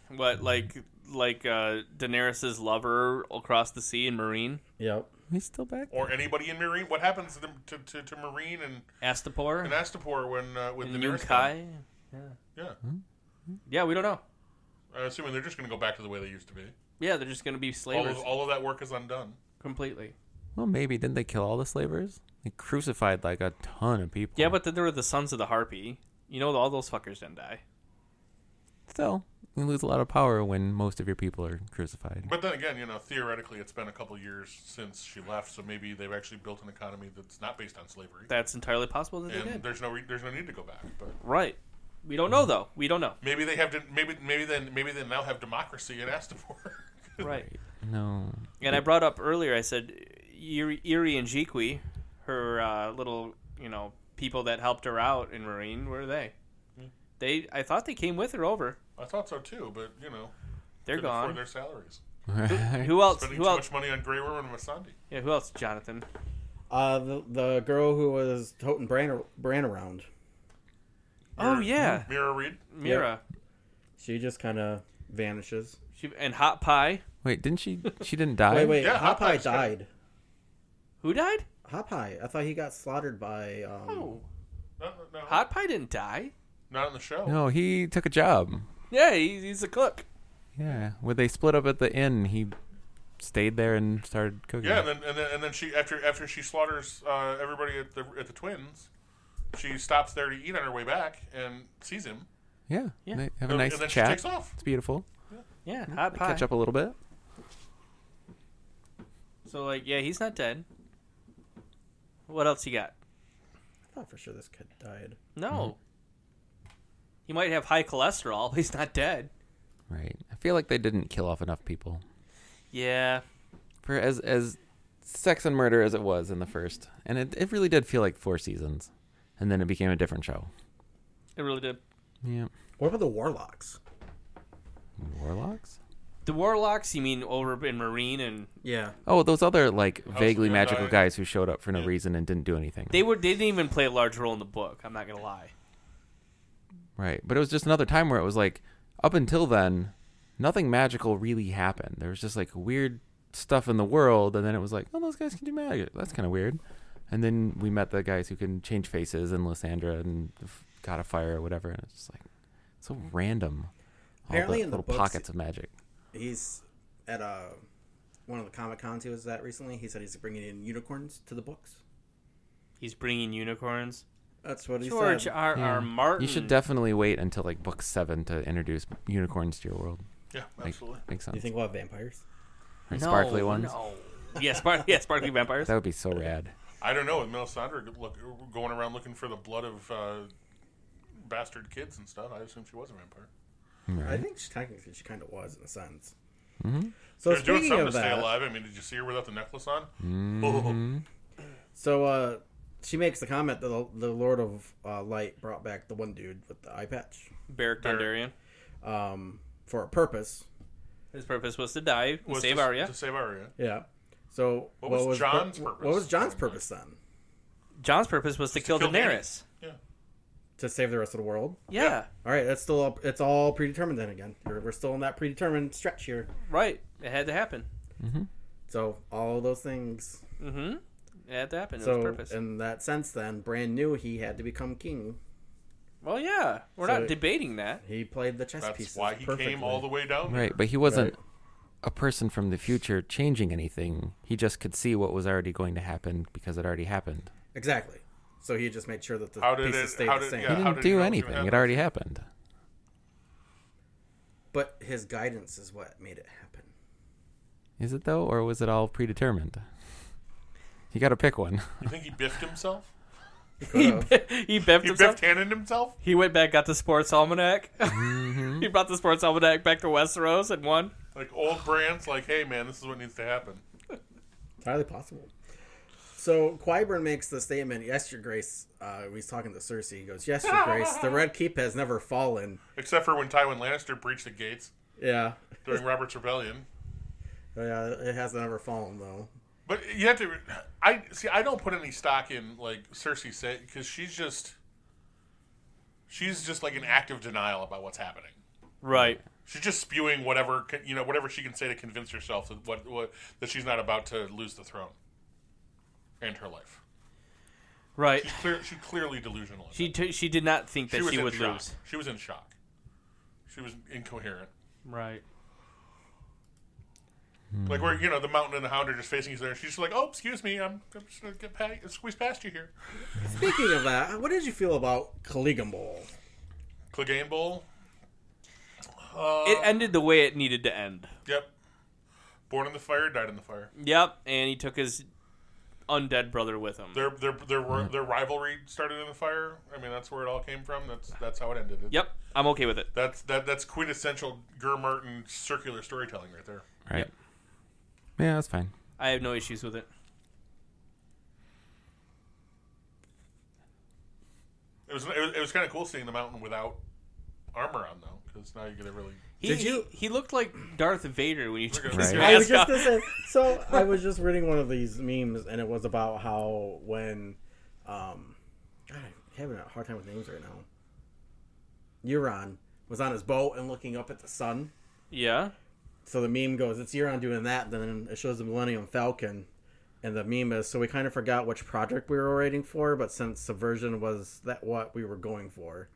Speaker 3: What like like uh Daenerys's lover across the sea in Marine?
Speaker 4: Yep.
Speaker 2: He's still back.
Speaker 1: Or anybody in Marine. What happens to them- to, to, to Marine and,
Speaker 3: Astapor?
Speaker 1: and Astapor when uh, when the
Speaker 3: and Yunkai?
Speaker 1: Yeah,
Speaker 3: Yeah, we don't know.
Speaker 1: I'm assuming they're just going to go back to the way they used to be.
Speaker 3: Yeah, they're just going to be
Speaker 1: All
Speaker 3: slavers
Speaker 1: of, all of that work is undone.
Speaker 3: completely.
Speaker 2: Well, maybe. Didn't they kill all the slavers? They crucified like a ton of people.
Speaker 3: Yeah, but then there were the sons of the harpy. You know, all those fuckers didn't die.
Speaker 2: still, you lose a lot of power when most of your people are crucified.
Speaker 1: But then again, you know, theoretically, it's been a couple years since she left, so maybe they've actually built an economy that's not based on slavery.
Speaker 3: That's entirely possible that they
Speaker 1: and
Speaker 3: did.
Speaker 1: there's no re- there's no need to go back. But
Speaker 3: Right. We don't know though. We don't know.
Speaker 1: maybe they have to, maybe maybe then maybe they now have democracy in Astapor. <laughs>
Speaker 3: Right.
Speaker 2: No. <laughs>
Speaker 3: And I brought up earlier. I said Iri Iri and Jiqui, her uh, little you know people that helped her out in
Speaker 1: Hmm.
Speaker 3: Marine, where are they? They I thought they came with her over.
Speaker 1: I thought so too, but you know,
Speaker 3: They're
Speaker 1: Couldn't afford
Speaker 3: gone.
Speaker 1: Their salaries.
Speaker 3: Who else?
Speaker 1: Spending
Speaker 3: Who
Speaker 1: too
Speaker 3: else?
Speaker 1: much money on Grey Worm and Masandi.
Speaker 3: Yeah, who else? Jonathan.
Speaker 4: Uh, the, the girl who was toting Bran, Bran around,
Speaker 3: Oh yeah,
Speaker 1: Mira Reed.
Speaker 3: Mira.
Speaker 4: she just kind of vanishes.
Speaker 3: She and Hot Pie.
Speaker 2: Wait, didn't she? She didn't die.
Speaker 4: Wait, wait,
Speaker 1: Yeah,
Speaker 4: Hot Pie
Speaker 1: Hawkeye's got-
Speaker 4: died.
Speaker 3: Who died?
Speaker 4: Hot Pie. I thought he got slaughtered by. Um,
Speaker 3: Oh,
Speaker 1: No, no, no.
Speaker 3: Hot Pie didn't die.
Speaker 1: Not on the show.
Speaker 2: No, he took a job.
Speaker 3: Yeah, he, he's a cook.
Speaker 2: Yeah, when they split up at the inn, he stayed there and started cooking.
Speaker 1: Yeah, and then, and then and then she after after she slaughters uh, everybody at the at the twins, she stops there to eat on her way back and sees him.
Speaker 2: yeah.
Speaker 3: Yeah.
Speaker 2: They have a
Speaker 1: And-
Speaker 2: nice
Speaker 1: and then
Speaker 2: chat.
Speaker 1: she takes off.
Speaker 2: It's beautiful.
Speaker 3: Yeah, Hot
Speaker 2: They
Speaker 3: Pie.
Speaker 2: catch up a little bit.
Speaker 3: So like, yeah, he's not dead. What else you got?
Speaker 4: I thought for sure this kid died.
Speaker 3: No. He might have high cholesterol. <laughs> But he's not dead.
Speaker 2: Right. I feel like they didn't kill off enough people
Speaker 3: Yeah.
Speaker 2: for as as sex and murder as it was in the first, and it it really did feel like four seasons, and then it became a different show.
Speaker 3: It really did.
Speaker 2: Yeah.
Speaker 4: What about the Warlocks?
Speaker 2: Warlocks.
Speaker 3: The warlocks, you mean over in Marine, and
Speaker 4: Yeah,
Speaker 2: Oh, those other like vaguely
Speaker 1: gonna
Speaker 2: magical
Speaker 1: die.
Speaker 2: guys who showed up for no reason and didn't do anything.
Speaker 3: they were they didn't even play a large role in the book. I'm not gonna lie.
Speaker 2: Right. But it was just another time where it was like, up until then, nothing magical really happened. There was just like weird stuff in the world. And then it was like, oh, those guys can do magic. That's kind of weird. And then we met the guys who can change faces and Lysandra and f- got a fire or whatever. And it's just like, so random. All
Speaker 4: Apparently
Speaker 2: the
Speaker 4: in the
Speaker 2: little
Speaker 4: books-
Speaker 2: pockets of magic.
Speaker 4: he's at uh one of the comic cons he was at recently. He said he's bringing in unicorns to the books.
Speaker 3: He's bringing unicorns. Hmm.
Speaker 4: That's what he
Speaker 3: George uh,
Speaker 4: said.
Speaker 3: R.
Speaker 2: Yeah.
Speaker 3: R. Martin.
Speaker 2: You should definitely wait until like book seven to introduce unicorns to your world.
Speaker 1: Yeah,
Speaker 2: Like,
Speaker 1: absolutely.
Speaker 2: makes sense.
Speaker 4: You think we'll have vampires?
Speaker 2: Or sparkly
Speaker 3: no,
Speaker 2: ones.
Speaker 3: No. Yeah, spark- yeah, sparkly vampires.
Speaker 2: That would be so rad.
Speaker 1: I don't know with Melisandre look going around looking for the blood of uh, bastard kids and stuff. I assume she was a vampire.
Speaker 4: I think she technically she kind of was in a sense. So
Speaker 1: They're doing
Speaker 4: speaking
Speaker 1: something to
Speaker 4: of
Speaker 1: stay
Speaker 4: that,
Speaker 1: alive. I mean, did you see her without the necklace on?
Speaker 4: so uh, she makes the comment that the, the Lord of uh, Light brought back the one dude with the eye patch
Speaker 3: Beric Dondarrion.
Speaker 4: um, for a purpose.
Speaker 3: His purpose was to die and
Speaker 1: Was
Speaker 3: save
Speaker 1: to,
Speaker 3: Arya.
Speaker 1: To save Arya.
Speaker 4: Yeah. So
Speaker 1: What was John's purpose?
Speaker 4: What was John's purpose then?
Speaker 3: John's purpose was to kill
Speaker 1: kill Dany.
Speaker 3: Daenerys.
Speaker 1: Yeah.
Speaker 4: To save the rest of the world.
Speaker 3: Yeah,
Speaker 4: All right, that's still it's all predetermined then again. We're, we're still in that predetermined stretch here.
Speaker 3: right. It had to happen.
Speaker 4: So all of those things.
Speaker 3: Mm-hmm. It had to happen. It was
Speaker 4: So
Speaker 3: purpose.
Speaker 4: in that sense, then Bran knew he had to become king.
Speaker 3: well, yeah, we're
Speaker 4: So
Speaker 3: not
Speaker 4: it-
Speaker 3: debating
Speaker 4: <laughs>
Speaker 3: that.
Speaker 4: He played the chess
Speaker 1: That's
Speaker 4: pieces.
Speaker 1: why he
Speaker 4: perfectly.
Speaker 1: came all the way down.
Speaker 2: Right, but he wasn't
Speaker 4: Right.
Speaker 2: a person from the future changing anything. He just could see what was already going to happen because it already happened.
Speaker 4: Exactly. So he just made sure that the
Speaker 1: How did
Speaker 4: pieces
Speaker 1: it-
Speaker 4: stayed
Speaker 1: how
Speaker 4: the
Speaker 1: did-
Speaker 4: same.
Speaker 1: yeah.
Speaker 2: He
Speaker 1: how
Speaker 2: didn't
Speaker 1: did he know it
Speaker 2: do
Speaker 1: was gonna
Speaker 2: anything. It
Speaker 1: happen?
Speaker 2: already happened.
Speaker 4: But his guidance is what made it happen.
Speaker 2: Is it though, or was it all predetermined? You got to pick one. <laughs>
Speaker 1: You think he biffed himself?
Speaker 3: He,
Speaker 4: Could've.
Speaker 3: he biffed
Speaker 1: He
Speaker 3: himself.
Speaker 1: biffed handed himself?
Speaker 3: He went back, got the sports almanac. <laughs> he brought the sports almanac back to Westeros and won.
Speaker 1: Like old brands, like, hey man, this is what needs to happen.
Speaker 4: Entirely possible. So Quiburn makes the statement, Yes, your grace uh he's talking to Cersei, he goes, Yes, your grace, the red keep has never fallen.
Speaker 1: Except for when Tywin Lannister breached the gates
Speaker 4: Yeah.
Speaker 1: during Robert's Rebellion.
Speaker 4: Yeah, it has never fallen though.
Speaker 1: But you have to. I see. I don't put any stock in like Cersei said because she's just. She's just like an active denial about what's happening.
Speaker 3: Right.
Speaker 1: She's just spewing whatever co- you know, whatever she can say to convince herself that what, what that she's not about to lose the throne. And her life.
Speaker 3: Right.
Speaker 1: She's clear. She's clearly delusional.
Speaker 3: She t- she did not think that she,
Speaker 1: in
Speaker 3: would
Speaker 1: shock.
Speaker 3: lose.
Speaker 1: She was in shock. She was incoherent.
Speaker 3: Right.
Speaker 1: Like where you know the mountain and the hound are just facing each other. and She's just like, "Oh, excuse me, I'm, I'm just gonna get pa- squeeze past you here."
Speaker 4: Speaking of that, what did you feel about Caligambol?
Speaker 1: Clegane Bowl.
Speaker 3: It ended the way it needed to end.
Speaker 1: Yep. Born in the fire, died in the fire.
Speaker 3: Yep, and he took his undead brother with him.
Speaker 1: Their their their ri-
Speaker 3: Mm.
Speaker 1: their rivalry started in the fire. I mean, that's where it all came from. That's that's how it ended. It-
Speaker 3: Yep, I'm okay with it.
Speaker 1: That's that that's quintessential Ger Martin circular storytelling right there.
Speaker 2: Right. Yeah, that's fine.
Speaker 3: I have no issues with it.
Speaker 1: It was it was, it was kind of cool seeing the mountain without armor on though, because now you're gonna really.
Speaker 3: He,
Speaker 4: Did you-
Speaker 3: He, he looked like Darth Vader when you took his
Speaker 2: Right.
Speaker 4: I was
Speaker 3: mask
Speaker 4: just
Speaker 3: off.
Speaker 4: gonna say. So I was just reading one of these memes, and it was about how when, um, God, I'm having a hard time with names right now. Euron was on his boat and looking up at the sun.
Speaker 3: Yeah.
Speaker 4: So the meme goes, "It's Euron doing that." Then it shows the Millennium Falcon, and the meme is, "So we kind of forgot which project we were waiting for, but since Subversion was that what we were going for."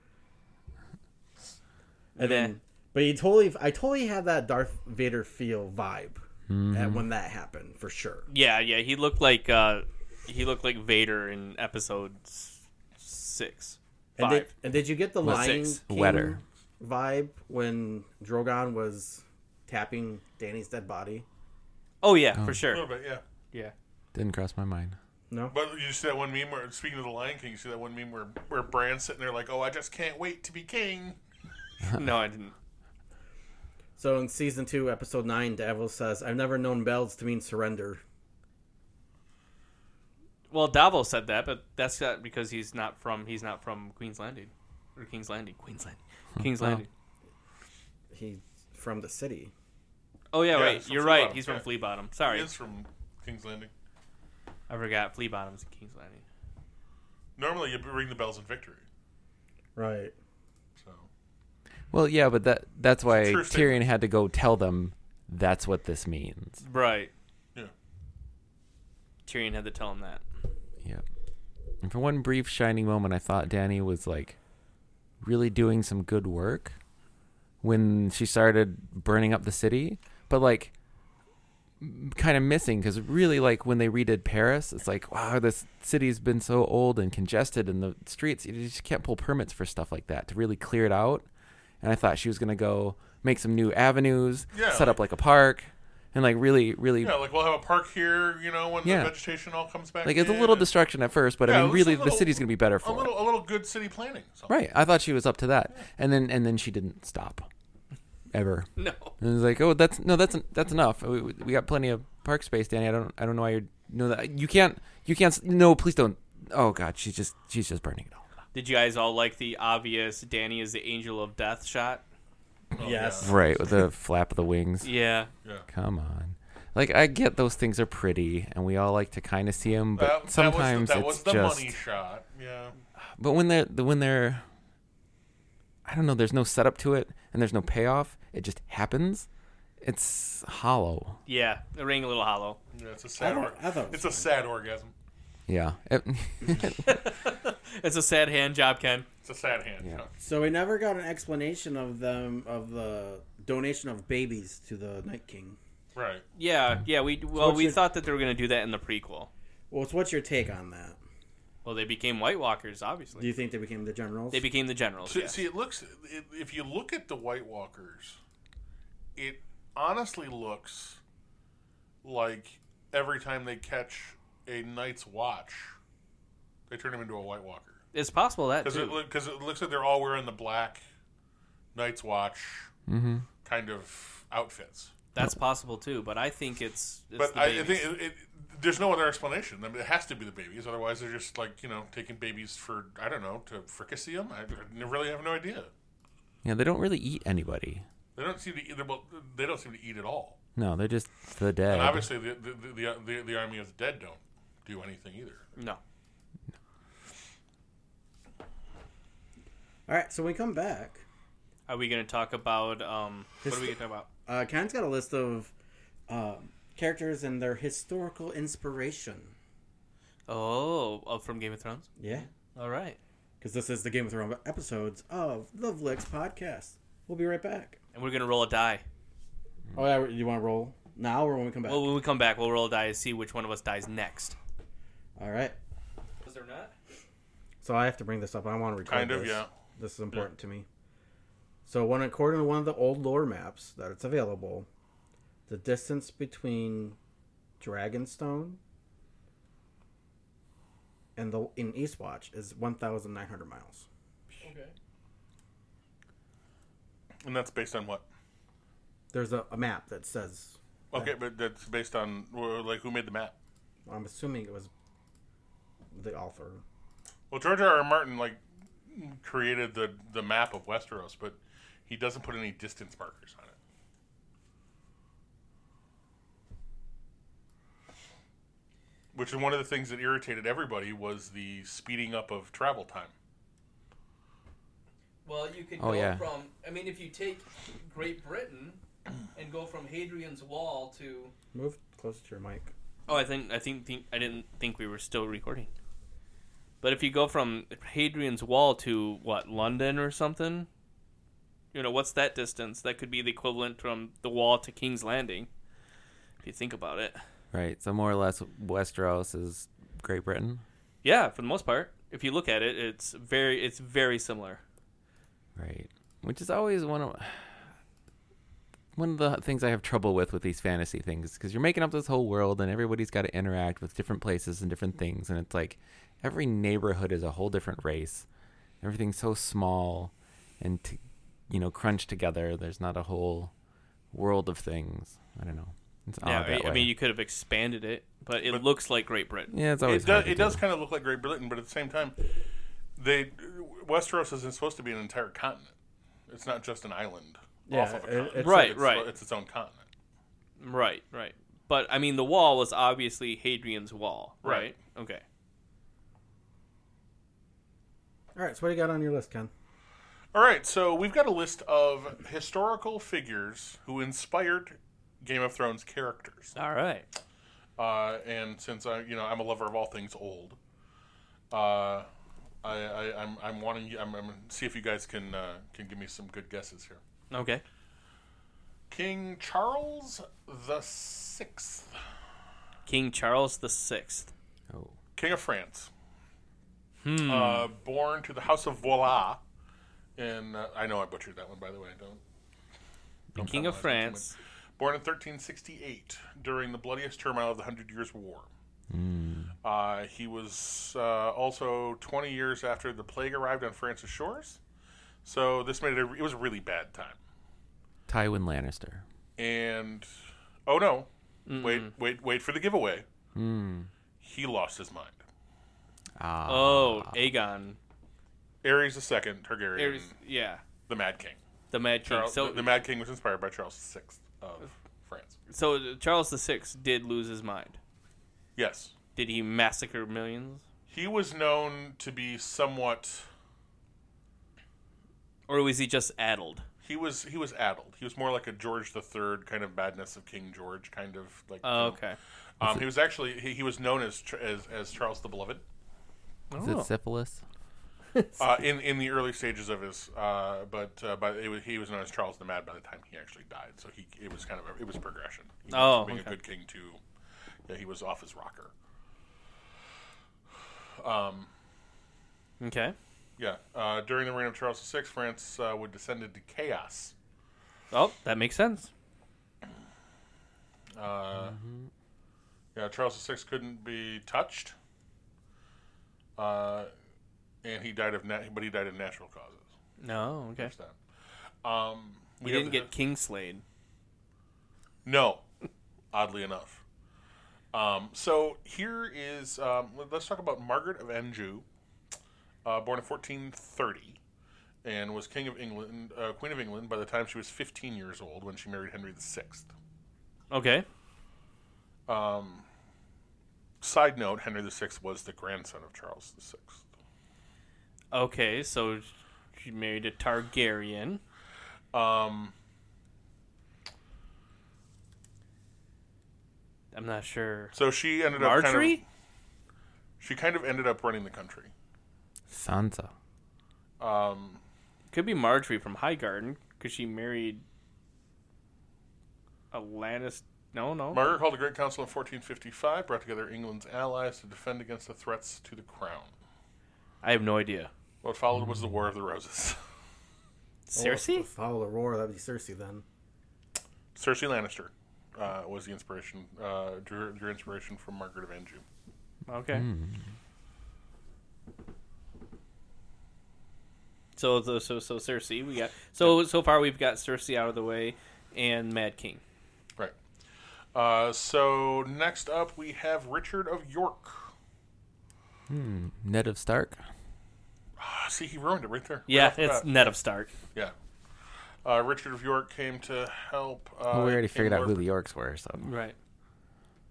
Speaker 4: And
Speaker 3: Meh.
Speaker 4: then, but he totally, I totally had that Darth Vader feel vibe at when that happened for sure.
Speaker 3: Yeah, yeah, he looked like uh he looked like Vader in episode s- six.
Speaker 4: And
Speaker 3: Five.
Speaker 4: did, and did you get the
Speaker 3: Well,
Speaker 4: Lion
Speaker 3: six.
Speaker 4: King
Speaker 2: Wetter.
Speaker 4: vibe when Drogon was tapping Danny's dead body?
Speaker 3: oh yeah, for
Speaker 1: A <laughs>
Speaker 3: sure.
Speaker 1: little bit, yeah.
Speaker 3: Yeah.
Speaker 2: Didn't cross my mind.
Speaker 4: No.
Speaker 1: But you see that one meme where, speaking of the Lion King, you see that one meme where where Bran's sitting there like, "Oh, I just can't wait to be king."
Speaker 3: No, I didn't.
Speaker 4: So in season two, episode nine, Davos says, "I've never known bells to mean surrender."
Speaker 3: Well, Davos said that, but that's not because he's not from he's not from Queen's Landing or King's Landing, Queen's Landing, King's
Speaker 2: Wow.
Speaker 3: Landing.
Speaker 4: He's from the city.
Speaker 3: Oh yeah,
Speaker 1: Yeah,
Speaker 3: right.
Speaker 1: from
Speaker 3: You're
Speaker 1: Flea
Speaker 3: right.
Speaker 1: Bottom,
Speaker 3: He's
Speaker 1: yeah.
Speaker 3: from Flea Bottom.
Speaker 1: He
Speaker 3: Sorry,
Speaker 1: is from King's Landing.
Speaker 3: I forgot. Flea Bottom's in King's Landing.
Speaker 1: Normally, you ring the bells in victory.
Speaker 4: Right.
Speaker 1: So
Speaker 2: Well, yeah, but that that's why
Speaker 1: It's a true
Speaker 2: Tyrion had to go tell them that's what this means.
Speaker 3: Right.
Speaker 1: Yeah.
Speaker 3: Tyrion had to tell him that. <laughs>
Speaker 2: Yep. And for one brief shining moment, I thought Danny was like really doing some good work when she started burning up the city, but like kind of missing because really like when they redid Paris, it's like wow, this city's been so old and congested, and the streets you just can't pull permits for stuff like that to really clear it out. And I thought she was gonna go make some new avenues,
Speaker 1: Yeah,
Speaker 2: set up like a park, and like really, really.
Speaker 1: yeah, like we'll have a park here, you know, when
Speaker 2: Yeah.
Speaker 1: the vegetation all comes back.
Speaker 2: Like it's a
Speaker 1: in
Speaker 2: little
Speaker 1: and-
Speaker 2: destruction at first, but
Speaker 1: Yeah,
Speaker 2: I mean,
Speaker 1: just a
Speaker 2: really, the
Speaker 1: little-
Speaker 2: city's gonna be better for
Speaker 1: a
Speaker 2: it.
Speaker 1: little, a little good city planning. So.
Speaker 2: Right. I thought she was up to that. And then and then she didn't stop ever.
Speaker 3: No.
Speaker 2: And it was like, "Oh, that's no, that's that's enough. We, we got plenty of park space, Danny. I don't I don't know why you no that you can't you can't s- no, please don't. Oh god, she's just she's just burning it all.
Speaker 3: Did you guys all like the obvious Danny is the angel of death shot?
Speaker 1: Oh,
Speaker 4: Yes.
Speaker 2: Right, with the <laughs> flap of the wings.
Speaker 3: Yeah.
Speaker 1: Yeah. yeah.
Speaker 2: Come on. Like I get those things are pretty and we all like to kind of see them, but
Speaker 1: that,
Speaker 2: sometimes
Speaker 1: that was
Speaker 2: it's
Speaker 1: the, that was
Speaker 2: just
Speaker 1: the money shot. Yeah.
Speaker 2: But when they're the- when they're, I don't know. There's no setup to it, and there's no payoff. It just happens. It's hollow.
Speaker 3: Yeah. It rang a little hollow.
Speaker 1: Yeah, it's a sad.
Speaker 4: I
Speaker 1: Or-
Speaker 4: thought- I thought it was
Speaker 1: it's a sad orgasm.
Speaker 2: Yeah. It- <laughs>
Speaker 3: It's a sad hand job, Ken.
Speaker 1: It's a sad hand.
Speaker 2: Yeah.
Speaker 1: shot.
Speaker 4: So we never got an explanation of them of the donation of babies to the Night King.
Speaker 1: Right.
Speaker 3: Yeah, yeah. We well,
Speaker 4: what's
Speaker 3: we
Speaker 4: your-
Speaker 3: thought that they were going to do that in the prequel.
Speaker 4: Well, it's- what's your take on that?
Speaker 3: Well, they became White Walkers,
Speaker 4: Do
Speaker 3: obviously.
Speaker 4: you think they became the generals?
Speaker 3: They became the generals.
Speaker 1: See,
Speaker 3: yes.
Speaker 1: see, it looks it, if you look at the White Walkers, it honestly looks like every time they catch a Night's Watch, they turn him into a White Walker
Speaker 3: It's possible that
Speaker 1: because it
Speaker 3: too.
Speaker 1: because it looks like they're all wearing the black Night's Watch
Speaker 3: Mm-hmm.
Speaker 1: kind of outfits.
Speaker 3: That's possible too. But I think it's. it's
Speaker 1: But
Speaker 3: the
Speaker 1: I, I
Speaker 3: babies.
Speaker 1: think it, it, there's no other explanation. I mean, it has to be the babies, otherwise they're just like you know taking babies for I don't know to fricassee them. I, I really have no idea.
Speaker 2: yeah. They don't really eat anybody.
Speaker 1: They don't seem to eat. Well, they don't seem to eat at all.
Speaker 2: No, they're just the dead.
Speaker 1: And obviously, the the, the, the the army of the dead don't do anything either.
Speaker 3: no.
Speaker 4: All right. So when we come back.
Speaker 3: Are we going to talk about um? What are we going to talk about?
Speaker 4: Uh, Ken's got a list of uh, characters and their historical inspiration.
Speaker 3: Oh, oh, from Game of Thrones.
Speaker 4: Yeah.
Speaker 3: All right,
Speaker 4: Because this is the Game of Thrones episodes of the Vlix podcast. We'll be right back.
Speaker 3: and we're going to roll a die.
Speaker 4: Oh, yeah. You want to roll now or when we come back?
Speaker 3: Well, when we come back, we'll roll a die to see which one of us dies next.
Speaker 4: All right.
Speaker 3: Was there not?
Speaker 4: So I have to bring this up. I want to record
Speaker 1: Kind of,
Speaker 4: this.
Speaker 1: yeah.
Speaker 4: This
Speaker 2: Mm.
Speaker 4: is important to me. So when according to one of the old lore maps that it's available, the distance between Dragonstone and the in Eastwatch is one thousand nine hundred miles.
Speaker 1: And that's based on what?
Speaker 4: There's a, a map that says
Speaker 1: Okay, but that's based on well, like who made the map?
Speaker 4: I'm assuming it was the author.
Speaker 1: Well, George R. R. Martin like created the the map of Westeros, but He doesn't put any distance markers on it. Which is one of the things that irritated everybody was the speeding up of travel time.
Speaker 5: Well, you could
Speaker 2: Oh,
Speaker 5: go
Speaker 2: yeah.
Speaker 5: from. I mean, if you take Great Britain and go from Hadrian's Wall to
Speaker 4: Move closer to your mic.
Speaker 3: Oh, I think I think, think I didn't think we were still recording. But if you go from Hadrian's Wall to what London or something, you know what's that distance? That could be the equivalent from the Wall to King's Landing, if you think about it.
Speaker 2: Right. So more or less, Westeros is Great Britain.
Speaker 3: Yeah, for the most part, if you look at it, it's very it's very similar.
Speaker 2: Right. Which is always one of <sighs> one of the things I have trouble with with these fantasy things because you're making up this whole world and everybody's got to interact with different places and different things and it's like every neighborhood is a whole different race. Everything's so small and t- you know crunched together. There's not a whole world of things. I don't know. It's odd
Speaker 3: yeah,
Speaker 2: Oh, that
Speaker 3: I, I
Speaker 2: way.
Speaker 3: mean you could have expanded it, but it looks like Great Britain.
Speaker 2: yeah, it's always
Speaker 1: It
Speaker 2: hard
Speaker 1: does.
Speaker 2: to
Speaker 1: It does
Speaker 2: do.
Speaker 1: kind of look like Great Britain, but at the same time, they Westeros isn't supposed to be an entire continent. It's not just an island off
Speaker 4: Yeah,
Speaker 1: of a
Speaker 4: it-
Speaker 1: continent.
Speaker 4: it's-
Speaker 3: Right,
Speaker 1: It's-
Speaker 3: right.
Speaker 1: It's its own continent.
Speaker 3: Right, right. But I mean the Wall was obviously Hadrian's Wall, right? Okay.
Speaker 4: All right, so what do you got on your list, Ken?
Speaker 1: All right, so we've got a list of historical figures who inspired Game of Thrones characters.
Speaker 3: All right.
Speaker 1: Uh, and since I, you know, I'm a lover of all things old, uh, I, I, I'm, I'm wanting you. I'm, I'm see if you guys can uh, can give me some good guesses here.
Speaker 3: Okay.
Speaker 1: King Charles the Sixth,
Speaker 3: King Charles the Sixth.
Speaker 2: Oh.
Speaker 1: King of France, uh, born to the House of Valois, and uh, I know I butchered that one by the way. Don't
Speaker 3: The King of
Speaker 1: penalize me too
Speaker 3: France.
Speaker 1: Born in 1368 during the bloodiest turmoil of the Hundred Years' War. Uh, he was uh, also 20 years after the plague arrived on France's shores. So this made it a, it was a really bad time.
Speaker 2: Tywin Lannister.
Speaker 1: And oh no, wait, wait, wait for the giveaway. He lost his mind.
Speaker 2: Ah.
Speaker 3: Oh, Aegon.
Speaker 1: Ares II, Targaryen,
Speaker 3: Ares, yeah.
Speaker 1: the Mad King.
Speaker 3: The Mad King.
Speaker 1: Charles,
Speaker 3: so
Speaker 1: the, the Mad King was inspired by Charles VI of France.
Speaker 3: so uh, Charles the Sixth did lose his mind.
Speaker 1: Yes,
Speaker 3: Did he massacre millions?
Speaker 1: he was known to be somewhat.
Speaker 3: Or was he just addled?
Speaker 1: He was he was addled. He was more like a George the Third kind of madness of King George kind of like.
Speaker 3: Oh,
Speaker 1: you know.
Speaker 3: okay.
Speaker 1: Um, he was actually he, he was known as Ch- as, as Charles the Beloved
Speaker 2: Is
Speaker 3: Oh.
Speaker 2: it syphilis?
Speaker 1: uh, in in the early stages of his, uh, but uh, but it was, he was known as Charles the Mad by the time he actually died. So he it was kind of a, it was progression. He went
Speaker 3: Oh,
Speaker 1: from being
Speaker 3: okay.
Speaker 1: a good king to yeah, he was off his rocker.
Speaker 3: Okay.
Speaker 1: Yeah, uh, during the reign of Charles VI, France uh, would descend into chaos.
Speaker 3: Oh, that makes sense.
Speaker 1: Uh, Yeah, Charles VI couldn't be touched, uh, and he died of nat- but he died of natural causes.
Speaker 3: No, okay.
Speaker 1: First time. Um,
Speaker 3: We
Speaker 1: have
Speaker 3: didn't
Speaker 1: the-
Speaker 3: get King Slade.
Speaker 1: no, oddly enough. Um, so here is um, let- let's talk about Margaret of Anjou, uh, born in 1430, and was King of England, uh, Queen of England by the time she was 15 years old when she married Henry VI.
Speaker 3: Okay.
Speaker 1: Um, side note: Henry VI was the grandson of Charles VI.
Speaker 3: Okay, so she married a Targaryen.
Speaker 1: Um,
Speaker 3: I'm not sure.
Speaker 1: so she ended up
Speaker 3: Marjorie?
Speaker 1: Kind of, she kind of ended up running the country.
Speaker 2: Sansa.
Speaker 1: Um,
Speaker 3: Could be Marjorie from Highgarden because she married a Lannister. No, no.
Speaker 1: Margaret called a great council in 1455, brought together England's allies to defend against the threats to the crown.
Speaker 3: I have no idea.
Speaker 1: What followed was the War of the Roses. <laughs>
Speaker 3: Cersei?
Speaker 4: Oh, follow the roar. That'd be Cersei then.
Speaker 1: Cersei Lannister uh, was the inspiration, uh, drew, drew inspiration from Margaret of Anjou.
Speaker 3: Okay. So, so so so Cersei, we got so so far we've got Cersei out of the way and Mad King.
Speaker 1: Right. Uh, so next up we have Richard of York.
Speaker 2: Ned of Stark.
Speaker 1: Ah, see, he ruined it right there.
Speaker 3: Yeah,
Speaker 1: Right off the
Speaker 3: it's
Speaker 1: bat.
Speaker 3: Ned of Stark.
Speaker 1: Yeah. Uh, Richard of York came to help. Uh,
Speaker 2: Oh, we already
Speaker 1: King
Speaker 2: figured out
Speaker 1: Lord-
Speaker 2: who the Yorks were, so
Speaker 3: Right.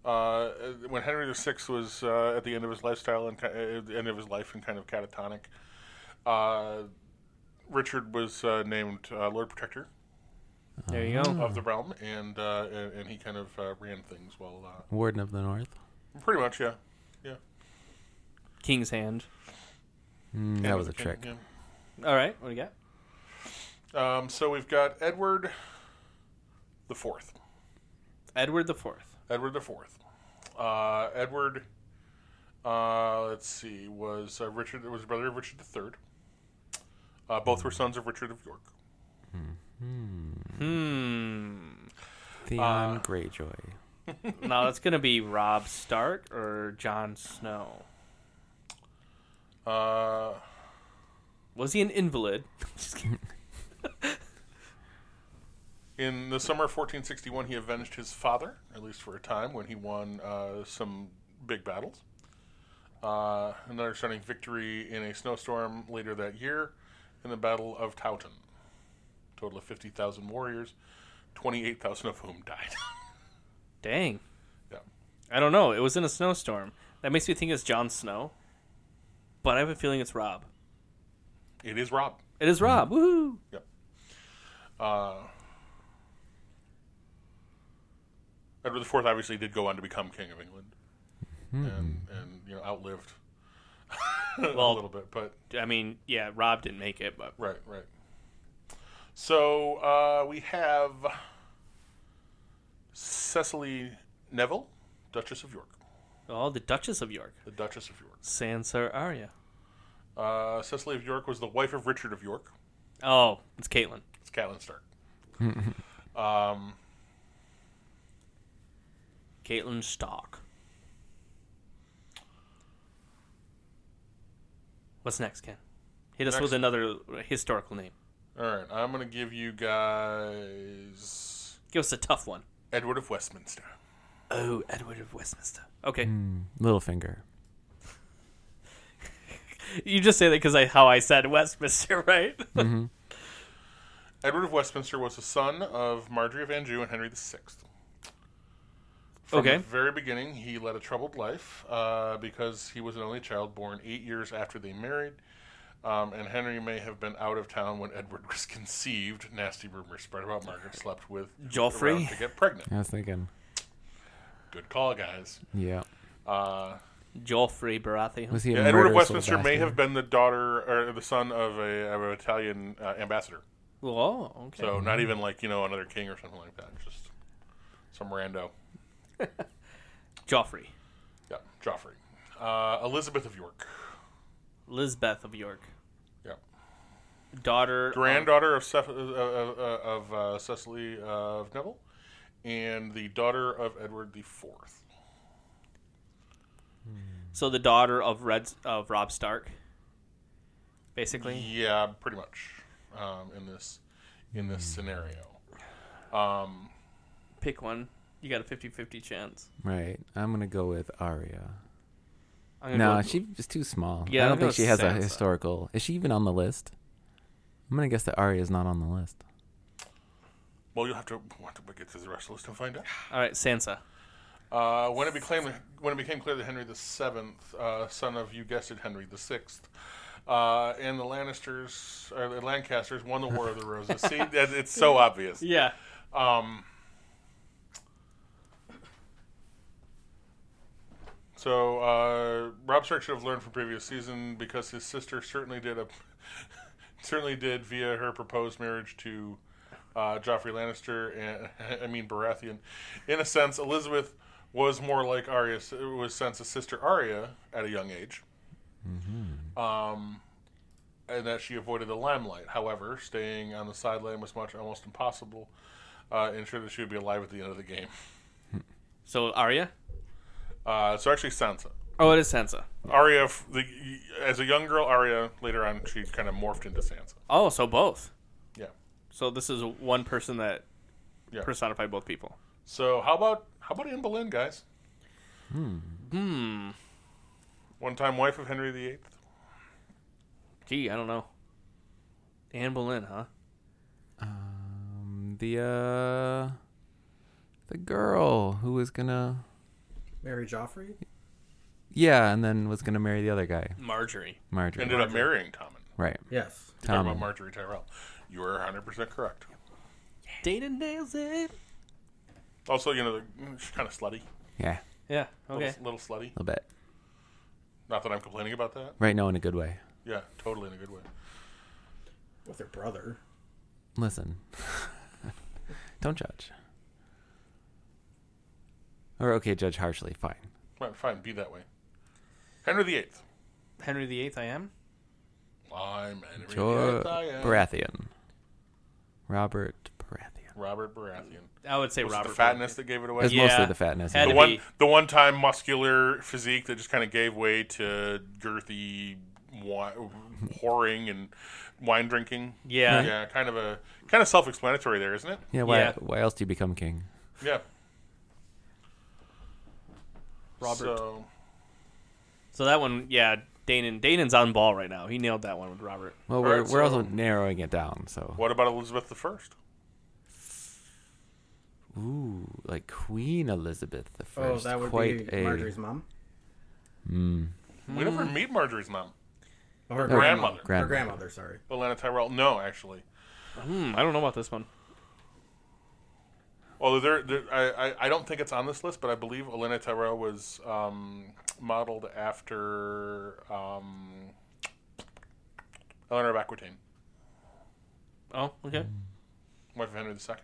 Speaker 1: uh, when Henry VI was uh, at the end of his lifestyle and ki- uh, the end of his life and kind of catatonic, uh, Richard was uh, named uh, Lord Protector
Speaker 3: There you go.
Speaker 2: Hmm.
Speaker 1: of the realm, and uh, and, and he kind of uh, ran things while uh,
Speaker 2: Warden of the North.
Speaker 1: pretty much, yeah.
Speaker 3: King's hand.
Speaker 2: Mm,
Speaker 1: Yeah,
Speaker 2: that was a
Speaker 1: okay,
Speaker 2: trick.
Speaker 1: yeah.
Speaker 3: All right. What do you got?
Speaker 1: Um, so we've got Edward the Fourth.
Speaker 3: Edward the Fourth.
Speaker 1: Edward the Fourth. Uh, Edward, uh, let's see, was uh, Richard was a brother of Richard the Third. Uh, both were sons of Richard of York.
Speaker 3: Hmm.
Speaker 2: Theon
Speaker 1: Uh,
Speaker 2: um, Greyjoy.
Speaker 3: now that's gonna be Rob Stark or Jon Snow.
Speaker 1: Uh,
Speaker 3: Was he an invalid? Just kidding.
Speaker 1: in the summer of 1461, he avenged his father, at least for a time, when he won uh, some big battles. Uh, another stunning victory in a snowstorm later that year in the Battle of Towton. Total of 50,000 warriors, 28,000 of whom died. <laughs>
Speaker 3: Dang.
Speaker 1: Yeah.
Speaker 3: I don't know. It was in a snowstorm. That makes me think it's Jon Snow. But I have a feeling it's Rob.
Speaker 1: it is Rob.
Speaker 3: It is Rob. Woohoo!
Speaker 1: Uh, Edward the Fourth obviously did go on to become king of England, and and you know outlived <laughs> a
Speaker 3: Well-
Speaker 1: little bit, but
Speaker 3: I mean, yeah, Rob didn't make it, but
Speaker 1: right, right. So uh, we have Cecily Neville, Duchess of York,
Speaker 3: oh, the Duchess of York,
Speaker 1: the Duchess of York.
Speaker 3: Sansa or Arya.
Speaker 1: Uh, Cecily of York was the wife of Richard of York.
Speaker 3: Oh, it's Caitlyn.
Speaker 1: It's Catelyn Stark. um,
Speaker 3: Caitlyn Stark. What's next, Ken? Hit us
Speaker 1: Next.
Speaker 3: with another historical name.
Speaker 1: all right, I'm gonna give you guys
Speaker 3: Give us a tough one.
Speaker 1: Edward of Westminster.
Speaker 3: Oh, Edward of Westminster. Okay,
Speaker 2: <laughs> Littlefinger.
Speaker 3: you just say that because I how I said Westminster, <laughs> right?
Speaker 1: Edward of Westminster was the son of Marjorie of Anjou and Henry VI. From
Speaker 3: Okay.
Speaker 1: the very beginning, he led a troubled life uh, because he was an only child born eight years after they married, um, and Henry may have been out of town when Edward <laughs> was conceived. Nasty rumors spread about Margaret slept with
Speaker 3: Joffrey?
Speaker 1: around to get pregnant.
Speaker 2: I was thinking.
Speaker 1: Good call, guys.
Speaker 2: Yeah.
Speaker 1: Uh,
Speaker 3: Joffrey Baratheon.
Speaker 2: Was he a
Speaker 1: yeah, Edward of
Speaker 2: murderous little
Speaker 1: Westminster may
Speaker 2: bastard?
Speaker 1: have been the daughter or the son of, a, of an Italian uh, ambassador.
Speaker 3: Oh, okay.
Speaker 1: So not even like you know another king or something like that. Just some rando.
Speaker 3: Joffrey,
Speaker 1: Yeah, Joffrey. Uh, Elizabeth of York.
Speaker 3: Lisbeth of York.
Speaker 1: Yeah.
Speaker 3: Daughter. of-
Speaker 1: Granddaughter of, Cef- uh, uh, uh, of uh, Cecily uh, of Neville and the daughter of Edward the Fourth.
Speaker 3: so the daughter of Red of Rob Stark.
Speaker 2: Mm.
Speaker 3: Basically,
Speaker 1: Yeah, pretty much um, in this in this scenario. Um,
Speaker 3: pick one. You got a 50-50 chance.
Speaker 2: Right. I'm gonna go with Arya.
Speaker 3: I'm gonna go
Speaker 2: No,
Speaker 3: with-
Speaker 2: she she's too small.
Speaker 3: Yeah,
Speaker 2: I
Speaker 3: I'm
Speaker 2: don't
Speaker 3: gonna
Speaker 2: think she has a
Speaker 3: Sansa.
Speaker 2: historical. Is she even on the list? I'm gonna guess that Arya's not on the list.
Speaker 1: well, you'll have to we'll have to get to the rest of the list and find out.
Speaker 3: All right, Sansa.
Speaker 1: Uh, when it became when it became clear that Henry the Seventh, uh, son of you guessed it, Henry the Sixth, uh, and the Lannisters or the Lancasters won the War of the Roses. See, that, it's so obvious.
Speaker 3: Yeah.
Speaker 1: Um, so uh, Rob Stark should have learned from previous season because his sister certainly did a <laughs> certainly did via her proposed marriage to uh, Joffrey Lannister and <laughs> I mean Baratheon. In a sense, Elizabeth was more like Arya was Sansa's sister Arya at a young age. Um and that she avoided the limelight. However, staying on the sideline was much almost impossible. Uh, ensure that she would be alive at the end of the game.
Speaker 3: So Arya.
Speaker 1: Uh, so actually, Sansa,
Speaker 3: Oh, it is Sansa.
Speaker 1: Arya, f- the, as a young girl, Arya. Later on, she kind of morphed into Sansa.
Speaker 3: Oh, so both.
Speaker 1: Yeah,
Speaker 3: So this is one person that
Speaker 1: yeah.
Speaker 3: personified both people.
Speaker 1: so how about how about Anne Boleyn, guys?
Speaker 3: Hmm.
Speaker 1: One time wife of Henry VIII.
Speaker 3: Gee, I don't know. Anne Boleyn, huh?
Speaker 2: Uh, the uh the girl who was gonna
Speaker 4: Mary Joffrey?
Speaker 2: yeah, and then was gonna marry the other guy,
Speaker 3: Marjorie.
Speaker 2: Marjorie.
Speaker 1: Ended up marrying Tommen.
Speaker 2: right.
Speaker 4: Yes.
Speaker 1: You're talking
Speaker 2: Tommen.
Speaker 1: about Marjorie Tyrell. You are 100% correct.
Speaker 3: Data nails it.
Speaker 1: Also, you know, the- she's kind of slutty.
Speaker 2: Yeah,
Speaker 3: Yeah.
Speaker 1: Little,
Speaker 3: Okay.
Speaker 1: little slutty.
Speaker 2: a little bit.
Speaker 1: Not that I'm complaining about that.
Speaker 2: Right now, in a good way.
Speaker 1: Yeah, totally in a good way.
Speaker 4: With her brother.
Speaker 2: Listen, don't judge. Or okay, judge harshly. Fine.
Speaker 1: Fine, fine be that way. Henry VIII.
Speaker 3: Henry VIII. I am.
Speaker 1: I'm Henry
Speaker 2: Jor
Speaker 1: VIII. I am.
Speaker 2: Baratheon. Robert Baratheon.
Speaker 1: Robert Baratheon.
Speaker 3: I would say
Speaker 1: Was it
Speaker 3: Robert.
Speaker 1: the fatness that gave it away?
Speaker 2: It's
Speaker 3: Yeah.
Speaker 2: mostly the fatness.
Speaker 3: Had
Speaker 2: yeah.
Speaker 1: the
Speaker 3: to
Speaker 1: one
Speaker 3: be.
Speaker 1: the one time muscular physique that just kind of gave way to girthy wi- whoring and wine drinking.
Speaker 3: Yeah.
Speaker 1: yeah, kind of a kind of self-explanatory there, isn't it?
Speaker 2: Yeah, why,
Speaker 3: Yeah.
Speaker 2: why else do you become king?
Speaker 1: Yeah.
Speaker 3: Robert. So,
Speaker 1: So,
Speaker 3: that one, yeah. Danon. Danon's on ball right now. He nailed that one with Robert.
Speaker 2: Well, we're,
Speaker 1: right,
Speaker 2: we're also
Speaker 1: so-
Speaker 2: narrowing it down. So,
Speaker 1: what about Elizabeth the First?
Speaker 2: ooh, like Queen Elizabeth the
Speaker 4: Oh,
Speaker 2: First.
Speaker 4: that would
Speaker 2: quite
Speaker 4: be
Speaker 2: a,
Speaker 4: Marjorie's mom?
Speaker 1: We never
Speaker 3: Hmm.
Speaker 1: meet Marjorie's mom,
Speaker 4: Oh, her
Speaker 1: grandmother.
Speaker 4: Her
Speaker 2: Grandmother.
Speaker 4: grandmother, sorry.
Speaker 1: Atlanta Tyrell. No, actually.
Speaker 3: Hmm. I don't know about this one.
Speaker 1: Although there, there I, I, I don't think it's on this list, but I believe Elena Tyrell was um, modeled after um, Eleanor of Aquitaine,
Speaker 3: Oh, okay.
Speaker 1: wife of Henry II.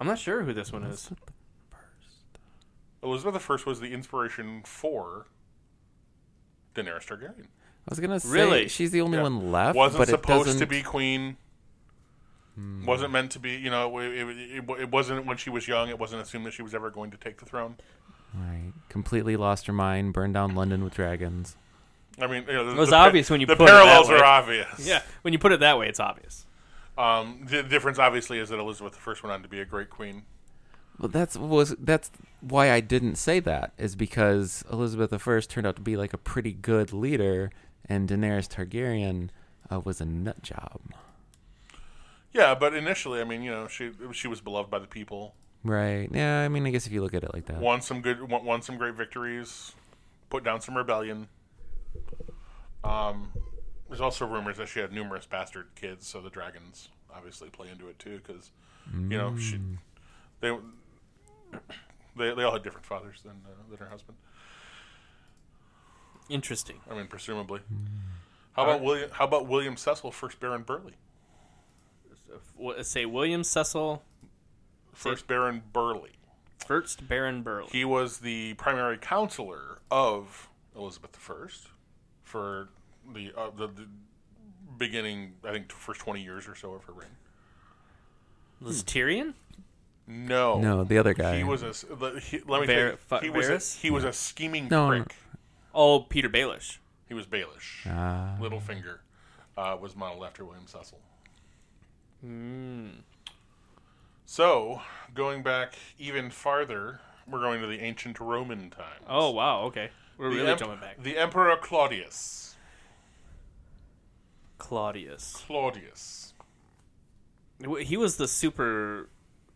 Speaker 3: I'm not sure who this one is.
Speaker 1: Elizabeth I was the inspiration for Daenerys Targaryen.
Speaker 2: I was gonna say
Speaker 3: Really?
Speaker 2: she's the only
Speaker 1: Yeah.
Speaker 2: one left.
Speaker 1: Wasn't
Speaker 2: but it
Speaker 1: supposed
Speaker 2: doesn't,
Speaker 1: to be queen.
Speaker 3: Hmm.
Speaker 1: Wasn't meant to be. You know, it, it, it, it wasn't when she was young. It wasn't assumed that she was ever going to take the throne.
Speaker 2: Right. Completely lost her mind. Burned down London with dragons.
Speaker 1: I mean, you know, the,
Speaker 3: was
Speaker 1: the-
Speaker 3: obvious when you
Speaker 1: the
Speaker 3: put it that
Speaker 1: parallels
Speaker 3: way.
Speaker 1: are obvious.
Speaker 3: Yeah. When you put it that way, it's obvious.
Speaker 1: Um, the difference, obviously, is that Elizabeth I went on to be a great queen.
Speaker 2: Well, that's was that's why I didn't say that is because Elizabeth I turned out to be like a pretty good leader, and Daenerys Targaryen uh, was a nut job.
Speaker 1: Yeah, but initially, I mean, you know, she she was beloved by the people.
Speaker 2: Right. Yeah. I mean, I guess if you look at it like that.
Speaker 1: Won some good, won, won some great victories. Put down some rebellion. Um, there's also rumors that she had numerous bastard kids, so the dragons obviously play into it too, because you know she they they they all had different fathers than uh, than her husband.
Speaker 3: Interesting.
Speaker 1: I mean, presumably. How about William? How about William Cecil, first Baron Burley?
Speaker 3: W- Say William Cecil,
Speaker 1: First Baron Burley.
Speaker 3: first Baron Burley.
Speaker 1: He was the primary counselor of Elizabeth I for the, uh, the the beginning, I think, first twenty years or so of her reign.
Speaker 3: was Tyrion?
Speaker 1: No,
Speaker 2: No, the other guy.
Speaker 1: he was a s- the- he, let me
Speaker 3: Var-
Speaker 1: tell you, he
Speaker 3: Fa-
Speaker 1: was a,
Speaker 3: Varys?
Speaker 1: he was a scheming
Speaker 2: No, no.
Speaker 1: prick.
Speaker 3: Oh, Peter Baelish.
Speaker 1: He was Baelish.
Speaker 2: Ah.
Speaker 1: Littlefinger uh, was modeled after William Cecil.
Speaker 3: Hmm.
Speaker 1: So, going back even farther, we're going to the ancient Roman times.
Speaker 3: Oh, wow. Okay. We're
Speaker 1: the
Speaker 3: really
Speaker 1: em-
Speaker 3: jumping back.
Speaker 1: The Emperor Claudius.
Speaker 3: Claudius.
Speaker 1: Claudius.
Speaker 3: W- He was the super.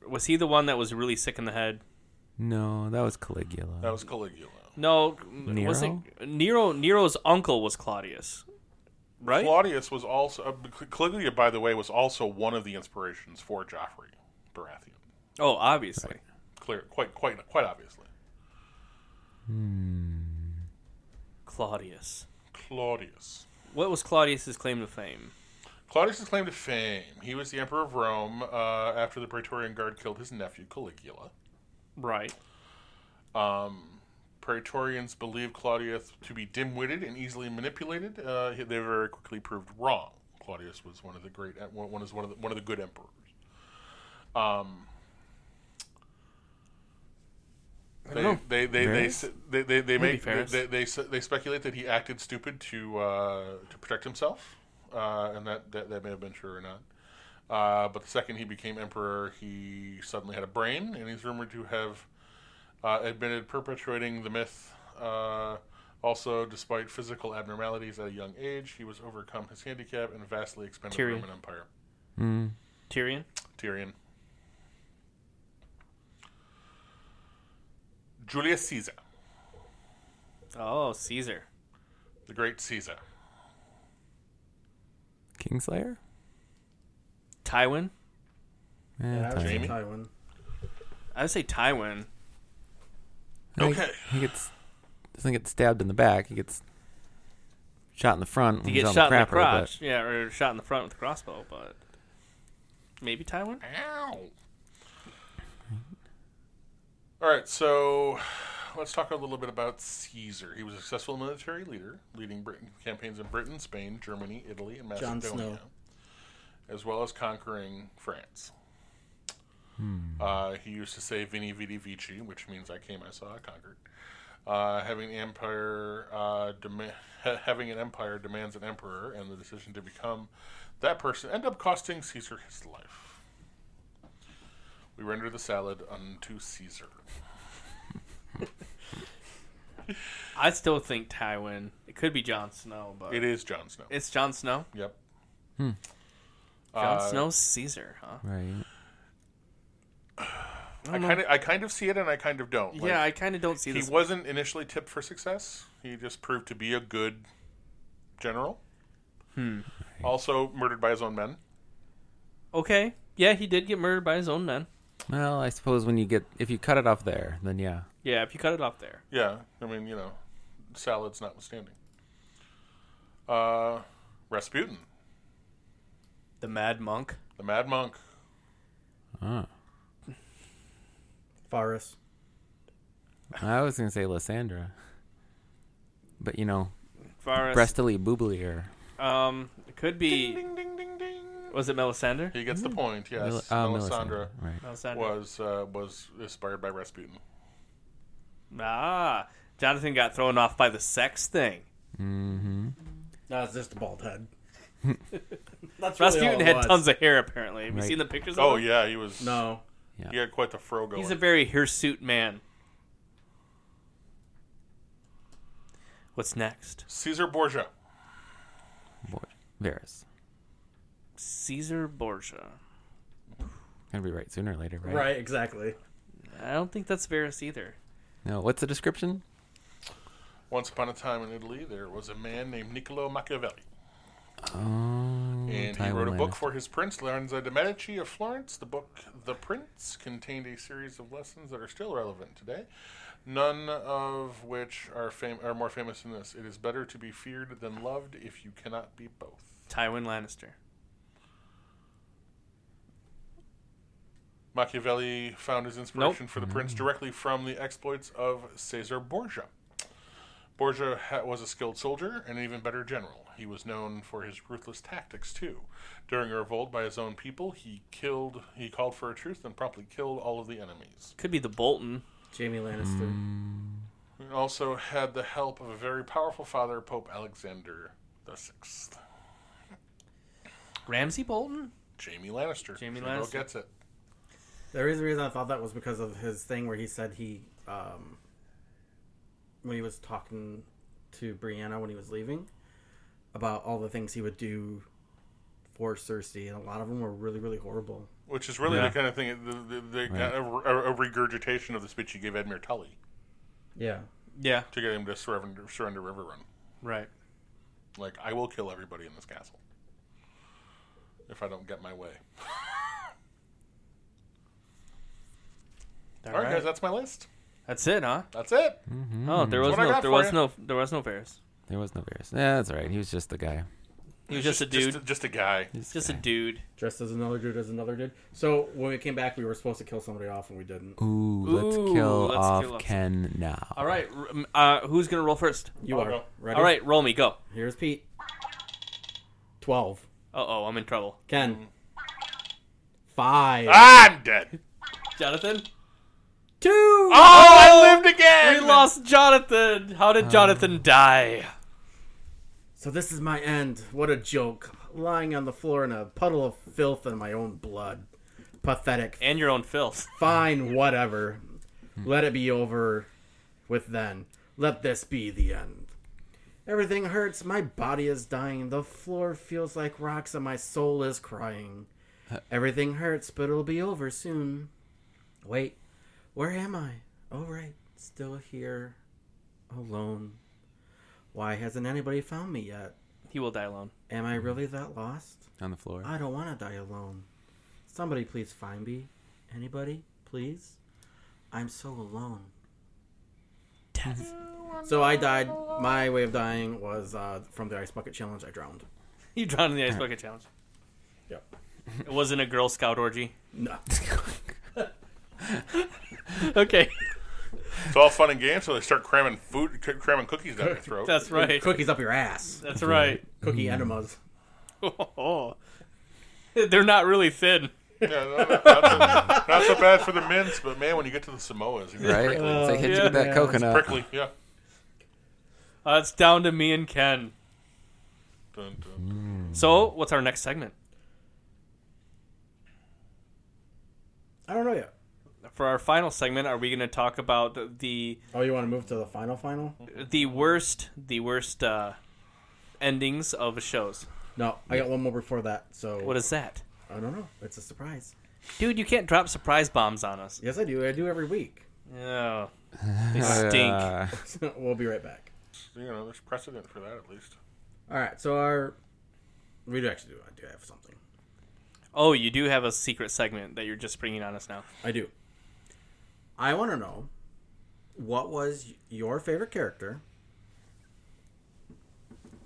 Speaker 3: Was he the one that was really sick in the head?
Speaker 2: No, that was Caligula.
Speaker 1: That was Caligula.
Speaker 3: No,
Speaker 2: Nero?
Speaker 3: wasn't Nero? Nero's uncle was Claudius, right?
Speaker 1: Claudius was also uh, Cal- Caligula, by the way, was also one of the inspirations for Joffrey Baratheon.
Speaker 3: oh, obviously.
Speaker 1: Clear, quite, quite, quite obviously.
Speaker 3: Claudius.
Speaker 1: Claudius.
Speaker 3: What was Claudius's claim to fame?
Speaker 1: Claudius' claim to fame. He was the emperor of Rome uh, after the Praetorian Guard killed his nephew Caligula.
Speaker 3: Right.
Speaker 1: Praetorians believed Claudius to be dim-witted and easily manipulated. Uh, he- they very quickly proved wrong. Claudius was one of the great, uh, one, one is one of the, one of the good emperors. Um, they they they they,
Speaker 2: Various?
Speaker 1: s- they they they make
Speaker 3: Maybe
Speaker 1: they,
Speaker 3: Ferris.
Speaker 1: they, they, s- they speculate that he acted stupid to uh, to protect himself, uh, and that, that that may have been true or not. Uh, but the second he became emperor, he suddenly had a brain, and he's rumored to have uh, admitted perpetuating the myth. Uh, also, despite physical abnormalities at a young age, he was overcome his handicap and vastly expanded the
Speaker 3: Tyrion.
Speaker 2: Mm.
Speaker 1: Roman Empire.
Speaker 3: Tyrion.
Speaker 1: Tyrion. Julius Caesar,
Speaker 3: Oh, Caesar.
Speaker 1: the great Caesar.
Speaker 2: Kingslayer?
Speaker 3: Tywin.
Speaker 2: Eh,
Speaker 4: Yeah, I would say
Speaker 1: Jamie?
Speaker 4: Tywin.
Speaker 3: I would say Tywin.
Speaker 2: I think-
Speaker 1: Okay.
Speaker 2: He gets doesn't get stabbed in the back. He gets shot in the front.
Speaker 3: He
Speaker 2: when he's
Speaker 3: gets
Speaker 2: on
Speaker 3: shot in the
Speaker 2: crapper, but-
Speaker 3: crotch. Yeah, or shot in the front with a crossbow, but maybe Tywin.
Speaker 1: Ow. All right, so let's talk a little bit about Caesar. He was a successful military leader, leading Britain campaigns in Britain, Spain, Germany, Italy, and
Speaker 4: Jon
Speaker 1: Macedonia, as well as conquering France. Uh, he used to say "Vini, Vidi, Vici," which means "I came, I saw, I conquered." Uh, having empire, uh, dem- ha- having an empire demands an emperor, and the decision to become that person ended up costing Caesar his life. We render the salad unto Caesar.
Speaker 3: I still think Tywin. It could be Jon Snow, but
Speaker 1: It is Jon Snow.
Speaker 3: it's Jon Snow.
Speaker 1: yep.
Speaker 3: Jon
Speaker 1: Uh,
Speaker 3: Snow's Caesar, huh?
Speaker 2: Right.
Speaker 1: I kind of, I kind of see it, and I kind of don't. Like,
Speaker 3: yeah, I kind of don't see
Speaker 1: he
Speaker 3: this.
Speaker 1: wasn't initially tipped for success. He just proved to be a good general.
Speaker 3: Hmm.
Speaker 1: Also murdered by his own men.
Speaker 3: okay, yeah, he did get murdered by his own men.
Speaker 2: Well, I suppose when you get if you cut it off there, then yeah.
Speaker 3: Yeah, if you cut it off there,
Speaker 1: Yeah, I mean, you know, salads notwithstanding. Uh, Rasputin,
Speaker 3: the Mad Monk.
Speaker 1: the Mad Monk.
Speaker 2: Ah.
Speaker 4: Varus.
Speaker 2: I was gonna say Lysandra. But you know,
Speaker 3: Varus.
Speaker 2: breastily booblier.
Speaker 3: Um, it could
Speaker 1: Ding,
Speaker 3: be.
Speaker 1: ding, ding, ding, ding.
Speaker 3: Was it Melisandre?
Speaker 1: He gets the point.
Speaker 2: Mel-
Speaker 1: Yes,
Speaker 2: ah,
Speaker 1: Melisandre
Speaker 2: Melisandre, Right.
Speaker 3: Hmm. uh, Melisandre.
Speaker 1: was uh, was inspired by Rasputin.
Speaker 3: Ah, Jonathan got thrown off by the sex thing.
Speaker 2: Mm-hmm.
Speaker 4: No, it's just a bald head. <laughs> That's really
Speaker 3: Rasputin
Speaker 4: all it
Speaker 3: had
Speaker 4: was.
Speaker 3: tons of hair, apparently. Have you
Speaker 2: Right.
Speaker 3: seen the pictures?
Speaker 1: Oh
Speaker 3: of him?
Speaker 1: yeah, he was.
Speaker 4: No.
Speaker 1: he had quite the fro going.
Speaker 3: he's a very hirsute man. What's next?
Speaker 1: Caesar Borgia.
Speaker 2: Boy. Varys.
Speaker 3: Caesar Borgia.
Speaker 2: Gonna be right sooner or later, right?
Speaker 4: Right. exactly.
Speaker 3: I don't think that's Varys either.
Speaker 2: No, what's the description?
Speaker 1: Once upon a time in Italy, there was a man named Niccolo Machiavelli,
Speaker 2: Oh,
Speaker 1: and he
Speaker 2: Tywin
Speaker 1: wrote a book
Speaker 2: Lannister.
Speaker 1: for his prince Lorenzo de' Medici of Florence. The book, The Prince, contained a series of lessons that are still relevant today. None of which are fam- are more famous than this: "It is better to be feared than loved if you cannot be both."
Speaker 3: Tywin Lannister.
Speaker 1: Machiavelli found his inspiration for the
Speaker 3: Mm.
Speaker 1: prince directly from the exploits of Caesar Borgia. Borgia ha- was a skilled soldier and an even better general. He was known for his ruthless tactics too. During a revolt by his own people, he killed. He called for a truce and promptly killed all of the enemies.
Speaker 3: Could be the Bolton.
Speaker 4: Jamie Lannister.
Speaker 1: He also had the help of a very powerful father, Pope Alexander the Sixth.
Speaker 3: Ramsey Bolton?
Speaker 1: Jamie Lannister.
Speaker 3: Jamie
Speaker 1: Trudeau
Speaker 3: Lannister.
Speaker 1: gets it.
Speaker 4: The reason, reason I thought that was because of his thing where he said he, um, when he was talking to Brianna when he was leaving, about all the things he would do for Cersei, and a lot of them were really, really horrible.
Speaker 1: Which is really
Speaker 3: Yeah.
Speaker 1: the kind of thing, the, the, the kind of a, a regurgitation of the speech he gave Edmure Tully.
Speaker 4: Yeah.
Speaker 3: Yeah,
Speaker 1: to get him to surrender, surrender River Run.
Speaker 3: right.
Speaker 1: Like, I will kill everybody in this castle if I don't get my way. All right, guys, that's my list.
Speaker 3: That's it, huh?
Speaker 1: That's it.
Speaker 3: Oh,
Speaker 4: Mm.
Speaker 3: there was
Speaker 1: what I
Speaker 3: no
Speaker 1: got
Speaker 3: there
Speaker 1: for
Speaker 3: was
Speaker 1: you.
Speaker 3: no there was no Varys.
Speaker 2: There was no Varys. Yeah, that's all right. He was just the guy.
Speaker 3: He was just, a dude.
Speaker 1: just, a guy.
Speaker 2: He's
Speaker 3: just
Speaker 2: the
Speaker 3: a
Speaker 2: guy.
Speaker 3: dude.
Speaker 4: Dressed as another dude, as another dude. So when we came back, we were supposed to kill somebody off, and we didn't.
Speaker 2: Ooh, let's
Speaker 3: Ooh,
Speaker 2: kill
Speaker 3: let's
Speaker 2: off
Speaker 3: kill off-
Speaker 2: Ken now.
Speaker 3: All right, r- m- uh, who's gonna roll first?
Speaker 4: You
Speaker 1: I'll
Speaker 4: are
Speaker 1: go.
Speaker 4: ready.
Speaker 3: All right, roll me. Go.
Speaker 4: Here's Pete. Twelve.
Speaker 3: Uh oh, I'm in trouble.
Speaker 4: Ken.
Speaker 1: Mm.
Speaker 4: Five.
Speaker 1: I'm dead.
Speaker 3: Jonathan.
Speaker 4: Two.
Speaker 1: Oh, I lived
Speaker 3: We
Speaker 1: again.
Speaker 3: lost Jonathan. How did Jonathan die?
Speaker 4: So this is my end. What a joke. Lying on the floor in a puddle of filth and my own blood. Pathetic.
Speaker 3: And your own filth. <laughs>
Speaker 4: Fine, whatever. Let it be over with then. Let this be the end. Everything hurts. My body is dying. The floor feels like rocks and my soul is crying. Everything hurts, but it'll be over soon. Wait, where am I? Oh, right, still here, alone. Why hasn't anybody found me yet?
Speaker 3: He will die alone.
Speaker 4: Am I really that lost?
Speaker 2: on the floor.
Speaker 4: I don't want to die alone. Somebody please find me. Anybody, please? I'm so alone. So I died. My way of dying was uh, from the ice bucket challenge. I drowned.
Speaker 3: He drowned in the ice bucket challenge.
Speaker 4: Yep.
Speaker 3: It wasn't a Girl Scout orgy.
Speaker 4: <laughs> No.
Speaker 3: <laughs> Okay,
Speaker 1: It's all fun and games, so they start cramming food, c- cramming cookies down your throat.
Speaker 3: <laughs> that's right.
Speaker 4: Cookies up your ass.
Speaker 3: That's right. <laughs>
Speaker 4: Cookie enemas.
Speaker 3: Oh. They're not really thin.
Speaker 1: yeah, no, no, not, so, not so bad for the mints, but man, when you get to the Samoas, you
Speaker 2: right?
Speaker 1: prickly.
Speaker 2: it's like hit you
Speaker 3: yeah.
Speaker 2: with that
Speaker 4: Yeah.
Speaker 2: coconut.
Speaker 1: prickly. Yeah.
Speaker 3: Uh, it's down to me and Ken.
Speaker 1: Dun, dun.
Speaker 3: So, what's our next segment
Speaker 4: I don't know yet.
Speaker 3: for our final segment? Are we going to talk about the
Speaker 4: Oh, you want to move to the final final?
Speaker 3: the worst the worst uh, endings of shows?
Speaker 4: No, I got one more before that. So
Speaker 3: What is that,
Speaker 4: I don't know. It's a surprise.
Speaker 3: dude? You can't drop surprise bombs on us.
Speaker 4: Yes, I do. I do every week. <laughs>
Speaker 3: Oh,
Speaker 2: <laughs>
Speaker 3: they stink.
Speaker 2: Uh,
Speaker 4: we'll be right back.
Speaker 1: You know, there's precedent for that at least.
Speaker 4: All right. So our we do actually do. I do have something.
Speaker 3: Oh, you do have a secret segment that you're just bringing on us now.
Speaker 4: I do. I want to know what was your favorite character,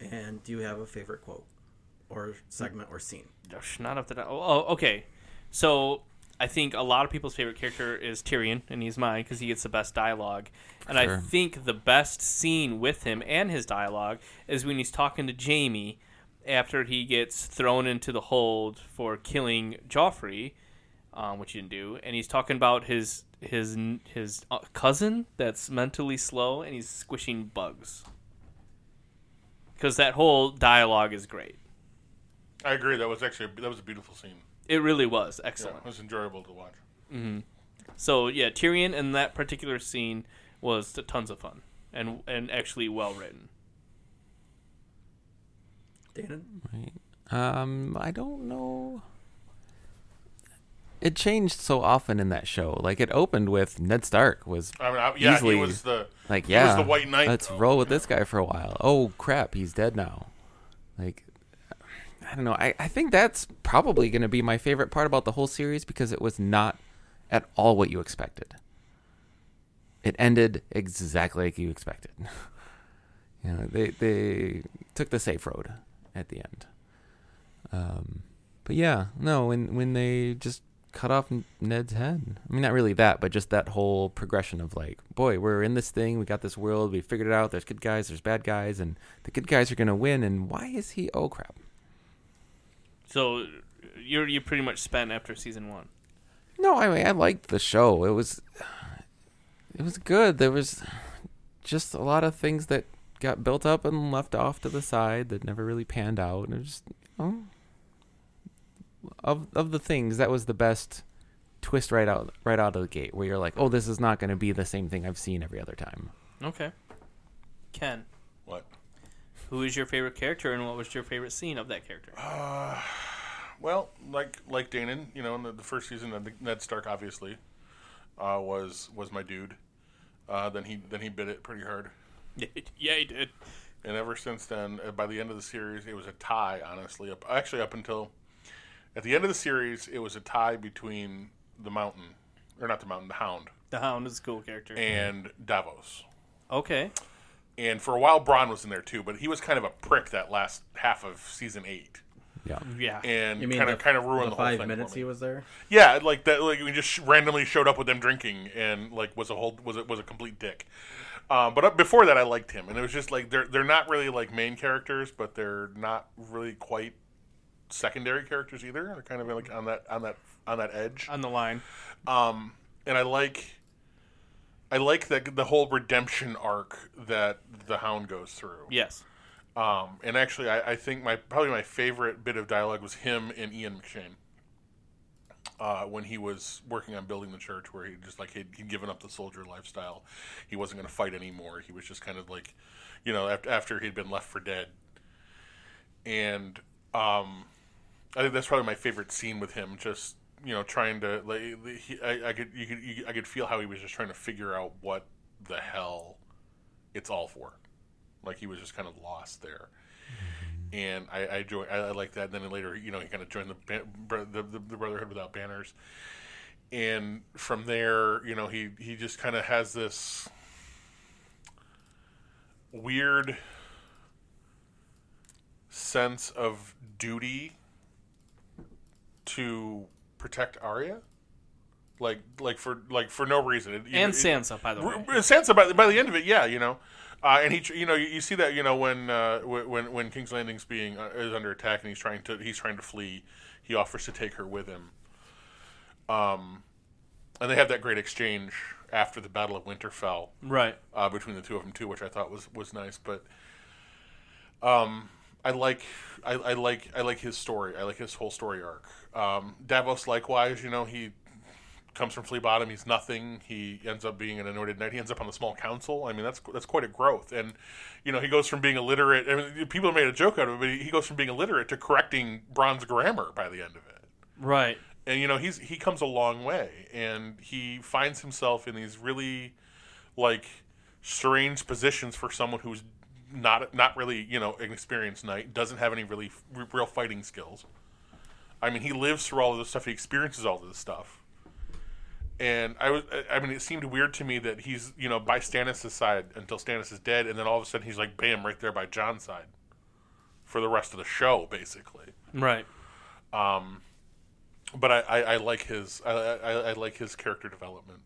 Speaker 4: and do you have a favorite quote, or segment, or scene?
Speaker 3: Gosh, Not up to that. Oh, oh, okay. So I think a lot of people's favorite character is Tyrion, and he's mine because he gets the best dialogue. And
Speaker 2: Sure.
Speaker 3: I think the best scene with him and his dialogue is when he's talking to Jamie after he gets thrown into the hold for killing Joffrey, um, which he didn't do, and he's talking about his his his uh, cousin that's mentally slow, and he's squishing bugs. Because that whole dialogue is great.
Speaker 1: I agree. That was actually that was a beautiful scene.
Speaker 3: It really was
Speaker 1: Yeah,
Speaker 3: excellent.
Speaker 1: it was enjoyable to watch.
Speaker 3: So yeah, Tyrion in that particular scene was t- tons of fun and and actually well written.
Speaker 4: Danon.
Speaker 2: um, I don't know. It changed so often in that show. Like it opened with Ned Stark was
Speaker 1: I mean, I, yeah,
Speaker 2: Easily.
Speaker 1: he was the
Speaker 2: like,
Speaker 1: he was
Speaker 2: yeah,
Speaker 1: the White Knight,
Speaker 2: Let's
Speaker 1: though.
Speaker 2: roll with this guy for a while. Oh crap, he's dead now. Like, I don't know. I, I think that's probably going to be my favorite part about the whole series because it was not at all what you expected. It ended exactly like you expected. <laughs> you know, they they took the safe road at the end. Um, but yeah, no, when when they just cut off N- Ned's head. I mean, not really that, but just that whole progression of like, boy, we're in this thing, we got this world, we figured it out. There's good guys, there's bad guys, and the good guys are gonna win. And why is he? Oh crap!
Speaker 3: So you're you pretty much spent after season one.
Speaker 2: No, I mean, I liked the show. It was, it was good. There was just a lot of things that got built up and left off to the side that never really panned out. And it was just, you know, of of the things that was the best twist right out right out of the gate where you're like, oh, this is not going to be the same thing I've seen every other time.
Speaker 3: Okay. Ken,
Speaker 1: What?
Speaker 3: who is your favorite character and what was your favorite scene of that character?
Speaker 1: Well, like like Danon, you know, in the, the first season, I think Ned Stark obviously uh, was was my dude. Uh, then he then he bit it pretty hard,
Speaker 3: <laughs> yeah, he did.
Speaker 1: and ever since then, uh, by the end of the series, it was a tie. Honestly, up actually up until at the end of the series, it was a tie between the Mountain, or not the Mountain, the Hound,
Speaker 3: The Hound is a cool character.
Speaker 1: and Davos.
Speaker 3: Okay.
Speaker 1: And for a while, Braun was in there too, but he was kind of a prick that last half of season eight,
Speaker 2: Yeah,
Speaker 4: Ah,
Speaker 3: Yeah.
Speaker 1: and kind of kind of ruined the, whole
Speaker 4: five
Speaker 1: thing
Speaker 4: minutes
Speaker 1: for me.
Speaker 4: he was there?
Speaker 1: Yeah, like that. Like we just sh- randomly showed up with them drinking, and like was a whole was a, was a complete dick. Um, but up before that, I liked him, and it was just like they're they're not really like main characters, but they're not really quite secondary characters either. They're kind of like on that on that on that edge.
Speaker 3: On the line.
Speaker 1: Um, and I like I like that the whole redemption arc that the Hound goes through.
Speaker 3: Yes.
Speaker 1: Um, and actually, I, I think my probably my favorite bit of dialogue was him and Ian McShane uh, when he was working on building the church, where he just like he'd, he'd given up the soldier lifestyle. He wasn't going to fight anymore. He was just kind of like, you know, after, after he'd been left for dead. And um, I think that's probably my favorite scene with him. Just you know, trying to like the- he, I, I could you could you, I could feel how he was just trying to figure out what the hell it's all for. Like he was just kind of lost there. And I I, join, I, I like that. And then later, you know, he kind of joined the, ban- bro- the the the Brotherhood without banners. And from there, you know, he he just kind of has this weird sense of duty to protect Arya, like like for like for no reason. It-
Speaker 3: and
Speaker 1: it-
Speaker 3: Sansa, by the
Speaker 1: R-
Speaker 3: way.
Speaker 1: R- Sansa by the, by the end of it, yeah, you know, uh, and he, tr- you know, you, you see that, you know, when uh, wh- when when King's Landing's being uh, is under attack and he's trying to he's trying to flee, he offers to take her with him. Um, and they have that great exchange after the Battle of Winterfell
Speaker 3: Right.
Speaker 1: uh, between the two of them too, which I thought was was nice. But um, I like I, I like I like his story. I like his whole story arc. Um, Davos, likewise, you know, he comes from Flea Bottom. He's nothing. He ends up being an anointed knight. He ends up on the small council. I mean, that's that's quite a growth. And you know, he goes from being illiterate. I mean, people made a joke out of it, but he- he goes from being illiterate to correcting Bronze grammar by the end of it
Speaker 3: Right.
Speaker 1: and you know he's he comes a long way and he finds himself in these really like strange positions for someone who's not not really you know an experienced knight doesn't have any really r- real fighting skills i mean he lives through all of this stuff he experiences all of this stuff and i was I- i mean it seemed weird to me that he's you know by stannis' side until stannis is dead and then all of a sudden he's like bam right there by john's side for the rest of the show basically
Speaker 3: Right.
Speaker 1: but I, I, I like his I, I, I like his character development.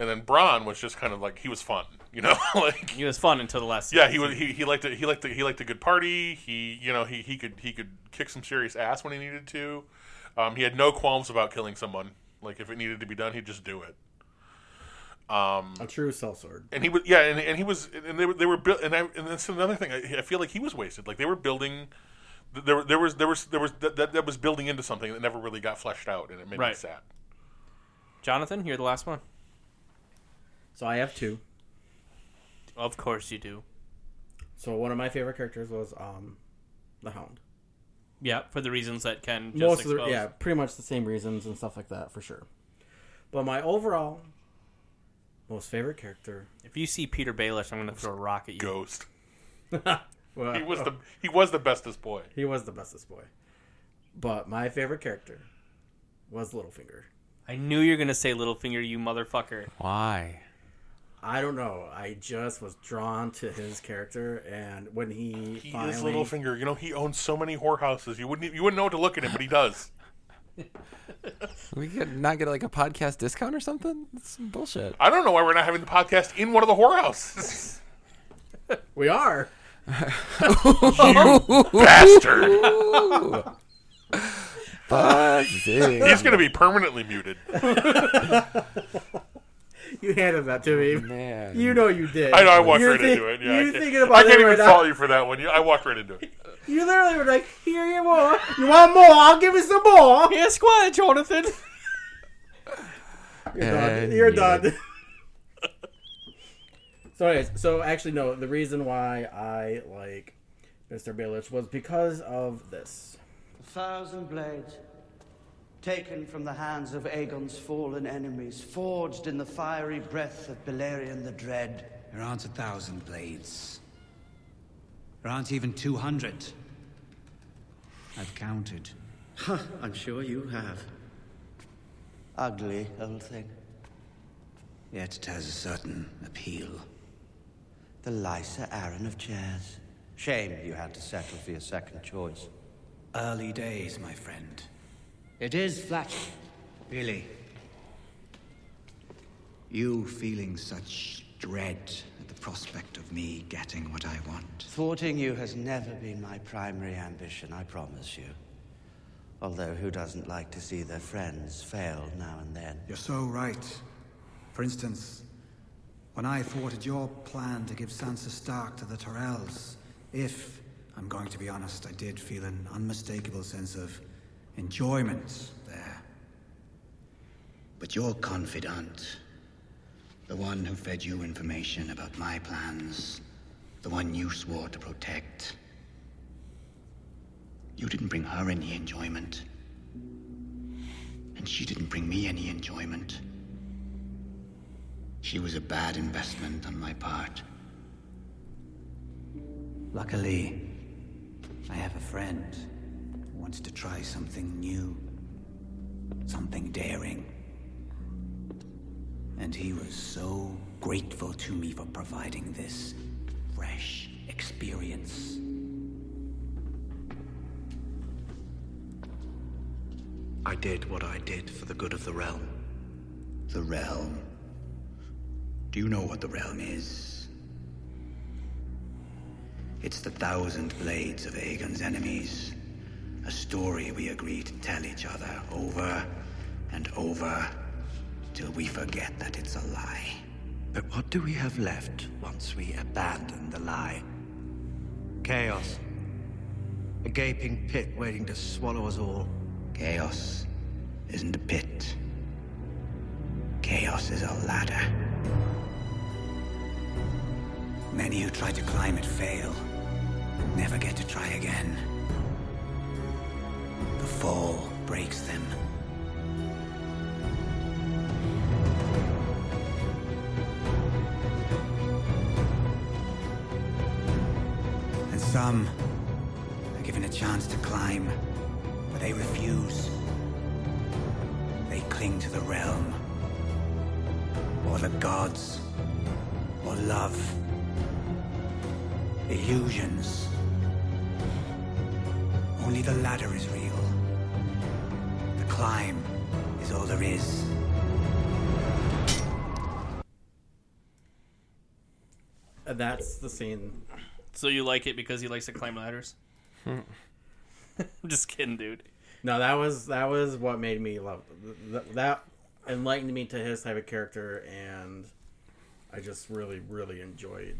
Speaker 1: And then Braun was just kind of like he was fun, <laughs> you know, like
Speaker 3: It was fun until the last
Speaker 1: yeah, he was he, he liked it. He liked the, he liked a good party. He you know he, he could he could kick some serious ass when he needed to. Um, he had no qualms about killing someone. Like if it needed to be done, he'd just do it.
Speaker 4: A true sellsword.
Speaker 1: and he was yeah, and, and he was and they were they were built and I and that's another thing I, I feel like he was wasted. Like they were building, there were- there was there was there was that, that, that was building into something that never really got fleshed out, and it made me
Speaker 3: Right.
Speaker 1: sad.
Speaker 3: Jonathan, you're the last one.
Speaker 4: So I have two.
Speaker 3: Of course you do.
Speaker 4: So one of my favorite characters was um, the Hound.
Speaker 3: Yeah, for the reasons that Ken just
Speaker 4: Most of
Speaker 3: exposed.
Speaker 4: the, yeah, pretty much the same reasons and stuff like that for sure. But my overall most favorite character.
Speaker 3: If you see Peter Baelish, I'm going to throw a rock at you.
Speaker 1: Ghost.
Speaker 4: Well,
Speaker 1: He was the he was the bestest boy.
Speaker 4: he was the bestest boy. But my favorite character was Littlefinger.
Speaker 3: I knew you were going to say Littlefinger, you motherfucker.
Speaker 2: Why?
Speaker 4: I don't know. I just was drawn to his character, and when he,
Speaker 1: He
Speaker 4: finally,
Speaker 1: is Littlefinger. You know he owns so many whorehouses. You wouldn't you wouldn't know what to look at him, but he does.
Speaker 2: We could not get like a podcast discount or something? That's some bullshit.
Speaker 1: I don't know why we're not having the podcast in one of the
Speaker 4: <laughs>
Speaker 1: whorehouses.
Speaker 4: we are. <laughs>
Speaker 1: you bastard!
Speaker 2: <laughs> Buzzing.
Speaker 1: He's gonna be permanently muted.
Speaker 4: You handed that to me.
Speaker 2: Oh, Man.
Speaker 4: You know you did.
Speaker 1: I know I walked
Speaker 4: You're
Speaker 1: right
Speaker 4: think-
Speaker 1: into it. Yeah, I
Speaker 4: you're
Speaker 1: can't-
Speaker 4: thinking about
Speaker 1: I can't
Speaker 4: it
Speaker 1: even
Speaker 4: right now.
Speaker 1: fault you for that one. You- I walked right into it.
Speaker 4: You literally were like, "Here you are. You want more? I'll give you some more."
Speaker 3: Yeah, squad, Jonathan.
Speaker 4: You're done.
Speaker 2: And
Speaker 4: You're
Speaker 2: you-
Speaker 4: done. <laughs> so, anyways, so actually, no. The reason why I like Mr. Baelish was because of this.
Speaker 6: A thousand blades taken from the hands of Aegon's fallen enemies, forged in the fiery breath of Beleriand the Dread.
Speaker 7: There aren't a thousand blades. There aren't even 200. I've counted.
Speaker 6: I'm sure you have. Ugly old thing.
Speaker 7: Yet it has a certain appeal.
Speaker 6: The Lysa Aaron of chairs. Shame you had to settle for your second choice.
Speaker 7: Early days, my friend.
Speaker 6: It is flattering.
Speaker 7: Really? You feeling such dread at the prospect of me getting what I want?
Speaker 6: Thwarting you has never been my primary ambition, I promise you. Although, who doesn't like to see their friends fail now and then?
Speaker 7: You're so right. For instance, when I thwarted your plan to give Sansa Stark to the Tyrells, if, I'm going to be honest, I did feel an unmistakable sense of enjoyment there. But your confidant, the one who fed you information about my plans, the one you swore to protect, You didn't bring her any enjoyment. And she didn't bring me any enjoyment. She was a bad investment on my part. Luckily, I have a friend who wants to try something new, something daring. And he was so grateful to me for providing this fresh experience. I did what I did for the good of the realm. The realm? Do you know what the realm is? It's the thousand blades of Aegon's enemies. A story we agree to tell each other over and over till we forget that it's a lie. But what do we have left once we abandon the lie?
Speaker 8: Chaos. A gaping pit waiting to swallow us all.
Speaker 7: Chaos isn't a pit. Chaos is a ladder. Many who try to climb it fail, never get to try again. The fall breaks them. And some are given a chance to climb, but they refuse. They cling to the realm, or the gods, or love, illusions. Only the ladder is real. The climb is all there is.
Speaker 4: And that's the scene.
Speaker 3: So you like it because he likes to climb ladders?
Speaker 1: Hmm.
Speaker 3: <laughs> I'm just kidding, dude.
Speaker 4: No, that was that was what made me love th- th- that enlightened me to his type of character, and I just really really enjoyed.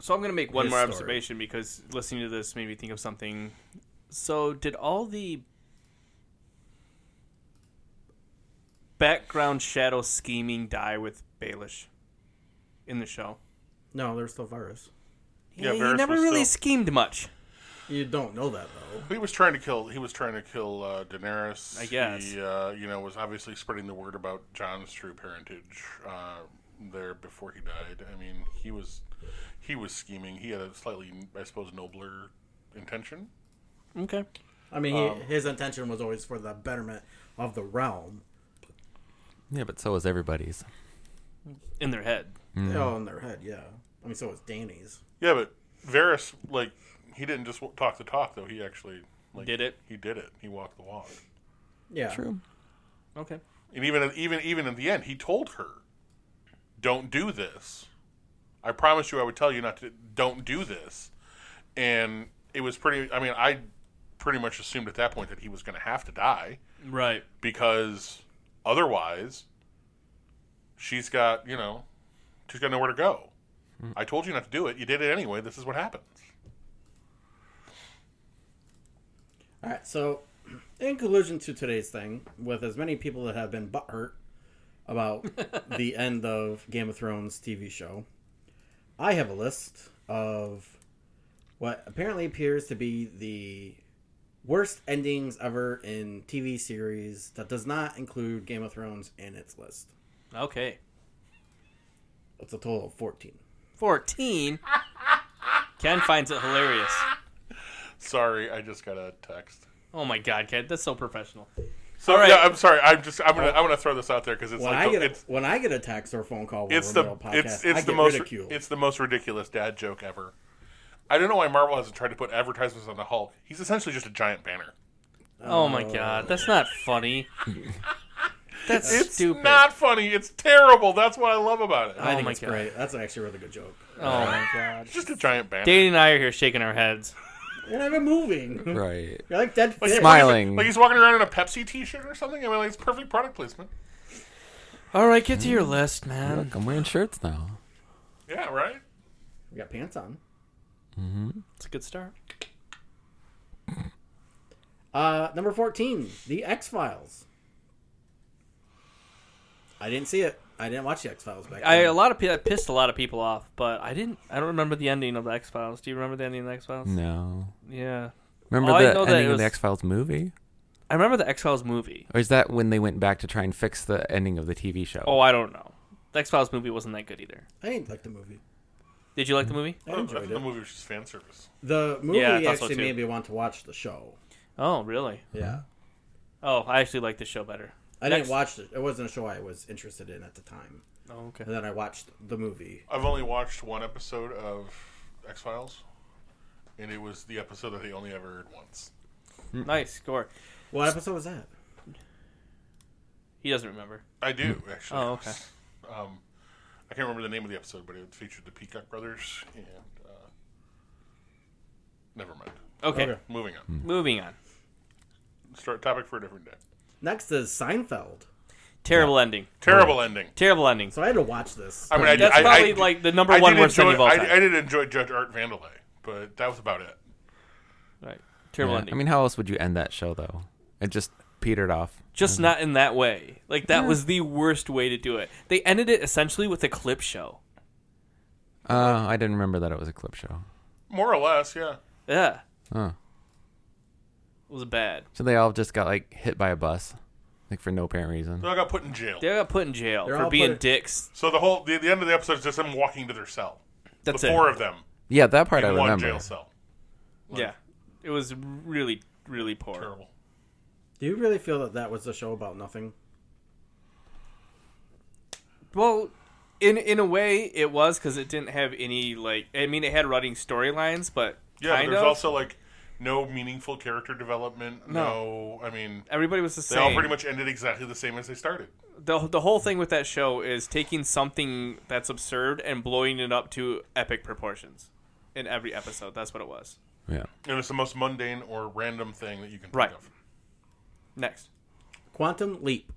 Speaker 3: So I'm gonna make one
Speaker 4: His
Speaker 3: more
Speaker 4: story.
Speaker 3: observation because listening to this made me think of something. So did all the background shadow scheming die with Baelish in the show?
Speaker 4: No, there's still virus.
Speaker 1: Yeah,
Speaker 3: he
Speaker 1: Varys
Speaker 3: never
Speaker 1: was
Speaker 3: really
Speaker 1: still-
Speaker 3: schemed much.
Speaker 4: You don't know that though.
Speaker 1: He was trying to kill. He was trying to kill uh, Daenerys.
Speaker 3: I guess.
Speaker 1: he, uh, you know, was obviously spreading the word about John's true parentage uh, there before he died. I mean, he was he was scheming. He had a slightly, I suppose, nobler intention.
Speaker 3: Okay.
Speaker 4: I mean,
Speaker 3: Oh.
Speaker 4: he, his intention was always for the betterment of the realm.
Speaker 2: Yeah, but so is everybody's.
Speaker 3: In their head.
Speaker 4: Oh, in their head, yeah. I mean, so was Danny's.
Speaker 1: Yeah, but Varys, like, he didn't just w- talk the talk though. He actually like,
Speaker 3: Did it?
Speaker 1: He did it. He walked the walk.
Speaker 4: Yeah,
Speaker 2: True.
Speaker 3: Okay.
Speaker 1: And even even even in the end, he told her, "Don't do this. I promised you I would tell you not to. Don't do this." And it was pretty. I mean, I pretty much assumed at that point that he was going to have to die
Speaker 3: Right.
Speaker 1: because otherwise, she's got you know, she's got nowhere to go.
Speaker 4: Hmm.
Speaker 1: I told you not to do it. You did it anyway. This is what happens.
Speaker 4: All right, so in conclusion to today's thing, with as many people that have been butthurt
Speaker 1: <laughs>
Speaker 4: about the end of Game of Thrones TV show, I have a list of what apparently appears to be the worst endings ever in TV series that does not include Game of Thrones in its list.
Speaker 3: Okay.
Speaker 4: It's a total of 14.
Speaker 3: 14. Ken finds it hilarious.
Speaker 1: Sorry, I just got a text.
Speaker 3: Oh my god, Ken, that's so professional.
Speaker 1: So
Speaker 3: All right.
Speaker 1: yeah, I'm sorry. I'm just I'm gonna I'm gonna throw this out there because it's
Speaker 4: When
Speaker 1: like
Speaker 4: I
Speaker 1: the-
Speaker 4: get
Speaker 1: it's
Speaker 4: a, when I get a text or phone call,
Speaker 1: it's
Speaker 4: it's
Speaker 1: the
Speaker 4: podcast,
Speaker 1: it's
Speaker 4: I
Speaker 1: it's
Speaker 4: get
Speaker 1: the most
Speaker 4: ridiculed.
Speaker 1: it's the most ridiculous dad joke ever. I don't know why Marvel hasn't tried to put advertisements on the Hulk. He's essentially just a giant banner.
Speaker 3: Oh my god, that's not <laughs> funny. That's
Speaker 1: It's
Speaker 3: stupid.
Speaker 1: not funny. It's terrible. That's what I love about it.
Speaker 4: I
Speaker 3: oh
Speaker 4: think
Speaker 3: my
Speaker 4: it's
Speaker 3: God.
Speaker 4: great. That's actually a really good joke.
Speaker 3: Oh my god.
Speaker 1: It's just a giant banner.
Speaker 3: Danny and I are here shaking our heads.
Speaker 4: You're not even moving.
Speaker 1: <laughs>
Speaker 2: Right.
Speaker 4: You're like dead
Speaker 1: Like,
Speaker 4: fish.
Speaker 1: what is it?
Speaker 2: Smiling.
Speaker 1: Like he's walking around in a Pepsi T-shirt or something. I mean, like, it's perfect product placement.
Speaker 3: All right, get to your list, man.
Speaker 2: Look, I'm wearing shirts now.
Speaker 1: Yeah, right.
Speaker 4: We got pants on.
Speaker 3: It's a good start.
Speaker 4: Uh, number 14, The X Files. I didn't see it. I didn't watch The X Files back
Speaker 3: I
Speaker 4: then.
Speaker 3: a lot of pe- I pissed a lot of people Hmm. off, but I didn't. I don't remember the ending of the X Files. Do you remember the ending of the X Files?
Speaker 2: No.
Speaker 3: Yeah,
Speaker 2: Remember
Speaker 3: All I
Speaker 2: the
Speaker 3: know that
Speaker 2: ending
Speaker 3: it
Speaker 2: of
Speaker 3: was-
Speaker 2: the X Files movie?
Speaker 3: I remember the X Files movie.
Speaker 2: Or is that when they went back to try and fix the ending of the TV show?
Speaker 3: Oh, I don't know. The X Files movie wasn't that good either.
Speaker 4: I didn't like the movie.
Speaker 3: Did you like the movie?
Speaker 1: I
Speaker 4: I
Speaker 1: thought
Speaker 4: enjoyed
Speaker 1: the
Speaker 4: it.
Speaker 1: movie was just fan service.
Speaker 4: The movie
Speaker 3: Yeah, I thought so
Speaker 4: actually
Speaker 3: too.
Speaker 4: made me want to watch the show.
Speaker 3: Oh, really?
Speaker 4: Yeah.
Speaker 3: Oh, I actually like the show better.
Speaker 4: I
Speaker 3: Next.
Speaker 4: didn't watch it. It wasn't a show I was interested in at the time.
Speaker 3: Oh, okay.
Speaker 4: And then I watched the movie.
Speaker 1: I've only watched one episode of X Files, and it was the episode that they only ever aired once.
Speaker 3: Nice score.
Speaker 4: What episode was that?
Speaker 3: He doesn't remember.
Speaker 1: I do actually.
Speaker 3: Oh, okay.
Speaker 1: Um, I can't remember the name of the episode, but it featured the Peacock brothers and. Uh, never mind.
Speaker 3: Okay,
Speaker 4: Okay.
Speaker 1: Moving on.
Speaker 3: moving on.
Speaker 1: Start topic for a different day.
Speaker 4: Next is Seinfeld.
Speaker 3: Terrible ending.
Speaker 1: Terrible ending.
Speaker 3: Terrible ending.
Speaker 4: So I had to watch this.
Speaker 1: I mean, I,
Speaker 3: That's
Speaker 1: I,
Speaker 3: probably
Speaker 1: I,
Speaker 3: like the number
Speaker 1: I
Speaker 3: one
Speaker 1: did
Speaker 3: worst
Speaker 1: enjoy,
Speaker 3: ending of all
Speaker 1: I-
Speaker 3: time.
Speaker 1: I, did enjoy Judge Art Vandalay, but that was about it.
Speaker 3: right. Terrible
Speaker 2: Yeah.
Speaker 3: ending.
Speaker 2: I mean, how else would you end that show though? It just petered off.
Speaker 3: just not in that way. Like that was the worst way to do it. They ended it essentially with a clip show.
Speaker 2: Uh, I didn't remember that it was a clip show.
Speaker 1: More or less, yeah.
Speaker 3: Yeah,
Speaker 2: Huh.
Speaker 3: it was bad.
Speaker 2: So they all just got like hit by a bus, like for no apparent reason.
Speaker 1: They all got put in jail.
Speaker 3: They got put in jail
Speaker 4: They're
Speaker 3: for
Speaker 4: all
Speaker 3: being
Speaker 4: put-
Speaker 3: dicks.
Speaker 1: So the whole the, the end of the episode is just them walking to their cell.
Speaker 3: That's
Speaker 1: the
Speaker 3: it.
Speaker 1: four of them
Speaker 2: Yeah, that part
Speaker 1: in
Speaker 2: I
Speaker 1: one
Speaker 2: remember.
Speaker 1: jail cell.
Speaker 3: Yeah, it was really, really poor.
Speaker 1: Terrible.
Speaker 4: Do you really feel that that was a show about nothing?
Speaker 3: Well, in in a way, it was because it didn't have any like. I mean, it had running storylines, but
Speaker 1: Yeah, but
Speaker 3: kind
Speaker 1: there's
Speaker 3: of.
Speaker 1: also like no meaningful character development. No,
Speaker 3: No.
Speaker 1: I mean
Speaker 3: Everybody was the
Speaker 1: they
Speaker 3: same.
Speaker 1: all pretty much ended exactly the same as they started.
Speaker 3: the the whole thing with that show is taking something that's absurd and blowing it up to epic proportions in every episode. That's what it was.
Speaker 2: Yeah.
Speaker 1: It was the most mundane or random thing that you can think
Speaker 3: Right.
Speaker 1: of.
Speaker 3: Next.
Speaker 4: Quantum Leap.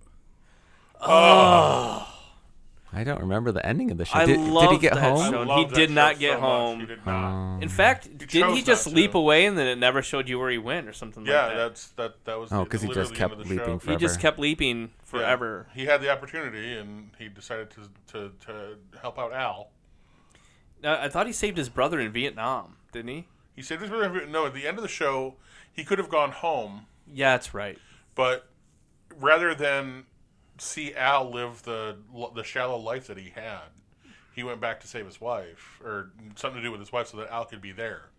Speaker 2: I don't remember the ending of the show.
Speaker 3: I
Speaker 2: did, did he
Speaker 3: love
Speaker 2: get
Speaker 3: that
Speaker 2: home?
Speaker 1: I
Speaker 3: show. He
Speaker 1: love that
Speaker 3: did not
Speaker 1: show
Speaker 3: get
Speaker 1: so much.
Speaker 3: home.
Speaker 1: He did
Speaker 2: Oh.
Speaker 1: not.
Speaker 3: In fact, didn't
Speaker 1: chose
Speaker 3: he just
Speaker 1: not to.
Speaker 3: leap away and then it never showed you where he went or something
Speaker 1: yeah,
Speaker 3: like that?
Speaker 1: that's that. That was
Speaker 2: Oh,
Speaker 1: the-
Speaker 2: 'cause he
Speaker 1: literally
Speaker 2: just
Speaker 1: the end
Speaker 2: kept
Speaker 1: of the show.
Speaker 2: leaping
Speaker 3: he just
Speaker 2: forever.
Speaker 3: kept leaping
Speaker 1: Yeah.
Speaker 3: forever.
Speaker 1: He had the opportunity, and he decided to to, to help out Al.
Speaker 3: Uh, I thought he saved his brother in Vietnam, didn't he?
Speaker 1: He said, "This was- "No, at the end of the show, he could have gone home,
Speaker 3: Yeah, that's right.
Speaker 1: but rather than see Al live the the shallow life that he had, he went back to save his wife or something to do with his wife, so that Al could be there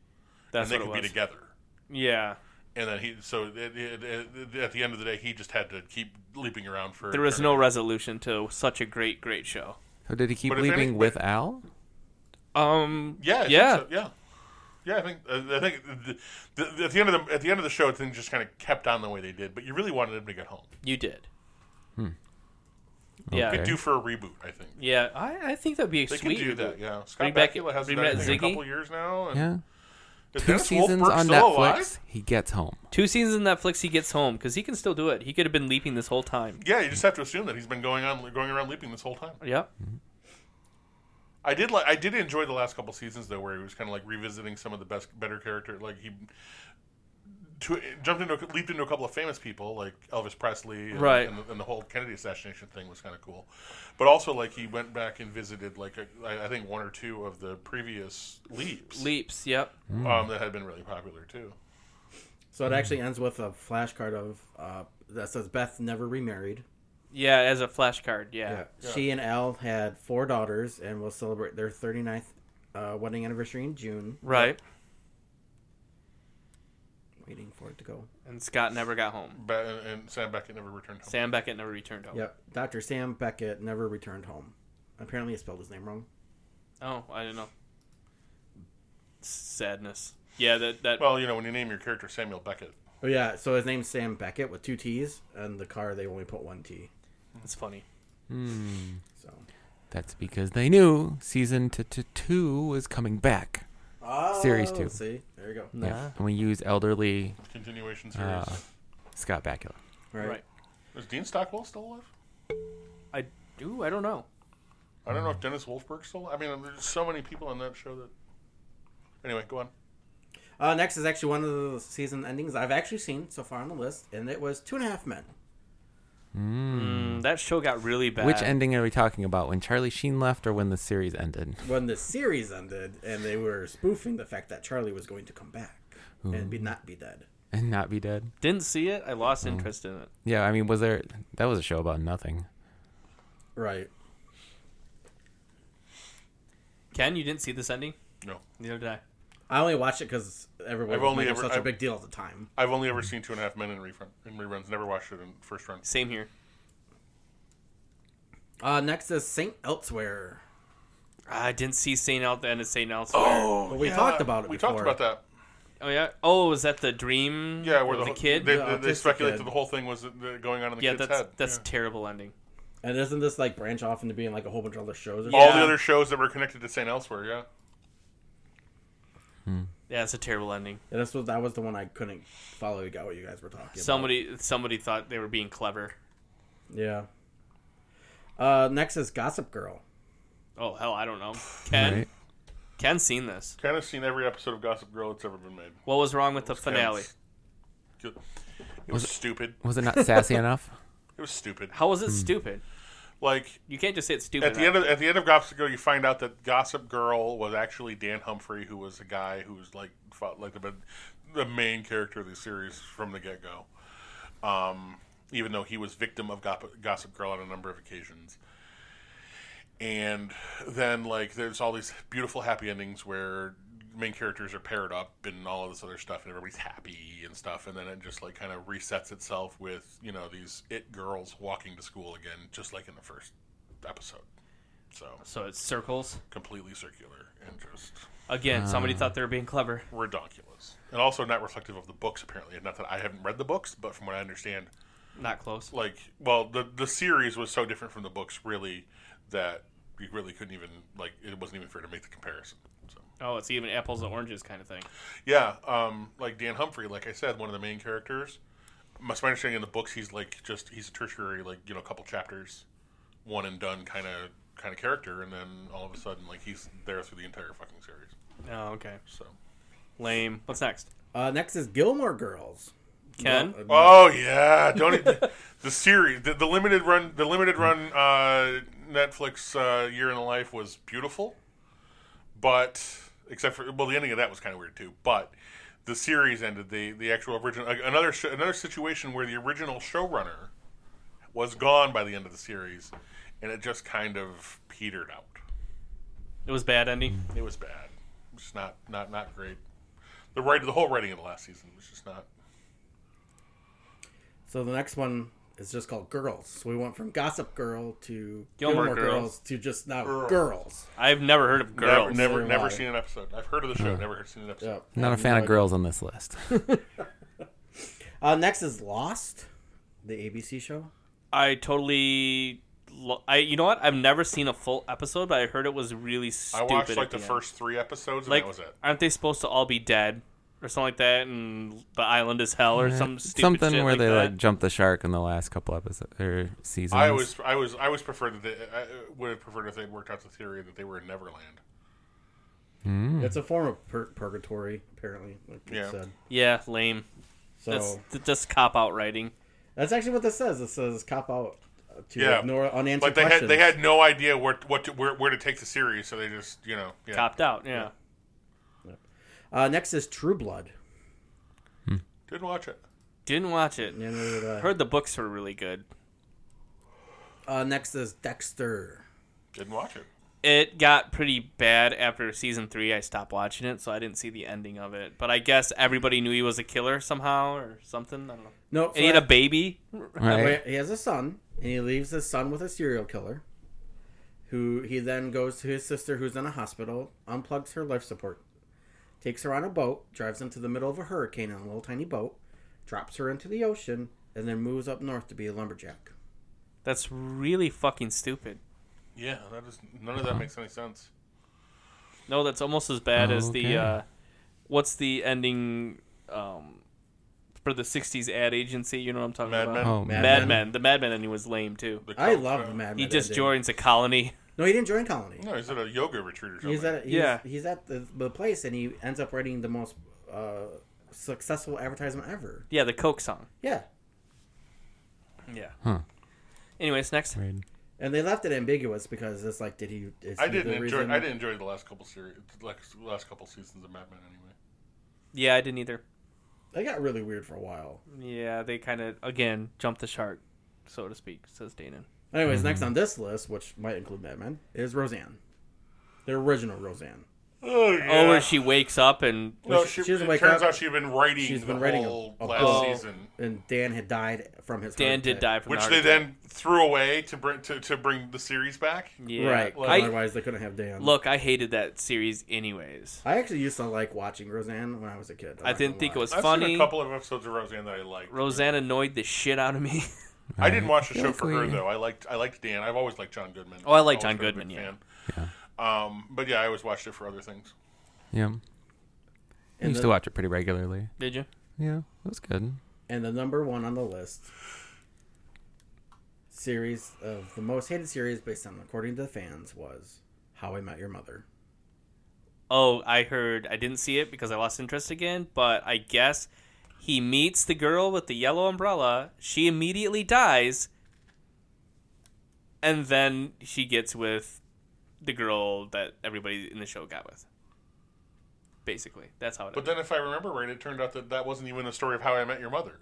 Speaker 3: That's
Speaker 1: and they
Speaker 3: what
Speaker 1: could be
Speaker 3: it was.
Speaker 1: together."
Speaker 3: Yeah,
Speaker 1: And then he, so it, it, it, at the end of the day, he just had to keep leaping around for.
Speaker 3: there was
Speaker 1: for-
Speaker 3: no resolution to such a great, great show.
Speaker 2: So Oh, did he keep
Speaker 1: But if
Speaker 2: leaving
Speaker 1: any-
Speaker 2: with Al?
Speaker 3: Um,
Speaker 1: Yeah, I think
Speaker 3: yeah,
Speaker 1: so, yeah, yeah. I think uh, I think the, the, at the end of the at the end of the show, things just kind of kept on the way they did. But you really wanted him to get home.
Speaker 3: you did. Yeah,
Speaker 2: Hmm. Okay.
Speaker 1: Could do for a reboot, I think.
Speaker 3: yeah. I, I think that'd be a
Speaker 1: They
Speaker 3: sweet.
Speaker 1: can do that.
Speaker 3: reboot.
Speaker 1: Yeah, Scott
Speaker 3: Bring back-
Speaker 1: Bakula has
Speaker 3: bring
Speaker 1: done
Speaker 3: back
Speaker 1: it in a
Speaker 3: Ziggy.
Speaker 1: couple years now. And
Speaker 2: Yeah.
Speaker 1: Is
Speaker 2: Two
Speaker 1: Dennis
Speaker 2: seasons
Speaker 1: Wolfberg
Speaker 2: on
Speaker 1: still
Speaker 2: Netflix.
Speaker 1: alive?
Speaker 2: He gets home.
Speaker 3: Two seasons in Netflix, he gets home because he can still do it. He could have been leaping this whole time.
Speaker 1: Yeah, you just have to assume that he's been going on going around leaping this whole time.
Speaker 3: Yep.
Speaker 1: I did like I did enjoy the last couple seasons though, where he was kind of like revisiting some of the best better character. Like he to, jumped into leaped into a couple of famous people like Elvis Presley, and,
Speaker 3: Right.
Speaker 1: And the, and the whole Kennedy assassination thing was kind of cool. But also like he went back and visited like a, I I think one or two of the previous leaps
Speaker 3: Leaps. Yep.
Speaker 1: um, that had been really popular too.
Speaker 4: So
Speaker 3: Mm-hmm.
Speaker 4: it actually ends with a flashcard of uh, that says Beth never remarried.
Speaker 3: Yeah, as a flashcard. Yeah.
Speaker 4: She and Al had four daughters and will celebrate their 39th uh, wedding anniversary in June.
Speaker 3: Right.
Speaker 4: Waiting for it to go.
Speaker 3: And Scott never got home.
Speaker 1: But, and, and Sam Beckett never returned home.
Speaker 3: Sam Beckett never returned home.
Speaker 4: Yep. Dr. Sam Beckett never returned home. Apparently, I spelled his name wrong.
Speaker 3: Oh, I don't know. Sadness. Yeah, that that
Speaker 1: Well, you know when you name your character Samuel Beckett,
Speaker 4: Oh, yeah. So his name's Sam Beckett with two T's, and the car, they only put one T.
Speaker 3: it's funny.
Speaker 4: So.
Speaker 2: That's because they knew season t- t- two was coming back.
Speaker 3: Oh.
Speaker 2: Series two.
Speaker 4: See? There you go.
Speaker 2: Yeah. And we use elderly
Speaker 1: continuation series.
Speaker 2: Uh, Scott Bakula.
Speaker 4: Right.
Speaker 3: Right.
Speaker 1: Is Dean Stockwell still alive?
Speaker 3: I do. I don't know.
Speaker 1: I don't know
Speaker 4: Mm.
Speaker 1: if Dennis Wolfberg's still. I mean, there's so many people on that show that. Anyway, go on.
Speaker 4: Uh, next is actually one of the season endings I've actually seen so far on the list, and it was Two and a Half Men.
Speaker 3: Mm, that show got really bad.
Speaker 2: Which ending are we talking about? When Charlie Sheen left or when the series ended? <laughs>
Speaker 4: When the series ended, and they were spoofing the fact that Charlie was going to come back. and be not be dead.
Speaker 2: and not be dead.
Speaker 3: Didn't see it. I lost interest in it.
Speaker 2: Yeah, I mean, was there? That was a show about nothing.
Speaker 4: Right.
Speaker 3: Ken, you didn't see this ending?
Speaker 1: No,
Speaker 3: Neither did I.
Speaker 4: I only watched it because everyone
Speaker 1: I've
Speaker 4: was
Speaker 1: only
Speaker 4: making
Speaker 1: ever-
Speaker 4: such a
Speaker 1: I've-
Speaker 4: big deal at the time.
Speaker 1: I've only
Speaker 4: Mm.
Speaker 1: ever seen Two and a Half Men in refrun in reruns. Never watched it in first run.
Speaker 3: Same here.
Speaker 4: Uh, next is Saint Elsewhere.
Speaker 3: I didn't see Saint Out and Saint Elsewhere. Oh.
Speaker 4: But we talked about it.
Speaker 1: We
Speaker 4: before. Mm.
Speaker 1: talked about that.
Speaker 3: yeah. Oh, is that the dream?
Speaker 1: Yeah, where
Speaker 3: of
Speaker 1: the,
Speaker 3: the
Speaker 1: whole-
Speaker 3: kid.
Speaker 1: They,
Speaker 4: The
Speaker 1: they, they
Speaker 4: autistic
Speaker 1: speculated
Speaker 4: kid.
Speaker 1: that the whole thing was uh, going on in the
Speaker 3: yeah,
Speaker 1: kid's
Speaker 3: that's
Speaker 1: head.
Speaker 3: that's
Speaker 1: Yeah.
Speaker 3: terrible ending.
Speaker 4: And isn't this like branch off into being like a whole bunch of other shows? Or
Speaker 3: Yeah.
Speaker 1: all the other shows that were connected to Saint Elsewhere. Yeah,
Speaker 3: Yeah, it's a terrible ending.
Speaker 4: something? And this was that was the one I couldn't follow. Got what you guys were talking.
Speaker 3: Somebody somebody thought they were being clever.
Speaker 4: about. Yeah. Uh, next is Gossip Girl.
Speaker 3: Oh hell, I don't know. Ken
Speaker 2: Right?
Speaker 3: Ken's seen this.
Speaker 1: kind of seen every episode of Gossip Girl that's ever been made.
Speaker 3: What was wrong with the finale?
Speaker 1: It was stupid.
Speaker 2: Was it not sassy enough?
Speaker 1: It was stupid.
Speaker 3: How was it stupid?
Speaker 1: Like
Speaker 3: You can't just say it's stupid.
Speaker 1: at the end of at the end of Gossip Girl, you find out that Gossip Girl was actually Dan Humphrey, who was a guy who was like fought, like the the main character of the series from the get go. Um, even though he was victim of Gop- Gossip Girl on a number of occasions. And then like there's all these beautiful happy endings where main characters are paired up and all of this other stuff and everybody's happy and stuff and then it just like kind of resets itself with you know these it girls walking to school again just like in the first episode so
Speaker 3: so it's circles.
Speaker 1: completely circular and just
Speaker 3: Again, somebody thought they were being clever.
Speaker 1: redonkulous. And also not reflective of the books, apparently. And not that I haven't read the books, but from what I understand,
Speaker 3: Not close.
Speaker 1: like, well, the the series was so different from the books, really, that you really couldn't even like it wasn't even fair to make the comparison. So
Speaker 3: Oh, it's even apples and oranges kind of thing.
Speaker 1: yeah, um, like Dan Humphrey, like I said, one of the main characters. My my understanding in the books, he's like just he's a tertiary, like you know, couple chapters, one and done kind of kind of character, and then all of a sudden, like he's there through the entire fucking series.
Speaker 3: Oh, okay.
Speaker 1: So
Speaker 3: Lame. What's next?
Speaker 4: Uh, next is Gilmore Girls.
Speaker 3: Ken?
Speaker 4: Uh,
Speaker 1: Oh yeah, don't it, the, series, the, the limited run, the limited run uh, Netflix uh, year in the life was beautiful, but except for well, the ending of that was kind of weird too. But the series ended the the actual original another sh- another situation where the original showrunner was gone by the end of the series, and it just kind of petered out.
Speaker 3: It was bad ending.
Speaker 1: It was bad. It was not not not great. The write the whole writing of the last season was just not.
Speaker 4: So the next one is just called Girls. So we went from Gossip Girl to
Speaker 3: Gilmore
Speaker 4: Gilmore,
Speaker 3: Girls.
Speaker 4: Girls. to just now Girls.
Speaker 3: I've never heard of girls.
Speaker 1: Never, never,
Speaker 4: Neither
Speaker 1: never
Speaker 4: have I.
Speaker 1: seen an episode. I've heard of the show, never heard seen an episode.
Speaker 4: Yep.
Speaker 2: Not a fan of girls on this list.
Speaker 4: Uh, next is Lost, the ABC show.
Speaker 3: I totally. lo- I you know what? I've never seen a full episode, but I heard it was really
Speaker 1: I
Speaker 3: stupid.
Speaker 1: watched
Speaker 3: at
Speaker 1: like the
Speaker 3: end.
Speaker 1: first three episodes, and
Speaker 3: Like,
Speaker 1: that was it.
Speaker 3: aren't they supposed to all be dead or something like that? And the island is hell or some stupid
Speaker 2: <laughs> Something
Speaker 3: shit
Speaker 2: where
Speaker 3: like
Speaker 2: they
Speaker 3: that?
Speaker 2: like jump the shark in the last couple episodes or seasons.
Speaker 4: Mhm.
Speaker 1: I was, I was, I was preferred that they, I uh, would have preferred if they'd worked out the theory that they were in Neverland.
Speaker 4: It's a form of pur- purgatory, apparently. Like you
Speaker 1: Hmm. Yeah.
Speaker 4: said.
Speaker 3: yeah, lame.
Speaker 4: So
Speaker 3: That's
Speaker 2: Oh.
Speaker 3: th- just cop out writing.
Speaker 4: that's actually what this says. It says cop out uh, to
Speaker 1: Yeah.
Speaker 4: ignore unanswered
Speaker 1: Like they had,
Speaker 4: questions.
Speaker 1: they had no idea where, what, to, where, where to take the series, so they just, you know, yeah.
Speaker 3: Copped out. Yeah.
Speaker 4: Uh, next is True Blood.
Speaker 1: Didn't watch it.
Speaker 3: Didn't watch it.
Speaker 4: And, uh,
Speaker 3: Heard the books were really good.
Speaker 4: uh, next is Dexter.
Speaker 1: Didn't watch it.
Speaker 3: It got pretty bad after season three. I stopped watching it, so I didn't see the ending of it. But I guess everybody knew he was a killer somehow or something. I don't know.
Speaker 4: No,
Speaker 3: And he had a baby.
Speaker 2: right?
Speaker 4: Wait, he has a son, and he leaves his son with a serial killer, who he then goes to his sister, who's in a hospital, unplugs her life support, takes her on a boat, drives into the middle of a hurricane in a little tiny boat, drops her into the ocean, and then moves up north to be a lumberjack.
Speaker 3: That's really fucking stupid.
Speaker 1: Yeah, that is none of that makes any sense.
Speaker 3: No, that's almost as bad as
Speaker 2: Okay.
Speaker 3: the uh, what's the ending um, for the '60s ad agency? You know what I'm talking
Speaker 1: Mad
Speaker 3: about?
Speaker 1: Men.
Speaker 2: oh
Speaker 4: Mad
Speaker 2: man,
Speaker 3: Mad
Speaker 4: Men.
Speaker 3: Men. The Mad Men ending was lame too.
Speaker 1: The
Speaker 4: I
Speaker 1: cult,
Speaker 4: love
Speaker 1: uh,
Speaker 4: the Mad
Speaker 3: He
Speaker 4: Men
Speaker 3: just
Speaker 4: ending.
Speaker 3: joins a colony.
Speaker 4: No, he didn't join Colony.
Speaker 1: No, he's at a yoga retreat or something.
Speaker 4: He's at he's,
Speaker 3: Yeah.
Speaker 4: he's at the, the place, and he ends up writing the most uh, successful advertisement ever.
Speaker 3: Yeah, the Coke song.
Speaker 4: Yeah,
Speaker 3: Yeah.
Speaker 2: Huh.
Speaker 3: Anyways, next.
Speaker 2: Weird.
Speaker 4: and they left it ambiguous because it's like, did he? Is
Speaker 1: I
Speaker 4: he the
Speaker 1: didn't enjoy.
Speaker 4: reason-
Speaker 1: I didn't enjoy the last couple series, like last couple seasons of Mad Men anyway.
Speaker 3: Yeah, I didn't either.
Speaker 4: That got really weird for a while.
Speaker 3: Yeah, they kind of again jumped the shark, so to speak. Says Danon.
Speaker 4: Anyways,
Speaker 3: Mm-hmm.
Speaker 4: next on this list, which might include Batman, is Roseanne. The original Roseanne.
Speaker 1: Oh, yeah.
Speaker 3: Oh, where she wakes up and
Speaker 1: no,
Speaker 4: she-
Speaker 1: she,
Speaker 4: she doesn't
Speaker 1: it
Speaker 4: wake
Speaker 1: turns
Speaker 4: up.
Speaker 1: out she'd been writing
Speaker 4: She's been
Speaker 1: the
Speaker 4: writing a-
Speaker 1: whole
Speaker 4: a
Speaker 1: last
Speaker 4: book.
Speaker 1: season,
Speaker 4: And Dan had died from his
Speaker 3: Dan
Speaker 4: heart
Speaker 3: did die
Speaker 4: attack.
Speaker 3: from.
Speaker 1: which
Speaker 3: an
Speaker 1: they
Speaker 3: heart attack.
Speaker 1: then threw away to bring to, to bring the series back.
Speaker 3: yeah.
Speaker 4: Right.
Speaker 3: Like,
Speaker 4: 'cause
Speaker 3: I-
Speaker 4: otherwise, they couldn't have Dan.
Speaker 3: look, I hated that series anyways.
Speaker 4: I actually used to like watching Roseanne when I was a kid. I'm
Speaker 3: I
Speaker 4: not
Speaker 3: didn't
Speaker 4: gonna
Speaker 3: think it
Speaker 4: lie.
Speaker 3: was
Speaker 1: I've seen
Speaker 3: funny.
Speaker 1: a couple of episodes of Roseanne that I liked.
Speaker 3: Roseanne annoyed the shit out of me. <laughs>
Speaker 1: I didn't watch the
Speaker 2: feel
Speaker 1: show
Speaker 2: like
Speaker 1: for
Speaker 2: we-
Speaker 1: her though. I liked I liked Dan. I've always liked John Goodman.
Speaker 3: Oh, I like
Speaker 1: Always
Speaker 3: John
Speaker 1: been a big
Speaker 3: Goodman, yeah.
Speaker 1: fan. Um, but yeah, I always watched it for other things.
Speaker 2: Yeah. I used
Speaker 4: the-
Speaker 2: to watch it pretty regularly.
Speaker 3: Did you?
Speaker 2: Yeah, it was good.
Speaker 4: And the number one on the list series of the most hated series based on according to the fans was How I Met Your Mother.
Speaker 3: Oh, I heard. I didn't see it because I lost interest again. But I guess he meets the girl with the yellow umbrella. She immediately dies, and then she gets with the girl that everybody in the show got with. Basically, that's how it.
Speaker 1: But
Speaker 3: But
Speaker 1: then, if I remember right, it turned out that that wasn't even the story of How I Met Your Mother.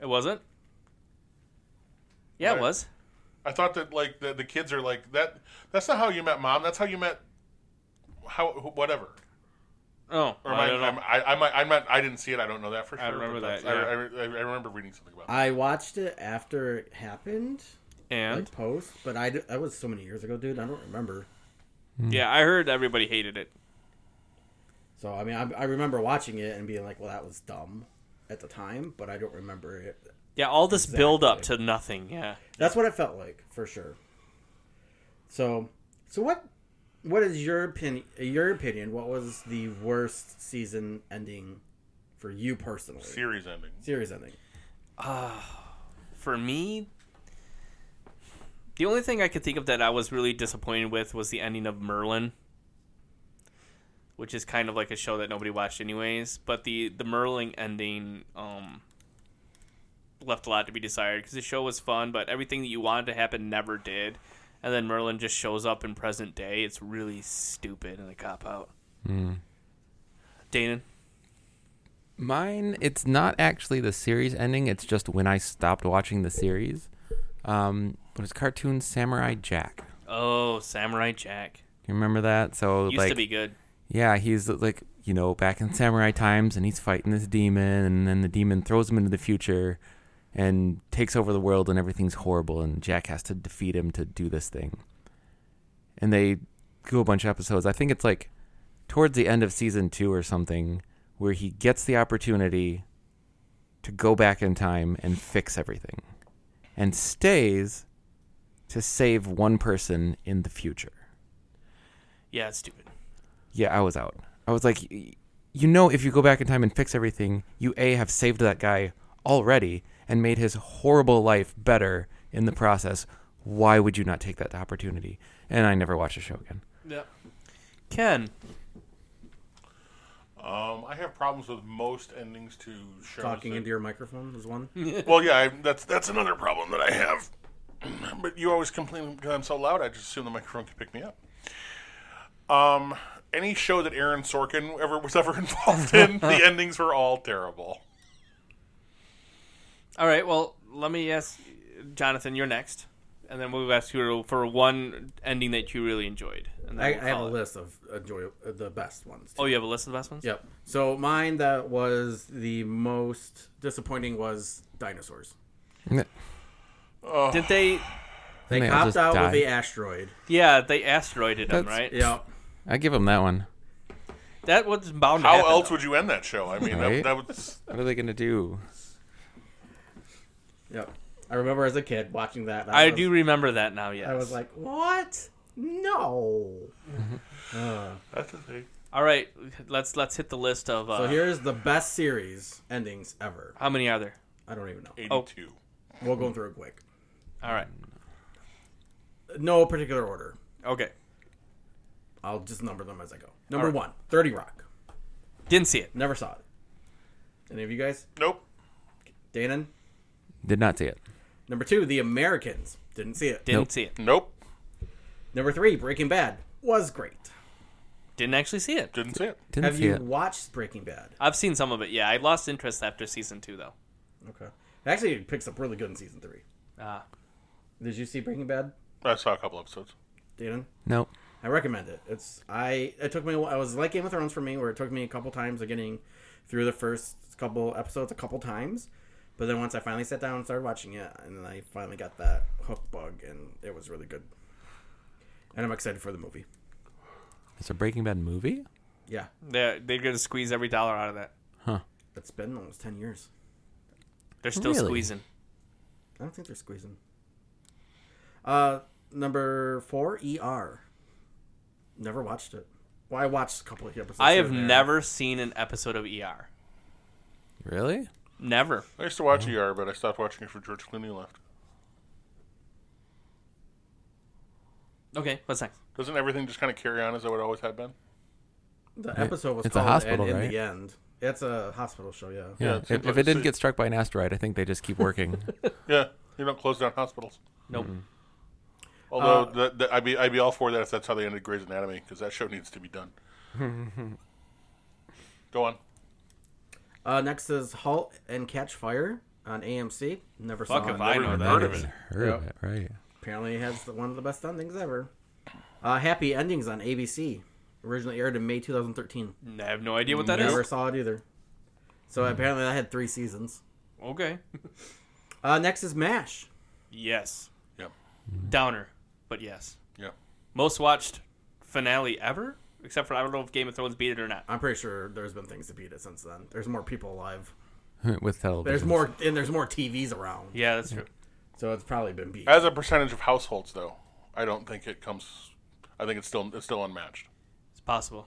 Speaker 3: it wasn't. Yeah,
Speaker 1: Right.
Speaker 3: it was.
Speaker 1: I thought that like the, the kids are like that. That's not how you met mom. That's how you met how wh- whatever.
Speaker 3: Oh,
Speaker 1: Or am
Speaker 3: I
Speaker 1: I,
Speaker 3: don't know.
Speaker 1: I'm- I, I, might- I, meant I didn't see it. I don't know that for sure.
Speaker 3: I remember
Speaker 1: but
Speaker 3: that,
Speaker 1: that's- I, I, I remember reading something about. it.
Speaker 4: I watched it after it happened,
Speaker 3: and
Speaker 4: like post, but I d- that was so many years ago, dude. I don't remember.
Speaker 3: yeah, I heard everybody hated it.
Speaker 4: So I mean, I, I remember watching it and being like, "Well, that was dumb," at the time, but I don't remember it.
Speaker 3: Yeah, all this build up to nothing. Yeah.
Speaker 4: That's what it felt like for sure. So, so what? What is your opinion? Your opinion? What was the worst season ending for you personally?
Speaker 1: Series ending.
Speaker 4: Series ending.
Speaker 3: <sighs> for me, the only thing I could think of that I was really disappointed with was the ending of Merlin, which is kind of like a show that nobody watched anyways. But the the Merlin ending um, left a lot to be desired because the show was fun, but everything that you wanted to happen never did. And then Merlin just shows up in present day. It's really stupid and a cop out. Danon,
Speaker 2: Mine, it's not actually the series ending. It's just when I stopped watching the series. Um, it was cartoon Samurai Jack.
Speaker 3: oh Samurai Jack
Speaker 2: You remember that? So
Speaker 3: used
Speaker 2: like,
Speaker 3: to be good.
Speaker 2: yeah, he's like you know back in samurai times, and he's fighting this demon, and then the demon throws him into the future, and takes over the world, and everything's horrible, and Jack has to defeat him to do this thing. And they do a bunch of episodes. I think it's like towards the end of season two or something, where he gets the opportunity to go back in time and fix everything, and stays to save one person in the future.
Speaker 3: Yeah, it's stupid.
Speaker 2: Yeah, I was out. I was like, y- you know, if you go back in time and fix everything, you A, have saved that guy already and made his horrible life better in the process. Why would you not take that opportunity? And I never watched the show again.
Speaker 3: Ken,
Speaker 1: Um, I have problems with most endings to shows.
Speaker 4: Talking
Speaker 1: that-
Speaker 4: into your microphone was one.
Speaker 1: Well, yeah, I, that's that's another problem that I have. <clears throat> but you always complain because I'm so loud. I just assume the microphone can pick me up. Um, any show that Aaron Sorkin ever was ever <laughs> involved in, the
Speaker 4: <laughs>
Speaker 1: endings were all terrible.
Speaker 3: All right. Well, let me ask Jonathan. You're next, and then we'll ask you for one ending that you really enjoyed. And then
Speaker 4: I, I
Speaker 3: we'll
Speaker 4: have a
Speaker 3: call it.
Speaker 4: list of enjoy uh, the best ones. too.
Speaker 3: Oh, you have a list of the best ones.
Speaker 4: Yep. So mine that was the most disappointing was dinosaurs.
Speaker 3: Did they?
Speaker 2: They, all
Speaker 4: Popped
Speaker 2: just
Speaker 4: out
Speaker 2: die.
Speaker 4: with the asteroid.
Speaker 3: Yeah, they asteroided
Speaker 2: That's-
Speaker 3: him, right?
Speaker 4: Yep.
Speaker 2: I give them that one.
Speaker 3: That was bound. To
Speaker 1: How
Speaker 3: happen,
Speaker 1: else
Speaker 3: though.
Speaker 1: would you end that show? I mean,
Speaker 2: Right?
Speaker 1: that, that was
Speaker 2: What are they going to do?
Speaker 4: Yep. I remember as a kid watching that.
Speaker 3: I
Speaker 4: was-
Speaker 3: do remember that now. Yes.
Speaker 4: I was like, what? No.
Speaker 1: that's the thing.
Speaker 3: All right, let's let's hit the list of. Uh,
Speaker 4: So here's the best series endings ever.
Speaker 3: how many are there?
Speaker 4: I don't even know.
Speaker 1: Eighty-two.
Speaker 4: We'll go through it quick.
Speaker 3: All right.
Speaker 4: No particular order.
Speaker 3: Okay.
Speaker 4: I'll just number them as I go. Number one, 30 Rock.
Speaker 3: Didn't see it.
Speaker 4: Never saw it. Any of you guys?
Speaker 1: Nope.
Speaker 4: Danon?
Speaker 2: Did not see it.
Speaker 4: Number two, The Americans. Didn't see it.
Speaker 3: Didn't
Speaker 2: Nope.
Speaker 3: see it.
Speaker 1: Nope.
Speaker 4: Number three, Breaking Bad. Was great.
Speaker 3: Didn't actually see it.
Speaker 1: Didn't see it.
Speaker 2: Didn't
Speaker 4: Have
Speaker 2: see
Speaker 4: you
Speaker 2: it.
Speaker 4: watched Breaking Bad?
Speaker 3: I've seen some of it. Yeah, I lost interest after season two though.
Speaker 4: Okay. Actually, it picks up really good in season three.
Speaker 3: Ah,
Speaker 4: Did you see Breaking Bad,
Speaker 1: I saw a couple episodes.
Speaker 4: Dayton?
Speaker 2: Nope.
Speaker 4: I recommend it. It's I. It took me. a wh- I was like Game of Thrones for me, where it took me a couple times of getting through the first couple episodes a couple times, but then once I finally sat down and started watching it, and then I finally got that hook bug, and it was really good. And I'm excited for the movie.
Speaker 2: It's a Breaking Bad movie.
Speaker 4: Yeah,
Speaker 3: they're they're gonna squeeze every dollar out of that.
Speaker 4: it's been almost ten years.
Speaker 3: They're still
Speaker 2: Really?
Speaker 3: squeezing.
Speaker 4: I don't think they're squeezing. Uh, number four, ER. Never watched it. Well, I watched a couple of episodes.
Speaker 3: I
Speaker 4: here
Speaker 3: have
Speaker 4: and there.
Speaker 3: never seen an episode of ER.
Speaker 2: Really?
Speaker 3: Never.
Speaker 1: I used to watch ER, but I stopped watching it for George Clooney left.
Speaker 3: Okay, what's next?
Speaker 1: Doesn't everything just kind of carry on as though it always had been?
Speaker 4: The episode was
Speaker 2: It's a
Speaker 4: called
Speaker 2: hospital,
Speaker 4: and
Speaker 2: right?
Speaker 4: In the End. It's a hospital show, yeah.
Speaker 1: Yeah,
Speaker 2: Yeah.
Speaker 1: it's-
Speaker 2: if, if it
Speaker 1: it's-
Speaker 2: didn't get struck by an asteroid, I think they just keep working.
Speaker 1: Yeah, you don't close down hospitals.
Speaker 3: Nope.
Speaker 1: Although that, that, I'd be I'd be all for that if that's how they ended Grey's Anatomy because that show needs to be done. Go on.
Speaker 4: Uh, next is Halt and Catch Fire on AMC. Never saw
Speaker 3: Fuck
Speaker 4: it.
Speaker 3: if I
Speaker 1: Never
Speaker 3: know that.
Speaker 1: heard of it.
Speaker 2: Heard of it, right? <laughs>
Speaker 4: Apparently, it has the- one of the best endings ever. Uh, Happy Endings on ABC. Originally aired in May 2013.
Speaker 3: I have no idea what that is.
Speaker 4: Never saw it either. So apparently, that had three seasons.
Speaker 3: Okay.
Speaker 4: Uh, next is MASH.
Speaker 3: Yes.
Speaker 1: Yep.
Speaker 3: Downer, but yes.
Speaker 1: Yep.
Speaker 3: Most watched finale ever, except for I don't know if Game of Thrones beat it or not.
Speaker 4: I'm pretty sure there's been things to beat it since then. There's more people alive.
Speaker 2: With television.
Speaker 4: There's more, and there's more TVs around.
Speaker 3: Yeah, that's true.
Speaker 4: So it's probably been beat.
Speaker 1: As a percentage of households, though, I don't think it comes. I think it's still it's still unmatched.
Speaker 3: It's possible.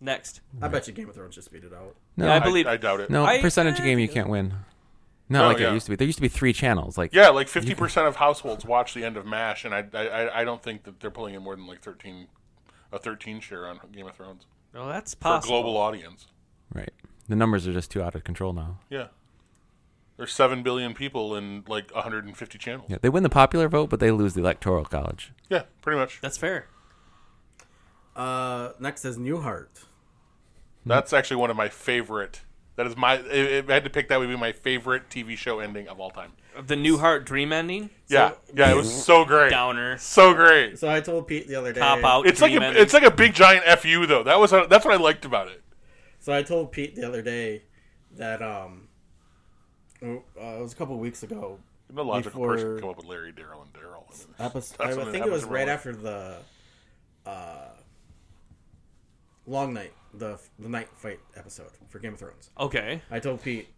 Speaker 3: Next.
Speaker 4: I bet you Game of Thrones just beat it out.
Speaker 2: No,
Speaker 3: Yeah, I
Speaker 1: I,
Speaker 3: believe.
Speaker 1: I doubt it.
Speaker 2: no
Speaker 3: I-
Speaker 2: percentage game you can't win. Not
Speaker 1: No,
Speaker 2: like
Speaker 1: Oh, yeah.
Speaker 2: it used to be. There used to be three channels. Like
Speaker 1: Yeah, like fifty percent of households watch the end of Mash, and I, I I- I don't think that they're pulling in more than like thirteen, a thirteen share on Game of Thrones
Speaker 3: No, that's
Speaker 1: for a
Speaker 3: possible.
Speaker 1: global audience.
Speaker 2: right. The numbers are just too out of control now.
Speaker 1: Yeah, there's seven billion people in like 150 channels.
Speaker 2: Yeah, they win the popular vote, but they lose the electoral college.
Speaker 1: Yeah, pretty much.
Speaker 3: That's fair.
Speaker 4: Uh, next is Newhart.
Speaker 1: That's actually one of my favorite. That is my. If I had to pick, that would be my favorite TV show ending of all time.
Speaker 3: The New Heart Dream ending.
Speaker 1: yeah, yeah, it was so great,
Speaker 3: Downer.
Speaker 1: so great.
Speaker 4: So I told Pete the other day.
Speaker 3: Cop out.
Speaker 1: It's like
Speaker 3: dream
Speaker 1: a,
Speaker 3: ending.
Speaker 1: it's like a big giant fu though. That was that's what I liked about it.
Speaker 4: So I told Pete the other day that um, uh, it was a couple weeks ago.
Speaker 1: No logical
Speaker 4: Before-
Speaker 1: person would come up with Larry, Daryl, and Daryl. I, mean,
Speaker 4: Epis-
Speaker 1: that's
Speaker 4: I
Speaker 1: when
Speaker 4: think it
Speaker 1: happens
Speaker 4: was
Speaker 1: in real
Speaker 4: right
Speaker 1: life.
Speaker 4: after the uh, long night, the the night fight episode for Game of Thrones.
Speaker 3: okay.
Speaker 4: I told Pete,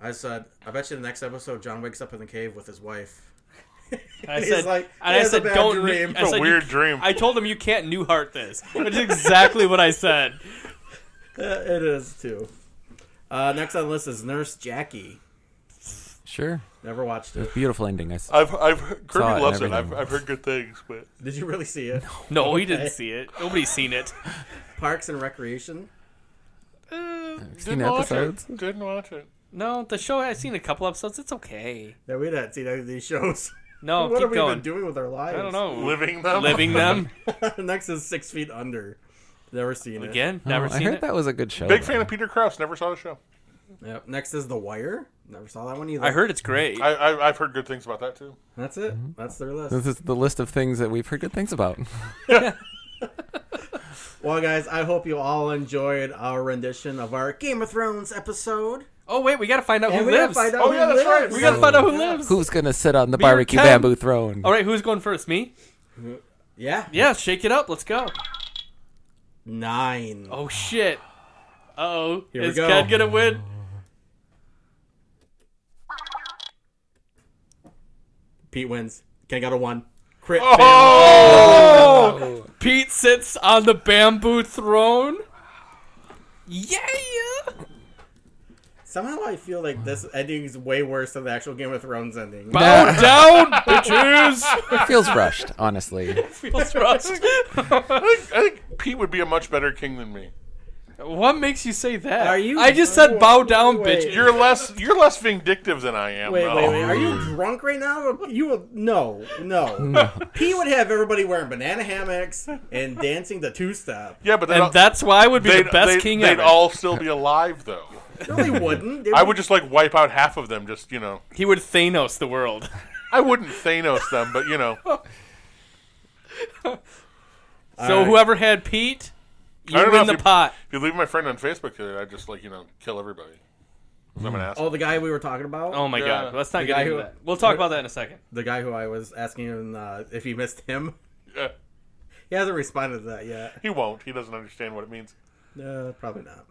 Speaker 4: I said, I bet you the next episode John wakes up in the cave with his wife. <laughs>
Speaker 3: I
Speaker 4: He's
Speaker 3: said,
Speaker 4: like,
Speaker 3: and I
Speaker 4: "He has
Speaker 3: said,
Speaker 4: a bad
Speaker 3: don't.
Speaker 4: dream."
Speaker 1: What
Speaker 3: I <laughs>
Speaker 1: a
Speaker 3: said, you-
Speaker 1: weird dream.
Speaker 3: I told him you can't New Heart this, <laughs> which is exactly what I said.
Speaker 4: Uh, <laughs> it is too. Uh, next on the list is Nurse Jackie.
Speaker 2: Sure,
Speaker 4: Never watched it.
Speaker 2: beautiful ending. I s-
Speaker 1: I've I've heard-
Speaker 2: Saw it
Speaker 1: Kirby
Speaker 2: and
Speaker 1: loves it. I've,
Speaker 2: everything.
Speaker 1: I've heard good things, but
Speaker 4: Did you really see it?
Speaker 3: No, he <laughs> didn't see it. Nobody's seen it.
Speaker 4: Parks and Recreation.
Speaker 2: seen episodes.
Speaker 1: watch it. Didn't watch it.
Speaker 3: No, the show. I've seen a couple episodes. It's okay.
Speaker 4: <laughs> Yeah, we didn't see any of
Speaker 3: <laughs>
Speaker 4: these shows.
Speaker 3: No, Oh,
Speaker 4: what
Speaker 3: keep
Speaker 4: have we
Speaker 3: going.
Speaker 4: been doing with our lives?
Speaker 3: I don't know.
Speaker 1: Living them.
Speaker 3: Living them
Speaker 4: <laughs> Next is Six Feet Under. Never seen it.
Speaker 3: again.
Speaker 2: Oh,
Speaker 3: Never
Speaker 2: I
Speaker 3: seen
Speaker 2: heard
Speaker 3: it.
Speaker 2: that was a good show.
Speaker 1: <laughs> Big
Speaker 2: though.
Speaker 1: fan of Peter Krause. Never saw the show.
Speaker 4: Yep. Next is The Wire. Never saw that one either.
Speaker 3: I heard it's great.
Speaker 1: I, I I've heard good things about that too.
Speaker 4: That's it. Mm-hmm. That's their
Speaker 2: This
Speaker 4: list.
Speaker 2: is the list of things that we've heard good
Speaker 1: <laughs>
Speaker 2: things about.
Speaker 4: Well, guys, I hope you all enjoyed our rendition of our Game of Thrones episode.
Speaker 3: oh wait, we gotta find out
Speaker 4: And
Speaker 3: who
Speaker 4: we gotta
Speaker 3: lives.
Speaker 4: find out
Speaker 1: Oh,
Speaker 4: who
Speaker 1: yeah, that's
Speaker 4: lives.
Speaker 1: right.
Speaker 3: We gotta find out who lives.
Speaker 2: Who's gonna sit on the
Speaker 3: or
Speaker 2: barbecue
Speaker 3: Ken?
Speaker 2: bamboo throne?
Speaker 3: All right, who's going first? Me?
Speaker 4: Yeah.
Speaker 3: Yeah, shake it up. Let's go.
Speaker 4: Nine.
Speaker 3: Oh shit. Uh oh.
Speaker 4: Here we
Speaker 3: Is
Speaker 4: go.
Speaker 3: Ken gonna win?
Speaker 4: Pete wins. Ken got a one. Crit fail.
Speaker 3: Oh! Pete sits on the bamboo throne. Yeah.
Speaker 4: Somehow I feel like this ending is way worse than the actual Game of Thrones ending.
Speaker 3: Bow down, bitches.
Speaker 2: It feels rushed, honestly.
Speaker 3: Feels rushed.
Speaker 1: I think Pete would be a much better king than me.
Speaker 3: <laughs> What makes you say that?
Speaker 4: Are you-
Speaker 3: I just said bow
Speaker 4: Wait.
Speaker 3: down, bitch.
Speaker 1: You're less you're less vindictive than I am.
Speaker 4: Wait,
Speaker 1: though.
Speaker 4: wait, wait. Are you drunk right now? You will no, no. he would have everybody wearing banana hammocks and dancing the two step.
Speaker 1: Yeah, but
Speaker 3: And that's why I would be the best
Speaker 1: they,
Speaker 3: king
Speaker 1: They'd
Speaker 3: ever.
Speaker 1: all still be alive though.
Speaker 4: No, they wouldn't. They
Speaker 1: I would just like wipe out half of them. Just you know,
Speaker 3: He would Thanos the
Speaker 4: <laughs>
Speaker 3: world.
Speaker 1: I wouldn't Thanos them, but you know,
Speaker 3: So
Speaker 4: right.
Speaker 3: whoever had Pete, you
Speaker 1: I don't know
Speaker 3: win
Speaker 1: if
Speaker 3: the
Speaker 1: you-
Speaker 3: pot.
Speaker 1: if you leave my friend on Facebook today, I would just like you know kill everybody. 'Cause
Speaker 3: Hmm.
Speaker 1: I'm an asshole.
Speaker 4: Oh, the guy we were talking about.
Speaker 3: Oh my
Speaker 1: Yeah.
Speaker 3: god, let's not
Speaker 4: The
Speaker 3: get
Speaker 4: guy
Speaker 3: into
Speaker 4: who-
Speaker 3: that. We'll talk about that in a second.
Speaker 4: The guy who I was asking him uh, if he missed him.
Speaker 3: Oh.
Speaker 1: Yeah.
Speaker 4: He hasn't responded to that yet.
Speaker 1: He won't. He doesn't understand what it means.
Speaker 4: No, probably not.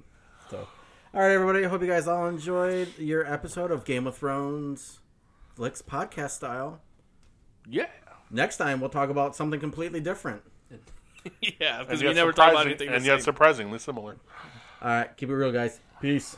Speaker 4: So, all right, everybody. I hope you guys all enjoyed your episode of Game of Thrones, Flicks podcast style.
Speaker 3: Yeah,
Speaker 4: Next time we'll talk about something completely different.
Speaker 3: <laughs> yeah, because
Speaker 1: And
Speaker 3: we
Speaker 1: yet
Speaker 3: never talk about
Speaker 1: surprising-
Speaker 3: anything. the
Speaker 1: and yet
Speaker 3: same.
Speaker 1: surprisingly similar.
Speaker 4: All right, keep it real, guys. Peace.